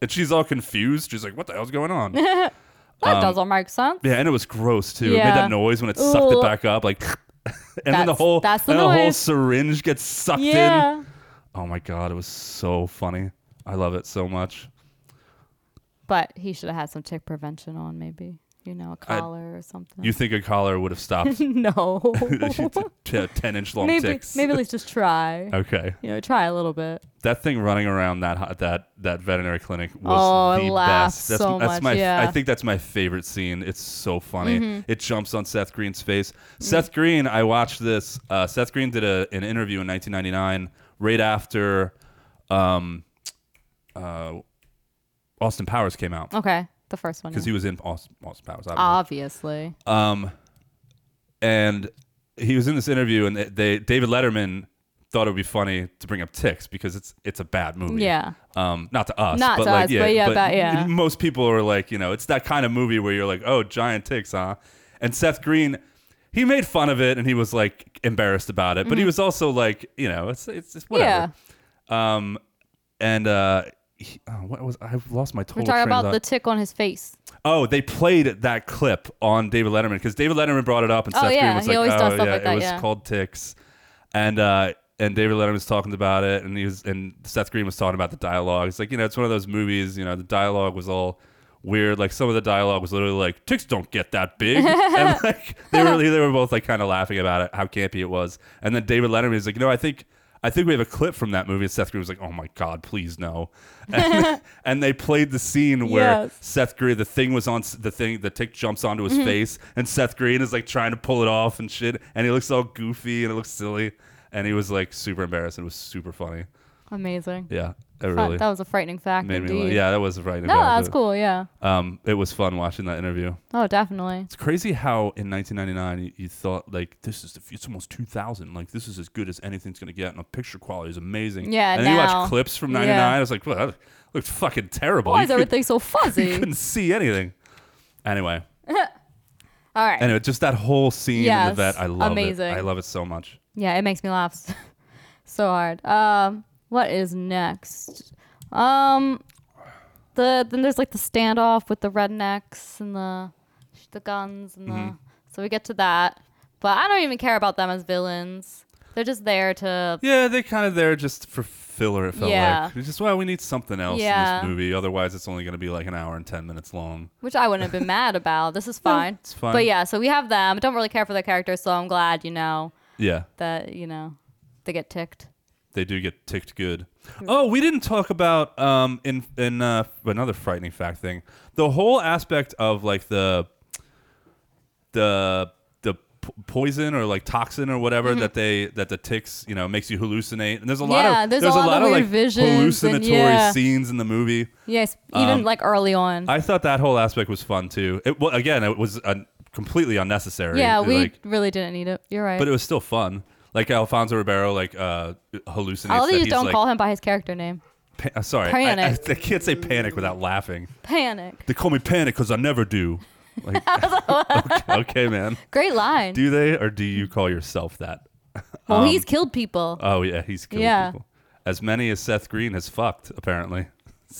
Speaker 1: and she's all confused. She's like, what the hell's going on? yeah, um,
Speaker 2: that doesn't make sense.
Speaker 1: and it was gross too. It made
Speaker 2: Yeah.
Speaker 1: that noise when it sucked it
Speaker 2: Ooh.
Speaker 1: back up, like. And then the
Speaker 2: That's-
Speaker 1: whole
Speaker 2: that's the
Speaker 1: and the whole
Speaker 2: noise.
Speaker 1: syringe gets sucked in.
Speaker 2: yeah.
Speaker 1: Oh my god, it was so funny. I love it so much.
Speaker 2: But he should have had some tick prevention on, maybe. You know, a collar or something.
Speaker 1: You think a collar would have stopped
Speaker 2: no.
Speaker 1: ten inch long
Speaker 2: maybe,
Speaker 1: ticks?
Speaker 2: maybe at least just try.
Speaker 1: Okay,
Speaker 2: You know, try a little bit.
Speaker 1: that thing running around that ho- that that veterinary clinic
Speaker 2: Oh,
Speaker 1: was
Speaker 2: I
Speaker 1: the
Speaker 2: laughed
Speaker 1: best. That's,
Speaker 2: so
Speaker 1: that's
Speaker 2: much,
Speaker 1: my
Speaker 2: yeah. Mm-hmm.
Speaker 1: I think that's my favorite scene. It's so funny. It jumps on Seth Green's face.
Speaker 2: Mm.
Speaker 1: Seth Green, I watched this. Uh, Seth Green did a, an interview in 1999, right after um, uh, Austin Powers came out,
Speaker 2: Okay. The first one.
Speaker 1: because
Speaker 2: yeah.
Speaker 1: he was in Austin, Austin Powers. Obviously.
Speaker 2: Obviously.
Speaker 1: Um, and he was in this interview, and they, they David Letterman thought it would be funny to bring up ticks because it's it's a bad movie.
Speaker 2: Yeah.
Speaker 1: Um, not to us,
Speaker 2: Not
Speaker 1: but
Speaker 2: to
Speaker 1: like
Speaker 2: us, but yeah, but yeah.
Speaker 1: Most people are like, you know, it's that kind of movie where you're like, oh, giant ticks, huh? And Seth Green, he made fun of it, and he was like embarrassed about it, but
Speaker 2: Mm-hmm.
Speaker 1: he was also like, you know, it's it's, it's whatever. Um, and uh. He, oh, what was I've lost my total.
Speaker 2: We're talking
Speaker 1: train of
Speaker 2: about
Speaker 1: thought.
Speaker 2: the tick on his face.
Speaker 1: Oh, they played that clip on David Letterman because David Letterman brought it up, and
Speaker 2: Oh,
Speaker 1: Seth Green
Speaker 2: yeah,
Speaker 1: was
Speaker 2: he
Speaker 1: like,
Speaker 2: always
Speaker 1: "Oh
Speaker 2: does stuff
Speaker 1: yeah,
Speaker 2: like
Speaker 1: it
Speaker 2: that,
Speaker 1: was
Speaker 2: yeah.
Speaker 1: called Ticks," and uh, and David Letterman was talking about it, and he was and Seth Green was talking about the dialogue. It's like you know, it's one of those movies. You know, the dialogue was all weird. Like some of the dialogue was literally like, "Ticks don't get that big," and like they were they were both like kind of laughing about it, how campy it was. And then David Letterman was like, "You know, I think." I think we have a clip from that movie. And Seth Green was like, "Oh my God, please no!" And, and they played the scene where
Speaker 2: Yes.
Speaker 1: Seth Green, the thing was on s- the thing, the tick jumps onto his
Speaker 2: Mm-hmm.
Speaker 1: face, and Seth Green is like trying to pull it off and shit, and he looks all goofy and it looks silly, and he was like super embarrassed. It was super funny.
Speaker 2: Amazing.
Speaker 1: Yeah, it
Speaker 2: That-
Speaker 1: really
Speaker 2: That was a frightening fact.
Speaker 1: made me.
Speaker 2: indeed.
Speaker 1: laugh. Yeah, that was right.
Speaker 2: No, that's cool. Yeah.
Speaker 1: Um, it was fun watching that interview.
Speaker 2: Oh, definitely.
Speaker 1: It's crazy how in 1999 you, you thought like this is the, f- it's almost 2000 like this is as good as anything's gonna get and the picture quality is amazing.
Speaker 2: Yeah,
Speaker 1: and then you
Speaker 2: now-
Speaker 1: watch clips from 99.
Speaker 2: yeah.
Speaker 1: I was like, well, that looked fucking terrible.
Speaker 2: Why
Speaker 1: You
Speaker 2: is
Speaker 1: could-
Speaker 2: everything so
Speaker 1: you
Speaker 2: fuzzy?
Speaker 1: couldn't see anything. Anyway,
Speaker 2: All right.
Speaker 1: anyway, just that whole scene in the
Speaker 2: Yes,
Speaker 1: vet, I love
Speaker 2: amazing.
Speaker 1: it. I love it so much.
Speaker 2: Yeah, it makes me laugh s- so hard. Um, what is next? Um, the then there's like the standoff with the rednecks and the
Speaker 1: Mm-hmm.
Speaker 2: the guns and the so we get to that, but I don't even care about them as villains. They're just there to.
Speaker 1: Yeah, they kind of there just for filler. It felt
Speaker 2: Yeah.
Speaker 1: like it's just well, we need something else
Speaker 2: Yeah.
Speaker 1: in this movie. Otherwise, it's only going to be like an hour and ten minutes long.
Speaker 2: Which I wouldn't have been mad about. This is fine.
Speaker 1: it's fine.
Speaker 2: But yeah, so we have them. I don't really care for their characters, so I'm glad, you know,
Speaker 1: Yeah,
Speaker 2: that, you know, they get ticked.
Speaker 1: they do get ticked good.
Speaker 2: Mm-hmm.
Speaker 1: Oh, we didn't talk about um in in uh, another frightening fact thing. The whole aspect of like the the the p- poison or like toxin or whatever
Speaker 2: Mm-hmm.
Speaker 1: that they that the ticks you know makes you hallucinate and there's a lot
Speaker 2: Yeah,
Speaker 1: of
Speaker 2: there's a lot of weird
Speaker 1: like
Speaker 2: visions and-
Speaker 1: hallucinatory
Speaker 2: yeah.
Speaker 1: scenes in the movie
Speaker 2: Yes, even
Speaker 1: Um,
Speaker 2: like early on.
Speaker 1: I thought that whole aspect was fun too. It well, again, it was uh, completely unnecessary.
Speaker 2: yeah, we
Speaker 1: like,
Speaker 2: really didn't need it. You're right.
Speaker 1: but it was still fun. Like Alfonso Ribeiro, like uh, hallucinates.
Speaker 2: I love that
Speaker 1: that
Speaker 2: you
Speaker 1: he's,
Speaker 2: don't
Speaker 1: like,
Speaker 2: call him by his character name.
Speaker 1: Pa- uh, sorry, I- I,
Speaker 2: Panic.
Speaker 1: I can't say panic without laughing.
Speaker 2: Panic.
Speaker 1: They call me panic because I never do. Like, okay, okay, man.
Speaker 2: Great line.
Speaker 1: Do they or do you call yourself that?
Speaker 2: well,
Speaker 1: um,
Speaker 2: he's killed people.
Speaker 1: Oh yeah, he's killed
Speaker 2: Yeah.
Speaker 1: people. As many as Seth Green has fucked, apparently.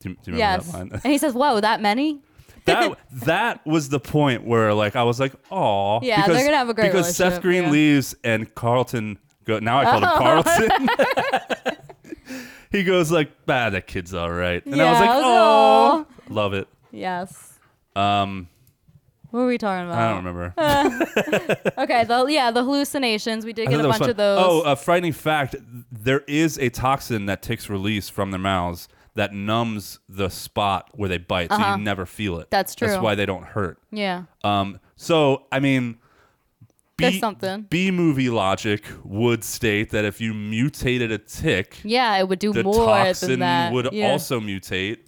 Speaker 1: do, you- do you remember
Speaker 2: yes.
Speaker 1: that line?
Speaker 2: and he says, "Whoa, that many?"
Speaker 1: that that was the point where like I was like, oh,
Speaker 2: Yeah, they're gonna have a great
Speaker 1: because Seth
Speaker 2: relationship,
Speaker 1: Green
Speaker 2: yeah.
Speaker 1: leaves and Carlton go. Now I called him Carlton. he goes like, ah, that kid's all right, and I was
Speaker 2: Yeah,
Speaker 1: like,
Speaker 2: I was
Speaker 1: oh, love it.
Speaker 2: Yes.
Speaker 1: Um,
Speaker 2: What were we talking about?
Speaker 1: I don't remember.
Speaker 2: Okay, the, yeah, the hallucinations. We did
Speaker 1: I thought
Speaker 2: get a
Speaker 1: that was
Speaker 2: bunch
Speaker 1: fun.
Speaker 2: of those.
Speaker 1: Oh, a frightening fact: there is a toxin that ticks release from their mouths that numbs the spot where they bite, so you never feel it.
Speaker 2: Uh-huh. That's
Speaker 1: That's
Speaker 2: true.
Speaker 1: why they don't hurt.
Speaker 2: yeah.
Speaker 1: Um, so I mean,
Speaker 2: There's something.
Speaker 1: B movie logic would state that if you mutated a tick,
Speaker 2: Yeah, it would do
Speaker 1: the
Speaker 2: more than
Speaker 1: toxin
Speaker 2: that.
Speaker 1: would
Speaker 2: yeah.
Speaker 1: also mutate.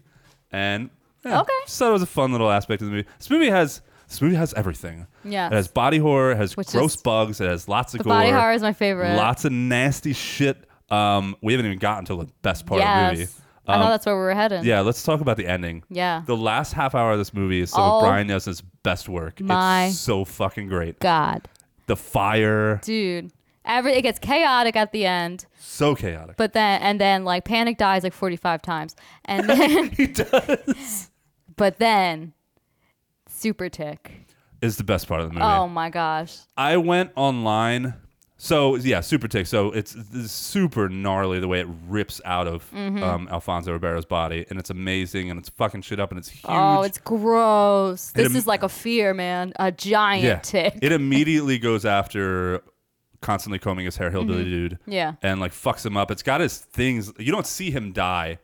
Speaker 1: And yeah,
Speaker 2: Okay.
Speaker 1: just thought it was a fun little aspect of the movie. This movie has this movie has everything.
Speaker 2: Yes.
Speaker 1: it has body horror, it has
Speaker 2: Which
Speaker 1: gross
Speaker 2: is-
Speaker 1: bugs, it has lots of
Speaker 2: The
Speaker 1: gore,
Speaker 2: body horror is my favorite.
Speaker 1: lots of nasty shit. Um, we haven't even gotten to the best part
Speaker 2: yes.
Speaker 1: of the movie.
Speaker 2: I
Speaker 1: Um,
Speaker 2: know that's where we were heading.
Speaker 1: yeah, let's talk about the ending.
Speaker 2: Yeah.
Speaker 1: The last half hour of this movie is some
Speaker 2: Oh.
Speaker 1: of Brian Nelson's best work.
Speaker 2: My
Speaker 1: it's so fucking great.
Speaker 2: God,
Speaker 1: The fire,
Speaker 2: dude. Every it gets chaotic at the end,
Speaker 1: so chaotic.
Speaker 2: but then and then like panic dies like 45 times, and then
Speaker 1: he does.
Speaker 2: but then super tick.
Speaker 1: Is the best part of the movie.
Speaker 2: Oh my gosh.
Speaker 1: I went online. So yeah, super tick. So it's, it's super gnarly the way it rips out of
Speaker 2: Mm-hmm.
Speaker 1: um, Alfonso Ribero's body, and it's amazing, and it's fucking shit up, and it's huge.
Speaker 2: Oh, it's gross. This
Speaker 1: am-
Speaker 2: is like a fear, man. A giant
Speaker 1: yeah.
Speaker 2: tick.
Speaker 1: It immediately goes after constantly combing his hair, hillbilly dude.
Speaker 2: Mm-hmm. Yeah.
Speaker 1: and like fucks him up. It's got his things. You don't see him die,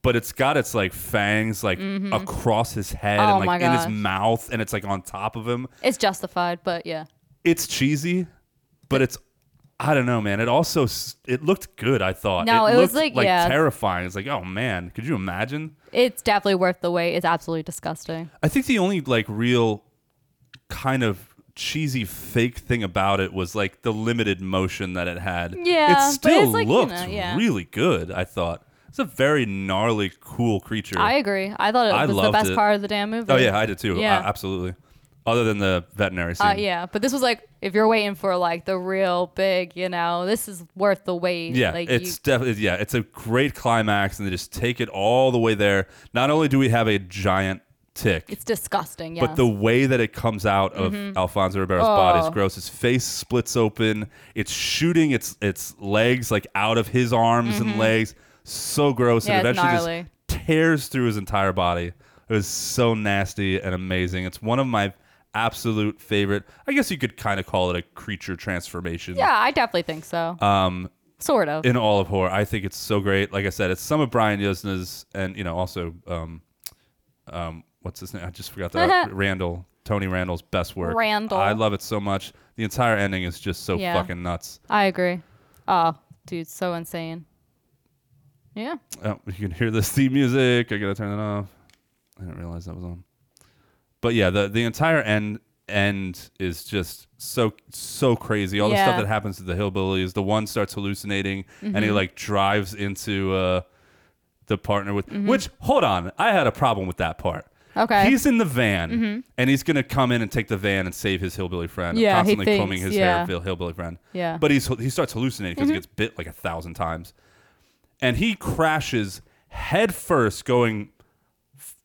Speaker 1: but it's got its like fangs like across his head
Speaker 2: Mm-hmm. Oh
Speaker 1: and
Speaker 2: my
Speaker 1: like in his
Speaker 2: gosh.
Speaker 1: mouth, and it's like on top of him.
Speaker 2: it's justified, but yeah.
Speaker 1: it's cheesy, but it's I don't know, man. It also s- it looked good. I thought.
Speaker 2: No, it was,
Speaker 1: looked,
Speaker 2: like, yeah.
Speaker 1: terrifying. It's like, oh man, could you imagine?
Speaker 2: It's definitely worth the wait. It's absolutely disgusting.
Speaker 1: I think the only like real kind of cheesy fake thing about it was like the limited motion that it had.
Speaker 2: Yeah, but
Speaker 1: it
Speaker 2: it's
Speaker 1: still
Speaker 2: like, you
Speaker 1: looked
Speaker 2: know, yeah.
Speaker 1: really good. I thought it's a very gnarly, cool creature.
Speaker 2: I agree. I thought it
Speaker 1: I
Speaker 2: was the
Speaker 1: loved
Speaker 2: best
Speaker 1: it.
Speaker 2: part of the damn movie.
Speaker 1: oh yeah, I did too.
Speaker 2: Yeah.
Speaker 1: Uh, absolutely. Other than the veterinary scene.
Speaker 2: Uh, yeah, but this was like if you're waiting for like the real big, you know, this is worth the wait.
Speaker 1: Yeah,
Speaker 2: like
Speaker 1: it's
Speaker 2: you,
Speaker 1: definitely yeah, it's a great climax, and they just take it all the way there. Not only do we have a giant tick,
Speaker 2: it's disgusting. Yeah, Mm-hmm. Oh.
Speaker 1: but the way that it comes out of Alfonso Ribero's body is gross. His face splits open. It's shooting its its legs like out of his arms and legs. So gross.
Speaker 2: Mm-hmm. Yeah,
Speaker 1: it
Speaker 2: it's
Speaker 1: eventually
Speaker 2: gnarly.
Speaker 1: just tears through his entire body. It was so nasty and amazing. It's one of my absolute favorite. I guess you could kind of call it a creature transformation
Speaker 2: yeah, I definitely think so. Um, sort of.
Speaker 1: in all of horror. I think it's so great. Like I said, it's some of Brian Yosna's and you know also um, um, what's his name? I just forgot that Randall Tony Randall's best work.
Speaker 2: Randall.
Speaker 1: I love it so much. The entire ending is just so
Speaker 2: Yeah.
Speaker 1: fucking nuts.
Speaker 2: I agree. Oh, dude, so insane. Yeah.
Speaker 1: Oh, you can hear this theme music. I gotta turn it off. I didn't realize that was on. But yeah, the the entire end end is just so so crazy. All the
Speaker 2: Yeah. Mm-hmm.
Speaker 1: stuff that happens to the hillbillies. The one starts hallucinating, and he like drives into uh, the partner with. Which hold on, I had a problem with that part.
Speaker 2: Mm-hmm. Okay. Mm-hmm.
Speaker 1: He's in the van, and he's gonna come in and take the van and save his hillbilly friend.
Speaker 2: Yeah, he
Speaker 1: constantly combing
Speaker 2: thinks,
Speaker 1: his
Speaker 2: yeah.
Speaker 1: hair, hill- hillbilly friend.
Speaker 2: Yeah. Mm-hmm.
Speaker 1: but he's he starts hallucinating because he gets bit like a thousand times and he crashes head first going f-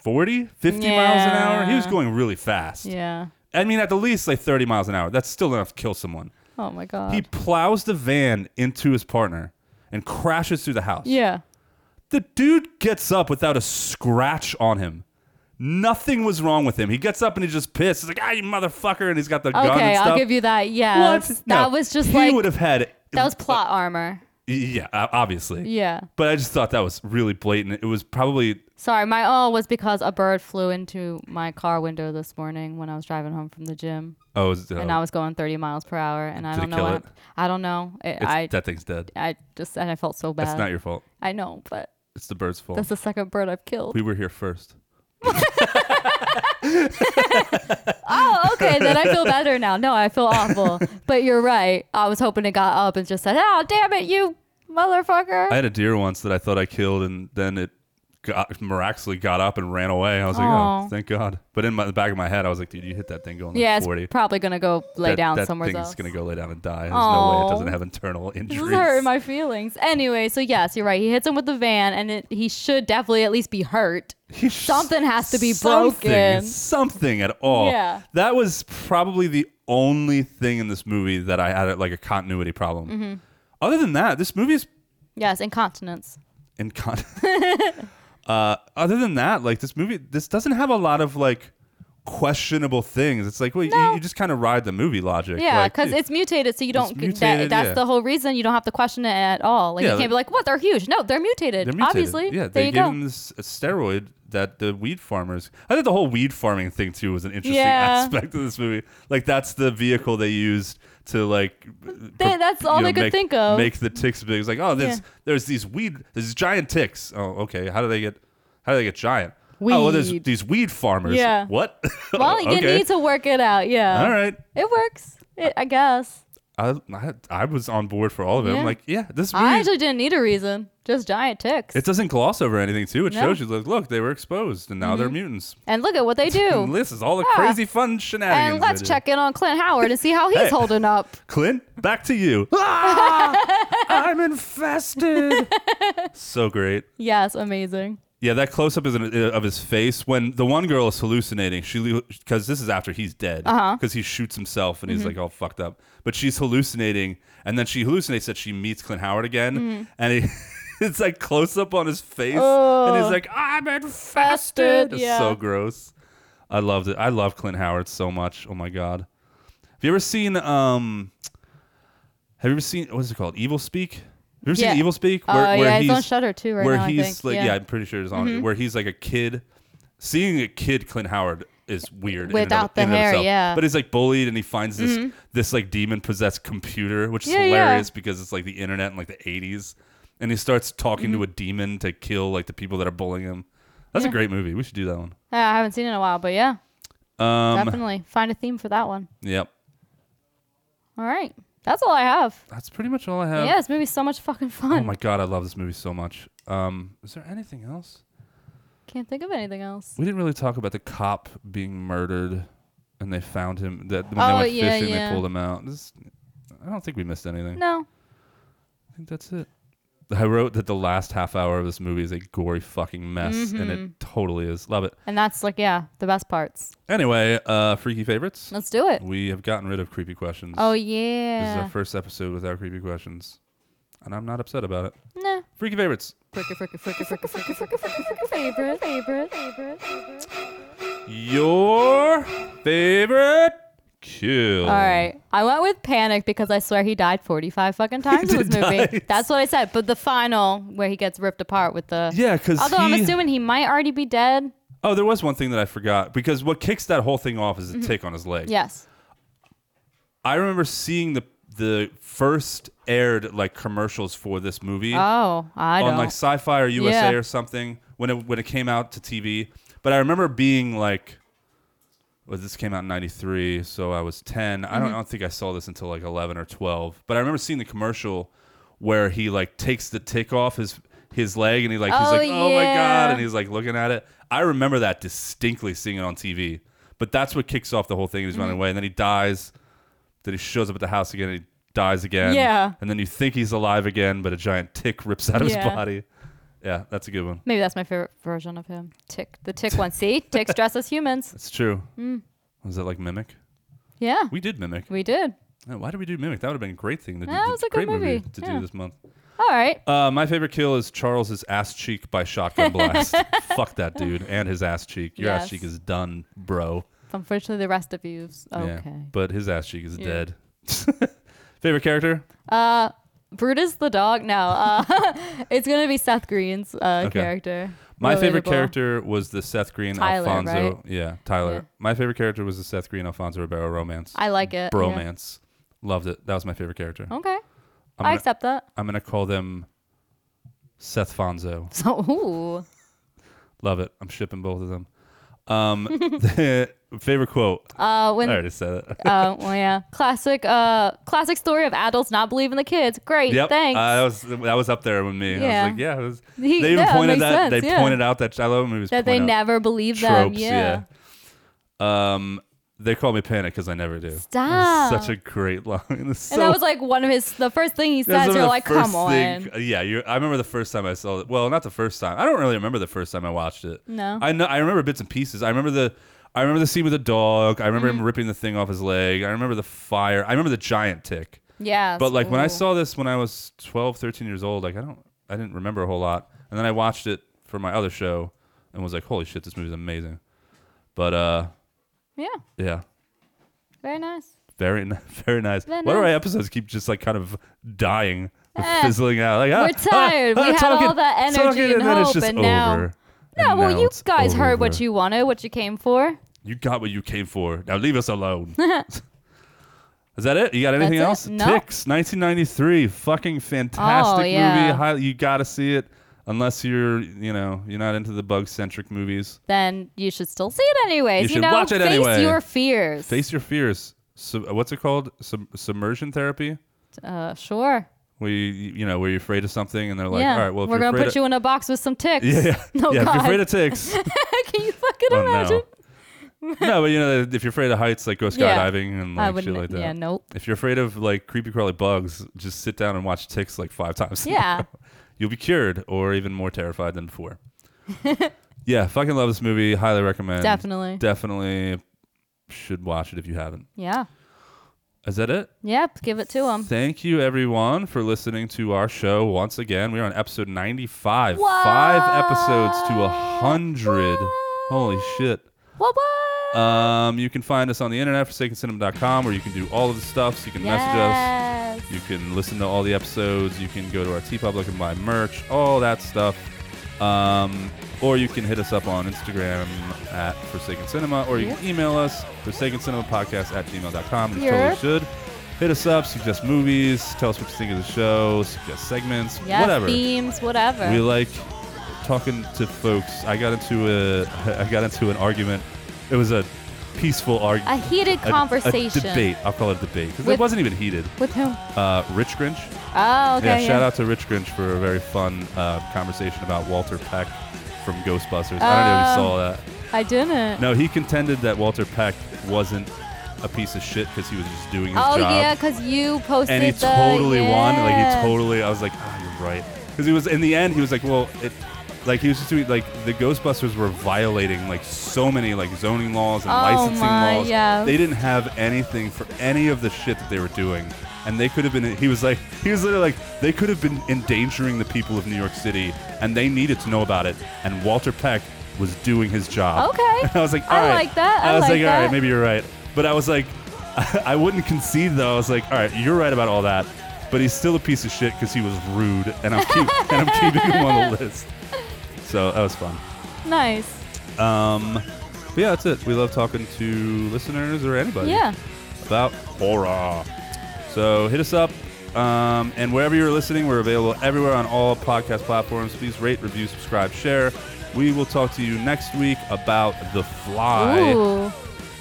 Speaker 1: 40 50 miles an hour he was
Speaker 2: Yeah.
Speaker 1: going really fast
Speaker 2: Yeah.
Speaker 1: i mean at the least like 30 miles an hour that's still enough to kill someone
Speaker 2: Oh my god.
Speaker 1: He plows the van into his partner and crashes through the house.
Speaker 2: yeah.
Speaker 1: The dude gets up without a scratch on him. Nothing was wrong with him. He gets up and he's just pissed. He's like, ah, you motherfucker. And he's got the gun
Speaker 2: Okay,
Speaker 1: and stuff.
Speaker 2: I'll give you that. Yeah.
Speaker 1: What?
Speaker 2: that's-
Speaker 1: No,
Speaker 2: That was just
Speaker 1: he
Speaker 2: like
Speaker 1: would have had. Uh,
Speaker 2: that was plot armor.
Speaker 1: Yeah, o- obviously.
Speaker 2: Yeah.
Speaker 1: But I just thought that was really blatant. It was probably
Speaker 2: Sorry, my all was because a bird flew into my car window this morning when I was driving home from the gym,
Speaker 1: oh, is-
Speaker 2: and
Speaker 1: oh,
Speaker 2: I was going 30 miles per hour, and I
Speaker 1: Did it
Speaker 2: don't know.
Speaker 1: kill
Speaker 2: what
Speaker 1: it?
Speaker 2: hap- I don't know. It,
Speaker 1: it's-
Speaker 2: I
Speaker 1: that thing's dead.
Speaker 2: I just and I felt so bad.
Speaker 1: That's not your fault.
Speaker 2: I know, but
Speaker 1: It's the bird's fault.
Speaker 2: that's the second bird I've killed.
Speaker 1: we were here first.
Speaker 2: oh, okay. Then I feel better now. No, I feel awful. but you're right. I was hoping it got up and just said, "Oh, damn it, you motherfucker."
Speaker 1: I had a deer once that I thought I killed, and then it got, miraculously got up and ran away. I was like, oh,
Speaker 2: Aw.
Speaker 1: thank God. But in my, the back of my head, I was like, dude, you hit that thing going like
Speaker 2: yeah, it's
Speaker 1: 40.
Speaker 2: probably gonna go lay
Speaker 1: that,
Speaker 2: down
Speaker 1: that
Speaker 2: somewhere
Speaker 1: thing's
Speaker 2: else.
Speaker 1: gonna go lay down and die. There's no way it
Speaker 2: Aw.
Speaker 1: doesn't have internal
Speaker 2: This
Speaker 1: injuries.
Speaker 2: is hurting my feelings. Anyway, so yes, you're right. He hits him with the van, and it, he should definitely at least be hurt. Something has to be
Speaker 1: Something-
Speaker 2: broken.
Speaker 1: Something at all.
Speaker 2: Yeah.
Speaker 1: That was probably the only thing in this movie that I had like a continuity problem.
Speaker 2: Mm-hmm.
Speaker 1: Other than that, this movie is
Speaker 2: Yes, incontinence.
Speaker 1: in con- uh, other than that, like this movie, this doesn't have a lot of like questionable things. It's like, well, you, you just kind of ride the movie logic.
Speaker 2: Yeah,
Speaker 1: Like,
Speaker 2: because
Speaker 1: dude,
Speaker 2: it's mutated, so you don't.
Speaker 1: mutated,
Speaker 2: that, that's
Speaker 1: yeah.
Speaker 2: the whole reason you don't have to question it at all. Like
Speaker 1: Yeah,
Speaker 2: you can't be like, "What? They're huge." No, they're mutated.
Speaker 1: they're mutated.
Speaker 2: Obviously.
Speaker 1: yeah.
Speaker 2: there
Speaker 1: They
Speaker 2: you
Speaker 1: gave
Speaker 2: go.
Speaker 1: him this a steroid that the weed farmers. I think the whole weed farming thing too was an interesting
Speaker 2: Yeah.
Speaker 1: aspect of this movie. Like that's the vehicle they used to like. pro-
Speaker 2: that's all
Speaker 1: you
Speaker 2: they could
Speaker 1: make-
Speaker 2: think of.
Speaker 1: Make the ticks big. It's like, oh, there's
Speaker 2: Yeah.
Speaker 1: there's these weed, there's giant ticks. Oh, okay. How do they get? How do they get giant? Oh, well, there's
Speaker 2: Weed.
Speaker 1: these weed farmers.
Speaker 2: Yeah.
Speaker 1: What?
Speaker 2: Well, you
Speaker 1: Okay.
Speaker 2: need to work it out. Yeah.
Speaker 1: All right.
Speaker 2: It works. It, I guess.
Speaker 1: I, I I was on board for all of it.
Speaker 2: Yeah.
Speaker 1: I'm like, yeah, this
Speaker 2: I
Speaker 1: movie.
Speaker 2: actually didn't need a reason. Just giant ticks.
Speaker 1: it doesn't gloss over anything too. It
Speaker 2: No. Mm-hmm.
Speaker 1: shows you like, look, they were exposed and now they're mutants.
Speaker 2: and look at what they
Speaker 1: And
Speaker 2: do.
Speaker 1: this is all the
Speaker 2: Yeah.
Speaker 1: crazy fun shenanigans.
Speaker 2: Ah. and let's
Speaker 1: they do.
Speaker 2: check in on Clint Howard and see how he's
Speaker 1: Hey.
Speaker 2: holding up.
Speaker 1: Clint, back to you. Ah, I'm infested. so great.
Speaker 2: Yes, amazing.
Speaker 1: Yeah, that close up is an, uh, of his face when the one girl is hallucinating. She because this is after he's dead because
Speaker 2: Uh-huh.
Speaker 1: he shoots himself and he's
Speaker 2: Mm-hmm.
Speaker 1: like all fucked up. But she's hallucinating, and then she hallucinates that she meets Clint Howard again,
Speaker 2: Mm-hmm.
Speaker 1: and he. It's like close up on his face, and he's like, "I'm infested."
Speaker 2: Infested,
Speaker 1: It's
Speaker 2: yeah.
Speaker 1: so gross. I loved it. I love Clint Howard so much. Oh my god. Have you ever seen? um Have you ever seen what is it called? Evil Speak. Have you ever
Speaker 2: Yeah.
Speaker 1: seen Evil Speak?
Speaker 2: Oh, yeah, it's on Shudder too right
Speaker 1: where
Speaker 2: now, I
Speaker 1: he's
Speaker 2: think.
Speaker 1: like,
Speaker 2: Yeah. Mm-hmm.
Speaker 1: I'm pretty sure it's on. it, Where he's like a kid, seeing a kid Clint Howard is weird. in and of-
Speaker 2: Without the
Speaker 1: in and of
Speaker 2: hair,
Speaker 1: itself.
Speaker 2: yeah.
Speaker 1: But he's like bullied, and he finds this this like demon possessed computer, which is
Speaker 2: Mm-hmm. Yeah, yeah.
Speaker 1: hilarious because it's like the internet in like the 80s, and he starts talking
Speaker 2: Mm-hmm.
Speaker 1: to a demon to kill like the people that are bullying him. That's a great movie. We should do that one.
Speaker 2: Yeah, I haven't seen it in a while, but yeah,
Speaker 1: Um,
Speaker 2: definitely find a theme for that one.
Speaker 1: Yep,
Speaker 2: All right, that's all I have.
Speaker 1: that's pretty much all I have.
Speaker 2: yeah, this movie's so much fucking
Speaker 1: Oh
Speaker 2: fun.
Speaker 1: my god, I love this movie so much. Um, is there anything else?
Speaker 2: Can't think of anything else.
Speaker 1: We didn't really talk about the cop being murdered, and they found him. That when
Speaker 2: Oh,
Speaker 1: they went
Speaker 2: yeah,
Speaker 1: fishing,
Speaker 2: yeah.
Speaker 1: they pulled him out. This, I don't think we missed anything.
Speaker 2: No.
Speaker 1: I think that's it. I wrote that the last half hour of this movie is a gory fucking mess, and
Speaker 2: Mm-hmm.
Speaker 1: it totally is. Love it.
Speaker 2: And that's like, yeah, the best parts.
Speaker 1: Anyway, uh, freaky favorites.
Speaker 2: Let's do it.
Speaker 1: We have gotten rid of creepy questions.
Speaker 2: Oh,
Speaker 1: this is
Speaker 2: yeah.
Speaker 1: our first episode without creepy questions, and I'm not upset about it.
Speaker 2: Nah.
Speaker 1: Freaky favorites.
Speaker 2: Fricka, fricka, fricka, fricka, fricka, fricka, fricka, fricka, favorite, favorite, favorite.
Speaker 1: Your favorite kill.
Speaker 2: All right. I went with Panic because I swear he died 45 fucking times in
Speaker 1: did
Speaker 2: this movie.
Speaker 1: die.
Speaker 2: That's what I said. But the final, where he gets ripped apart with the.
Speaker 1: Yeah, 'cause
Speaker 2: Although I'm
Speaker 1: he-
Speaker 2: assuming he might already be dead.
Speaker 1: Oh, there was one thing that I forgot because what kicks that whole thing off is the
Speaker 2: Mm-hmm.
Speaker 1: tick on his leg.
Speaker 2: Yes.
Speaker 1: I remember seeing the the first aired like commercials for this movie
Speaker 2: Oh, I
Speaker 1: on
Speaker 2: don't.
Speaker 1: like Sci-Fi or USA
Speaker 2: Yeah.
Speaker 1: or something when it when it came out to TV. But I remember being like, well, this came out in '93, so I was 10. I
Speaker 2: Mm-hmm.
Speaker 1: don't I don't think I saw this until like 11 or 12. But I remember seeing the commercial where he like takes the tick off his his leg and he like he's
Speaker 2: Oh,
Speaker 1: like oh my god
Speaker 2: yeah.
Speaker 1: and he's like looking at it. I remember that distinctly seeing it on TV. But that's what kicks off the whole thing. He's
Speaker 2: Mm-hmm.
Speaker 1: running away and then he dies. Then he shows up at the house again and he dies again.
Speaker 2: Yeah.
Speaker 1: And then you think he's alive again, but a giant tick rips out of his
Speaker 2: Yeah.
Speaker 1: body. Yeah, that's a good one.
Speaker 2: Maybe that's my favorite version of him. Tick. The tick one. See? Ticks dress as humans.
Speaker 1: That's true. Was that like mimic?
Speaker 2: Yeah.
Speaker 1: We did mimic.
Speaker 2: Mm. We did.
Speaker 1: Oh, why did we do Mimic? That would have been a great thing to do.
Speaker 2: That was a good
Speaker 1: great movie,
Speaker 2: movie,
Speaker 1: to
Speaker 2: yeah.
Speaker 1: do this month.
Speaker 2: All right.
Speaker 1: Uh, my favorite kill is Charles's ass cheek by shotgun blast. Fuck that dude and his ass cheek. Your ass
Speaker 2: Yes.
Speaker 1: cheek is done, bro.
Speaker 2: Unfortunately, the rest of you's
Speaker 1: Yeah,
Speaker 2: okay.
Speaker 1: but his ass cheek is dead. favorite character?
Speaker 2: Brutus the dog. No, uh, it's gonna be Seth Green's uh,
Speaker 1: Okay.
Speaker 2: character.
Speaker 1: My favorite
Speaker 2: Relatable.
Speaker 1: character was the Seth Green
Speaker 2: Tyler,
Speaker 1: Alfonso.
Speaker 2: right?
Speaker 1: Yeah, Tyler.
Speaker 2: Yeah.
Speaker 1: My favorite character was the Seth Green Alfonso Ribeiro romance.
Speaker 2: I like it. yeah. Oh.
Speaker 1: Bromance. Loved it. That was my favorite character.
Speaker 2: Okay, i
Speaker 1: I'm gonna,
Speaker 2: accept that.
Speaker 1: I'm gonna call them Seth Fonzo.
Speaker 2: So, ooh,
Speaker 1: Love it. I'm shipping both of them. Um, favorite quote.
Speaker 2: uh,
Speaker 1: I
Speaker 2: when
Speaker 1: already said it.
Speaker 2: uh, well, yeah, classic, uh, classic story of adults not believing the kids. Great,
Speaker 1: Yep,
Speaker 2: thanks.
Speaker 1: Uh, that was that was up there with me. I
Speaker 2: Yeah.
Speaker 1: was like, yeah, it was,
Speaker 2: He-
Speaker 1: they even
Speaker 2: yeah, it
Speaker 1: pointed
Speaker 2: makes
Speaker 1: that
Speaker 2: sense,
Speaker 1: they
Speaker 2: yeah.
Speaker 1: pointed out that I love movies
Speaker 2: that they
Speaker 1: point out
Speaker 2: never believe them.
Speaker 1: tropes.
Speaker 2: Yeah.
Speaker 1: Yeah. Um, they call me panic because I never do.
Speaker 2: Stop.
Speaker 1: Such a great line. It's so,
Speaker 2: and that was like one of his, the first thing he
Speaker 1: that was
Speaker 2: says.
Speaker 1: some of
Speaker 2: You're
Speaker 1: the
Speaker 2: like,
Speaker 1: first
Speaker 2: come
Speaker 1: thing-
Speaker 2: on.
Speaker 1: Yeah, you I remember the first time I saw it. Well, not the first time. I don't really remember the first time I watched it.
Speaker 2: No.
Speaker 1: I know. I remember bits and pieces. I remember the. I remember the scene with the dog. I remember him
Speaker 2: Mm-hmm.
Speaker 1: ripping the thing off his leg. I remember the fire. I remember the giant tick.
Speaker 2: Yeah.
Speaker 1: But like when I
Speaker 2: ooh.
Speaker 1: saw this when I was 12, 13 years old, like I don't, I didn't remember a whole lot. And then I watched it for my other show and was like, holy shit, this movie's amazing. But uh,
Speaker 2: yeah,
Speaker 1: yeah,
Speaker 2: very nice.
Speaker 1: very, ni- very nice.
Speaker 2: Very
Speaker 1: Why do our
Speaker 2: nice.
Speaker 1: episodes keep just like kind of dying,
Speaker 2: Eh,
Speaker 1: fizzling out? Like ah,
Speaker 2: we're tired.
Speaker 1: ah, ah,
Speaker 2: We had all
Speaker 1: talking,
Speaker 2: that energy
Speaker 1: talking,
Speaker 2: and
Speaker 1: then it's
Speaker 2: hope,
Speaker 1: just
Speaker 2: and now-
Speaker 1: over.
Speaker 2: Yeah,
Speaker 1: And
Speaker 2: well,
Speaker 1: now
Speaker 2: you
Speaker 1: it's
Speaker 2: guys heard what
Speaker 1: over.
Speaker 2: you wanted, what you came for.
Speaker 1: You got what you came for. Now leave us alone. Is that it? You got anything
Speaker 2: That's
Speaker 1: else?
Speaker 2: it? No.
Speaker 1: Ticks, 1993, fucking fantastic
Speaker 2: Oh, yeah.
Speaker 1: movie. Hi- you got to see it unless you're, you know, you're not into the bug-centric movies.
Speaker 2: Then you should still see it anyways.
Speaker 1: You should
Speaker 2: know,
Speaker 1: watch it
Speaker 2: face
Speaker 1: anyway.
Speaker 2: your fears.
Speaker 1: Face your fears. Sub- what's it called? Sub- submersion therapy.
Speaker 2: uh, sure.
Speaker 1: Where you, you know, where you're afraid of something, and they're like,
Speaker 2: yeah.
Speaker 1: "All right, well, if
Speaker 2: we're
Speaker 1: you're
Speaker 2: gonna
Speaker 1: afraid
Speaker 2: put you in a box with some ticks.
Speaker 1: of- yeah, yeah,
Speaker 2: No
Speaker 1: yeah, if you're
Speaker 2: Oh, God.
Speaker 1: afraid of ticks,
Speaker 2: Can you fucking
Speaker 1: Oh, no.
Speaker 2: imagine?
Speaker 1: no, but you know, if you're afraid of heights, like go
Speaker 2: Yeah.
Speaker 1: skydiving and like
Speaker 2: I
Speaker 1: shit
Speaker 2: wouldn't-
Speaker 1: like that.
Speaker 2: yeah, nope.
Speaker 1: If you're afraid of like creepy crawly bugs, just sit down and watch ticks like five times.
Speaker 2: Yeah.
Speaker 1: You'll be cured or even more terrified than before. yeah, fucking love this movie. Highly recommend.
Speaker 2: Definitely.
Speaker 1: Definitely should watch it if you haven't.
Speaker 2: Yeah.
Speaker 1: Is that it?
Speaker 2: Yep. Give it to them.
Speaker 1: Thank you everyone for listening to our show once again. We're on episode 95. 5 episodes to a 100. Holy shit.
Speaker 2: What? what?
Speaker 1: Um, you can find us on the internet, forsakencinema.com, where you can do all of the stuffs. You can message
Speaker 2: yes.
Speaker 1: us. You can listen to all the episodes. You can go to our T Public and buy merch, all that stuff. Um, or you can hit us up on Instagram at Forsaken Cinema, or you can email us, forsakencinema.podcast at gmail.com. You
Speaker 2: Yep.
Speaker 1: totally should. Hit us up, suggest movies, tell us what you think of the show, suggest segments,
Speaker 2: Yes,
Speaker 1: whatever.
Speaker 2: Themes. Whatever.
Speaker 1: We like talking to folks. I got into a I got into an argument. It was a peaceful
Speaker 2: a
Speaker 1: argument.
Speaker 2: heated conversation.
Speaker 1: debate. I'll call it a debate 'cause it
Speaker 2: With-
Speaker 1: wasn't even heated.
Speaker 2: With whom?
Speaker 1: Uh, Rich Grinch.
Speaker 2: Oh, okay.
Speaker 1: yeah, shout out to Rich Grinch for a very fun uh, conversation about Walter Peck from Ghostbusters. I don't know if you
Speaker 2: Uh,
Speaker 1: saw that.
Speaker 2: I didn't.
Speaker 1: No, he contended that Walter Peck wasn't a piece of shit because he was just doing his
Speaker 2: oh
Speaker 1: job
Speaker 2: yeah, because you posted
Speaker 1: and he
Speaker 2: the.
Speaker 1: totally won. Like
Speaker 2: yeah.
Speaker 1: he totally, I was like, ah, you're right, because he was in the end. He was like, well, it, like he was just doing like the Ghostbusters were violating like so many like zoning laws and
Speaker 2: Oh
Speaker 1: licensing
Speaker 2: my,
Speaker 1: laws.
Speaker 2: yeah.
Speaker 1: They didn't have anything for any of the shit that they were doing, and they could have been. He was like, he was literally like, they could have been endangering the people of New York City, and they needed to know about it. And Walter Peck was doing his job.
Speaker 2: Okay.
Speaker 1: And I was like,
Speaker 2: I
Speaker 1: all right.
Speaker 2: like that. I
Speaker 1: was
Speaker 2: like
Speaker 1: like, all right,
Speaker 2: that.
Speaker 1: maybe you're right. But I was like, I wouldn't concede though. I was like, all right, you're right about all that, but he's still a piece of shit because he was rude, and I'm keep, and I'm keeping him on the list. So that was fun.
Speaker 2: Nice.
Speaker 1: Um, but yeah, that's it. We love talking to listeners or anybody
Speaker 2: Yeah.
Speaker 1: about horror. So hit us up. Um, and wherever you're listening, we're available everywhere on all podcast platforms. Please rate, review, subscribe, share. We will talk to you next week about The Fly.
Speaker 2: Ooh.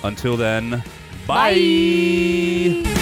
Speaker 1: Until then, bye.
Speaker 2: Bye.